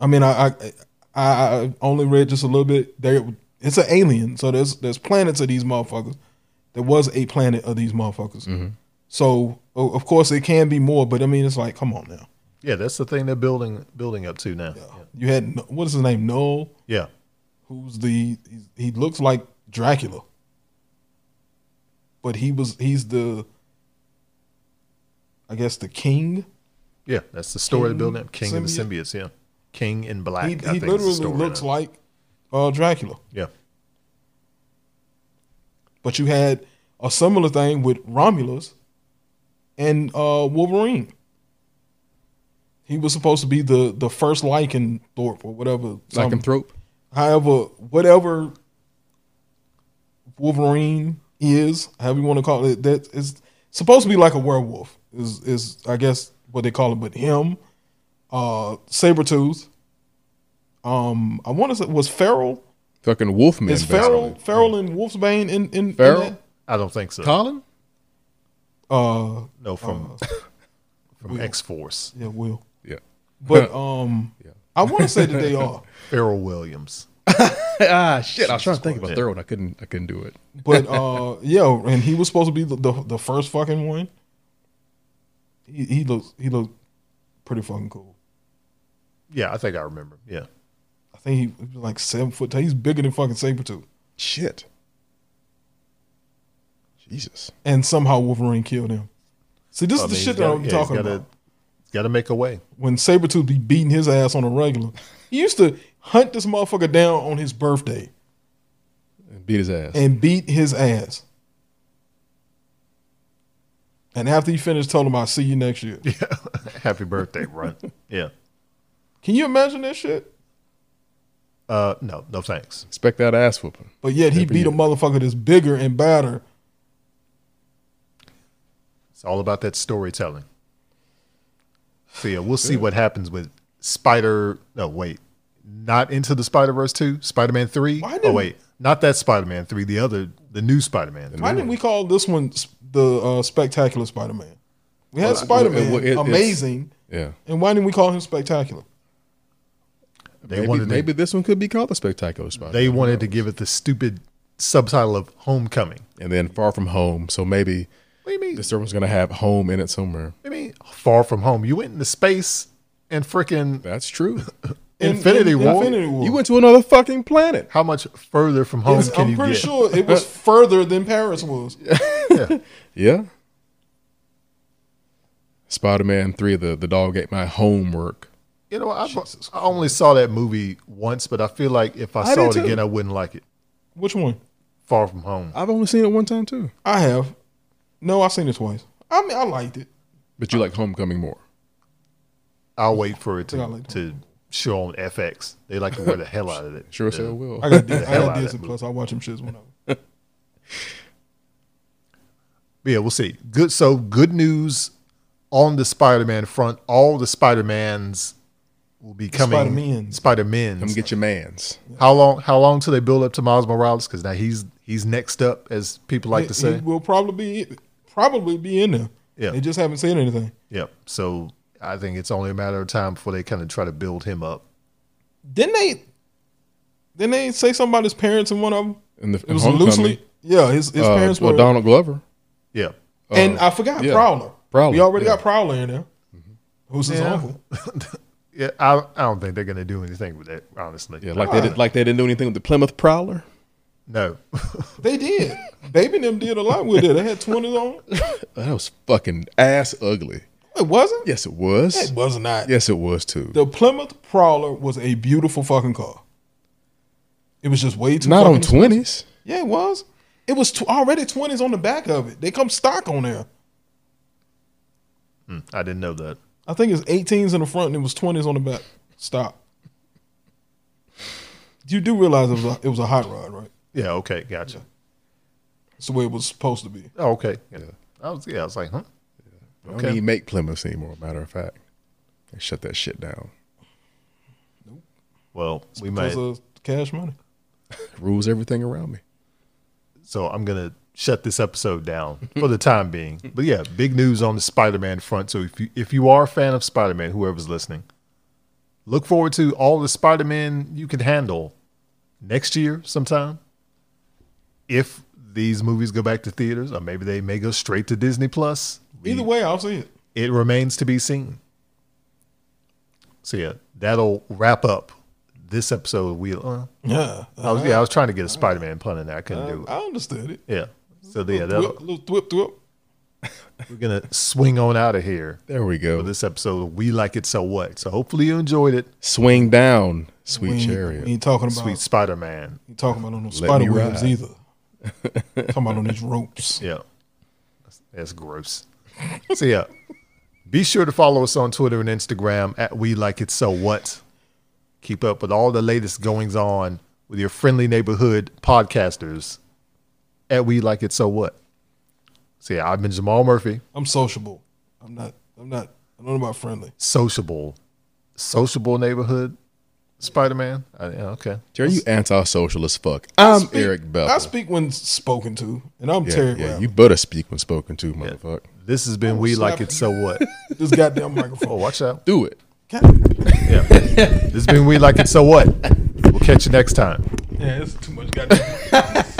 [SPEAKER 3] I mean, I I, I, I only read just a little bit. There, it's an alien. So there's there's planets of these motherfuckers. There was a planet of these motherfuckers.
[SPEAKER 1] Mm-hmm.
[SPEAKER 3] So o- of course it can be more, but I mean, it's like, come on now.
[SPEAKER 1] Yeah, that's the thing they're building building up to now. Yeah,
[SPEAKER 3] You had N- what is his name? Noel,
[SPEAKER 1] yeah.
[SPEAKER 3] who's the he's- he looks like Dracula, but he was he's the I guess the king.
[SPEAKER 1] yeah, that's the story they're
[SPEAKER 3] King
[SPEAKER 1] building up. King and the
[SPEAKER 3] symbiote?
[SPEAKER 1] symbiotes. Yeah, King in black.
[SPEAKER 3] he
[SPEAKER 1] I
[SPEAKER 3] he
[SPEAKER 1] think is the
[SPEAKER 3] literally
[SPEAKER 1] story
[SPEAKER 3] looks
[SPEAKER 1] now.
[SPEAKER 3] like uh, Dracula.
[SPEAKER 1] yeah,
[SPEAKER 3] But you had a similar thing with Romulus and uh, Wolverine. He was supposed to be the the first Lycanthrope or whatever. some-
[SPEAKER 2] Lycanthrope.
[SPEAKER 3] however, whatever Wolverine is, however you want to call it, that is supposed to be like a werewolf. Is is I guess what they call it, but him, uh, Sabretooth, um, I want to say was Feral.
[SPEAKER 2] Fucking Wolfman.
[SPEAKER 3] Is Feral
[SPEAKER 2] basically.
[SPEAKER 3] Feral and Wolfsbane in in, in
[SPEAKER 2] Feral?
[SPEAKER 3] that?
[SPEAKER 1] I don't think so.
[SPEAKER 2] Colin?
[SPEAKER 3] Uh,
[SPEAKER 1] No, from from X Force.
[SPEAKER 3] yeah, Will.
[SPEAKER 2] Yeah.
[SPEAKER 3] But um, I want to say that they are.
[SPEAKER 1] Errol Williams.
[SPEAKER 2] ah shit! I was trying to think about
[SPEAKER 1] Christ.
[SPEAKER 2] third one. I couldn't. I couldn't do it.
[SPEAKER 3] But uh, yeah, and he was supposed to be the the, the first fucking one. He, he looks he looked pretty fucking cool.
[SPEAKER 1] Yeah, I think I remember. Yeah,
[SPEAKER 3] I think he was like seven foot tall. He's bigger than fucking Sabretooth.
[SPEAKER 2] Shit. Jesus.
[SPEAKER 3] And somehow Wolverine killed him. See, this
[SPEAKER 1] I
[SPEAKER 3] is the
[SPEAKER 1] mean,
[SPEAKER 3] shit
[SPEAKER 1] Oh, he's gotta-
[SPEAKER 3] that I'm
[SPEAKER 1] yeah, he's
[SPEAKER 3] talking
[SPEAKER 1] gotta-
[SPEAKER 3] about.
[SPEAKER 1] He's got to make a way.
[SPEAKER 3] When Sabretooth be beating his ass on a regular, he used to hunt this motherfucker down on his birthday
[SPEAKER 2] And beat his ass.
[SPEAKER 3] and beat his ass. And after he finished, told him, I'll see you next year.
[SPEAKER 1] Yeah. Happy birthday, run. yeah.
[SPEAKER 3] Can you imagine that shit?
[SPEAKER 1] Uh, no, no thanks.
[SPEAKER 2] Expect that ass whooping.
[SPEAKER 3] But yet he
[SPEAKER 2] Happy
[SPEAKER 3] beat a
[SPEAKER 2] year.
[SPEAKER 3] motherfucker that's bigger and badder.
[SPEAKER 1] It's all about that storytelling. So yeah, we'll see what happens with Spider. No, wait, not into the Spider Verse two, Spider Man three.
[SPEAKER 3] Why
[SPEAKER 1] Oh
[SPEAKER 3] didn't-
[SPEAKER 1] wait, not that Spider Man three. The other, the new Spider Man.
[SPEAKER 3] Why didn't we call this one s- the uh, Spectacular Spider Man? We had
[SPEAKER 2] Well,
[SPEAKER 3] Spider Man,
[SPEAKER 2] well, it- it's-
[SPEAKER 3] amazing,
[SPEAKER 2] Yeah.
[SPEAKER 3] and why didn't we call him Spectacular?
[SPEAKER 1] They
[SPEAKER 2] maybe
[SPEAKER 1] wanted
[SPEAKER 2] maybe this one could be called the Spectacular Spider.
[SPEAKER 1] to, they wanted to give it the stupid subtitle of Homecoming.
[SPEAKER 2] and then Far From Home. So maybe
[SPEAKER 1] What do you mean?
[SPEAKER 2] this third one's going to have home in it somewhere.
[SPEAKER 1] I mean, far from home. You went into space and freaking
[SPEAKER 2] That's true.
[SPEAKER 1] Infinity War?
[SPEAKER 3] Infinity War.
[SPEAKER 2] you went to another fucking planet.
[SPEAKER 1] how much further from home
[SPEAKER 3] It's-
[SPEAKER 1] can
[SPEAKER 3] I'm
[SPEAKER 1] you
[SPEAKER 3] pretty
[SPEAKER 1] get?
[SPEAKER 3] sure it was further than Paris was.
[SPEAKER 1] Yeah.
[SPEAKER 2] Yeah. Spider Man 3, the, the dog ate my homework.
[SPEAKER 1] You know, I, I only saw that movie once, but I feel like if I,
[SPEAKER 2] I
[SPEAKER 1] saw it
[SPEAKER 2] did too.
[SPEAKER 1] again, I wouldn't like it.
[SPEAKER 3] Which one?
[SPEAKER 1] Far from home.
[SPEAKER 2] I've only seen it one time too.
[SPEAKER 3] I have. No, I've seen it twice. I mean, I liked it.
[SPEAKER 2] But you like Homecoming more.
[SPEAKER 1] I'll wait for it
[SPEAKER 3] think I
[SPEAKER 1] to,
[SPEAKER 3] like
[SPEAKER 1] to show on FX. They like to wear the hell out of it.
[SPEAKER 2] Sure as
[SPEAKER 1] Yeah.
[SPEAKER 2] hell will.
[SPEAKER 3] I got, I
[SPEAKER 1] The hell
[SPEAKER 3] got
[SPEAKER 1] out of that
[SPEAKER 3] Disney Plus. I watch them shits whenever.
[SPEAKER 1] But yeah, we'll see. Good. So good news on the Spider-Man front. All the Spider-Mans will be coming.
[SPEAKER 3] Spider-Mans.
[SPEAKER 2] Come
[SPEAKER 1] Spider-Mans.
[SPEAKER 2] get your mans.
[SPEAKER 1] how long? How long till they build up to Miles Morales? Because now he's he's next up, as people like to
[SPEAKER 3] It-
[SPEAKER 1] say.
[SPEAKER 3] it will probably be probably be in there.
[SPEAKER 1] Yeah.
[SPEAKER 3] They just haven't said anything.
[SPEAKER 1] Yep. So I think it's only a matter of time before they kind of try to build him up.
[SPEAKER 3] Didn't they? Didn't they say something about his parents in one of them?
[SPEAKER 2] And the
[SPEAKER 3] It was loosely. Yeah, his, his
[SPEAKER 2] Uh,
[SPEAKER 3] parents were.
[SPEAKER 2] Donald Glover.
[SPEAKER 1] Yeah.
[SPEAKER 3] and I forgot
[SPEAKER 2] uh, yeah.
[SPEAKER 3] Prowler.
[SPEAKER 2] Prowler,
[SPEAKER 3] We already
[SPEAKER 2] yeah.
[SPEAKER 3] got Prowler in there. Who's his
[SPEAKER 1] Yeah.
[SPEAKER 3] uncle?
[SPEAKER 1] Yeah. I, I don't think they're gonna do anything with that. Honestly.
[SPEAKER 2] Yeah, like they
[SPEAKER 3] Ah.
[SPEAKER 2] did, like they didn't do anything with the Plymouth Prowler.
[SPEAKER 1] No.
[SPEAKER 3] They did. Baby and them did a lot with it. They had twenties on.
[SPEAKER 2] That was fucking ass ugly.
[SPEAKER 3] It wasn't.
[SPEAKER 2] Yes, it was.
[SPEAKER 3] It was not.
[SPEAKER 2] Yes, it was too.
[SPEAKER 3] The Plymouth Prowler was a beautiful fucking car. It was just way too.
[SPEAKER 2] Not
[SPEAKER 3] fucking
[SPEAKER 2] on
[SPEAKER 3] expensive.
[SPEAKER 2] twenties.
[SPEAKER 3] Yeah, it was. It was tw- already twenties on the back of it. They come stock on there.
[SPEAKER 1] Mm, I didn't know that.
[SPEAKER 3] I think it's 18s in the front and it was 20s on the back. Stop. You do realize it was a, it was a hot rod, right?
[SPEAKER 1] Yeah. Okay. Gotcha.
[SPEAKER 3] It's the way it was supposed to be.
[SPEAKER 1] Oh, okay. Yeah. I was. Yeah. I was like, huh.
[SPEAKER 2] I don't even make Plymouths anymore. Matter of fact, they shut that shit down.
[SPEAKER 1] Well, we might.
[SPEAKER 3] Because of cash money.
[SPEAKER 2] Rules everything around me.
[SPEAKER 1] So I'm gonna shut this episode down for the time being. But yeah, big news on the Spider-Man front. So if you if you are a fan of Spider-Man, whoever's listening, look forward to all the Spider-Man you can handle next year sometime. If these movies go back to theaters, or maybe they may go straight to Disney Plus. We-
[SPEAKER 3] Either way, I'll see it.
[SPEAKER 1] it remains to be seen. So yeah, that'll wrap up this episode. We uh,
[SPEAKER 3] Yeah.
[SPEAKER 1] I was yeah, I was trying to get a Spider-Man pun in there. I couldn't do it.
[SPEAKER 3] I understood it.
[SPEAKER 1] Yeah. So yeah,
[SPEAKER 3] Little,
[SPEAKER 1] that'll,
[SPEAKER 3] thwip, little thwip, thwip.
[SPEAKER 1] we're gonna swing on out of here
[SPEAKER 2] There we
[SPEAKER 1] for
[SPEAKER 2] go.
[SPEAKER 1] this episode. of We like it so what? So hopefully you enjoyed it,
[SPEAKER 2] Swing down, sweet
[SPEAKER 3] We ain't,
[SPEAKER 2] chariot.
[SPEAKER 3] we ain't talking about
[SPEAKER 1] sweet Spider Man.
[SPEAKER 3] we ain't talking about on those
[SPEAKER 2] Let
[SPEAKER 3] spider
[SPEAKER 2] me
[SPEAKER 3] webs
[SPEAKER 2] ride.
[SPEAKER 3] either. talking about on these ropes.
[SPEAKER 1] Yeah, that's, that's gross. so yeah, be sure to follow us on Twitter and Instagram at We Like It So What. Keep up with all the latest goings on with your friendly neighborhood podcasters at We Like It So What. So yeah, I've been Jamal Murphy,
[SPEAKER 3] I'm sociable. I'm not. I'm not. I don't know about friendly.
[SPEAKER 1] sociable, sociable neighborhood Spider Man. Uh, Okay.
[SPEAKER 2] Jerry, you anti-social as fuck. I'm Eric Bell.
[SPEAKER 3] I speak when spoken to, and I'm
[SPEAKER 2] yeah,
[SPEAKER 3] Terry.
[SPEAKER 2] yeah,
[SPEAKER 3] Rapp.
[SPEAKER 2] you better speak when spoken to, motherfucker.
[SPEAKER 1] This has been We Like It So What.
[SPEAKER 3] This goddamn
[SPEAKER 1] Oh,
[SPEAKER 3] microphone.
[SPEAKER 1] watch out.
[SPEAKER 2] Do it.
[SPEAKER 3] God.
[SPEAKER 1] Yeah. This has been We Like It So What. We'll catch you next time.
[SPEAKER 3] Yeah, it's too much goddamn.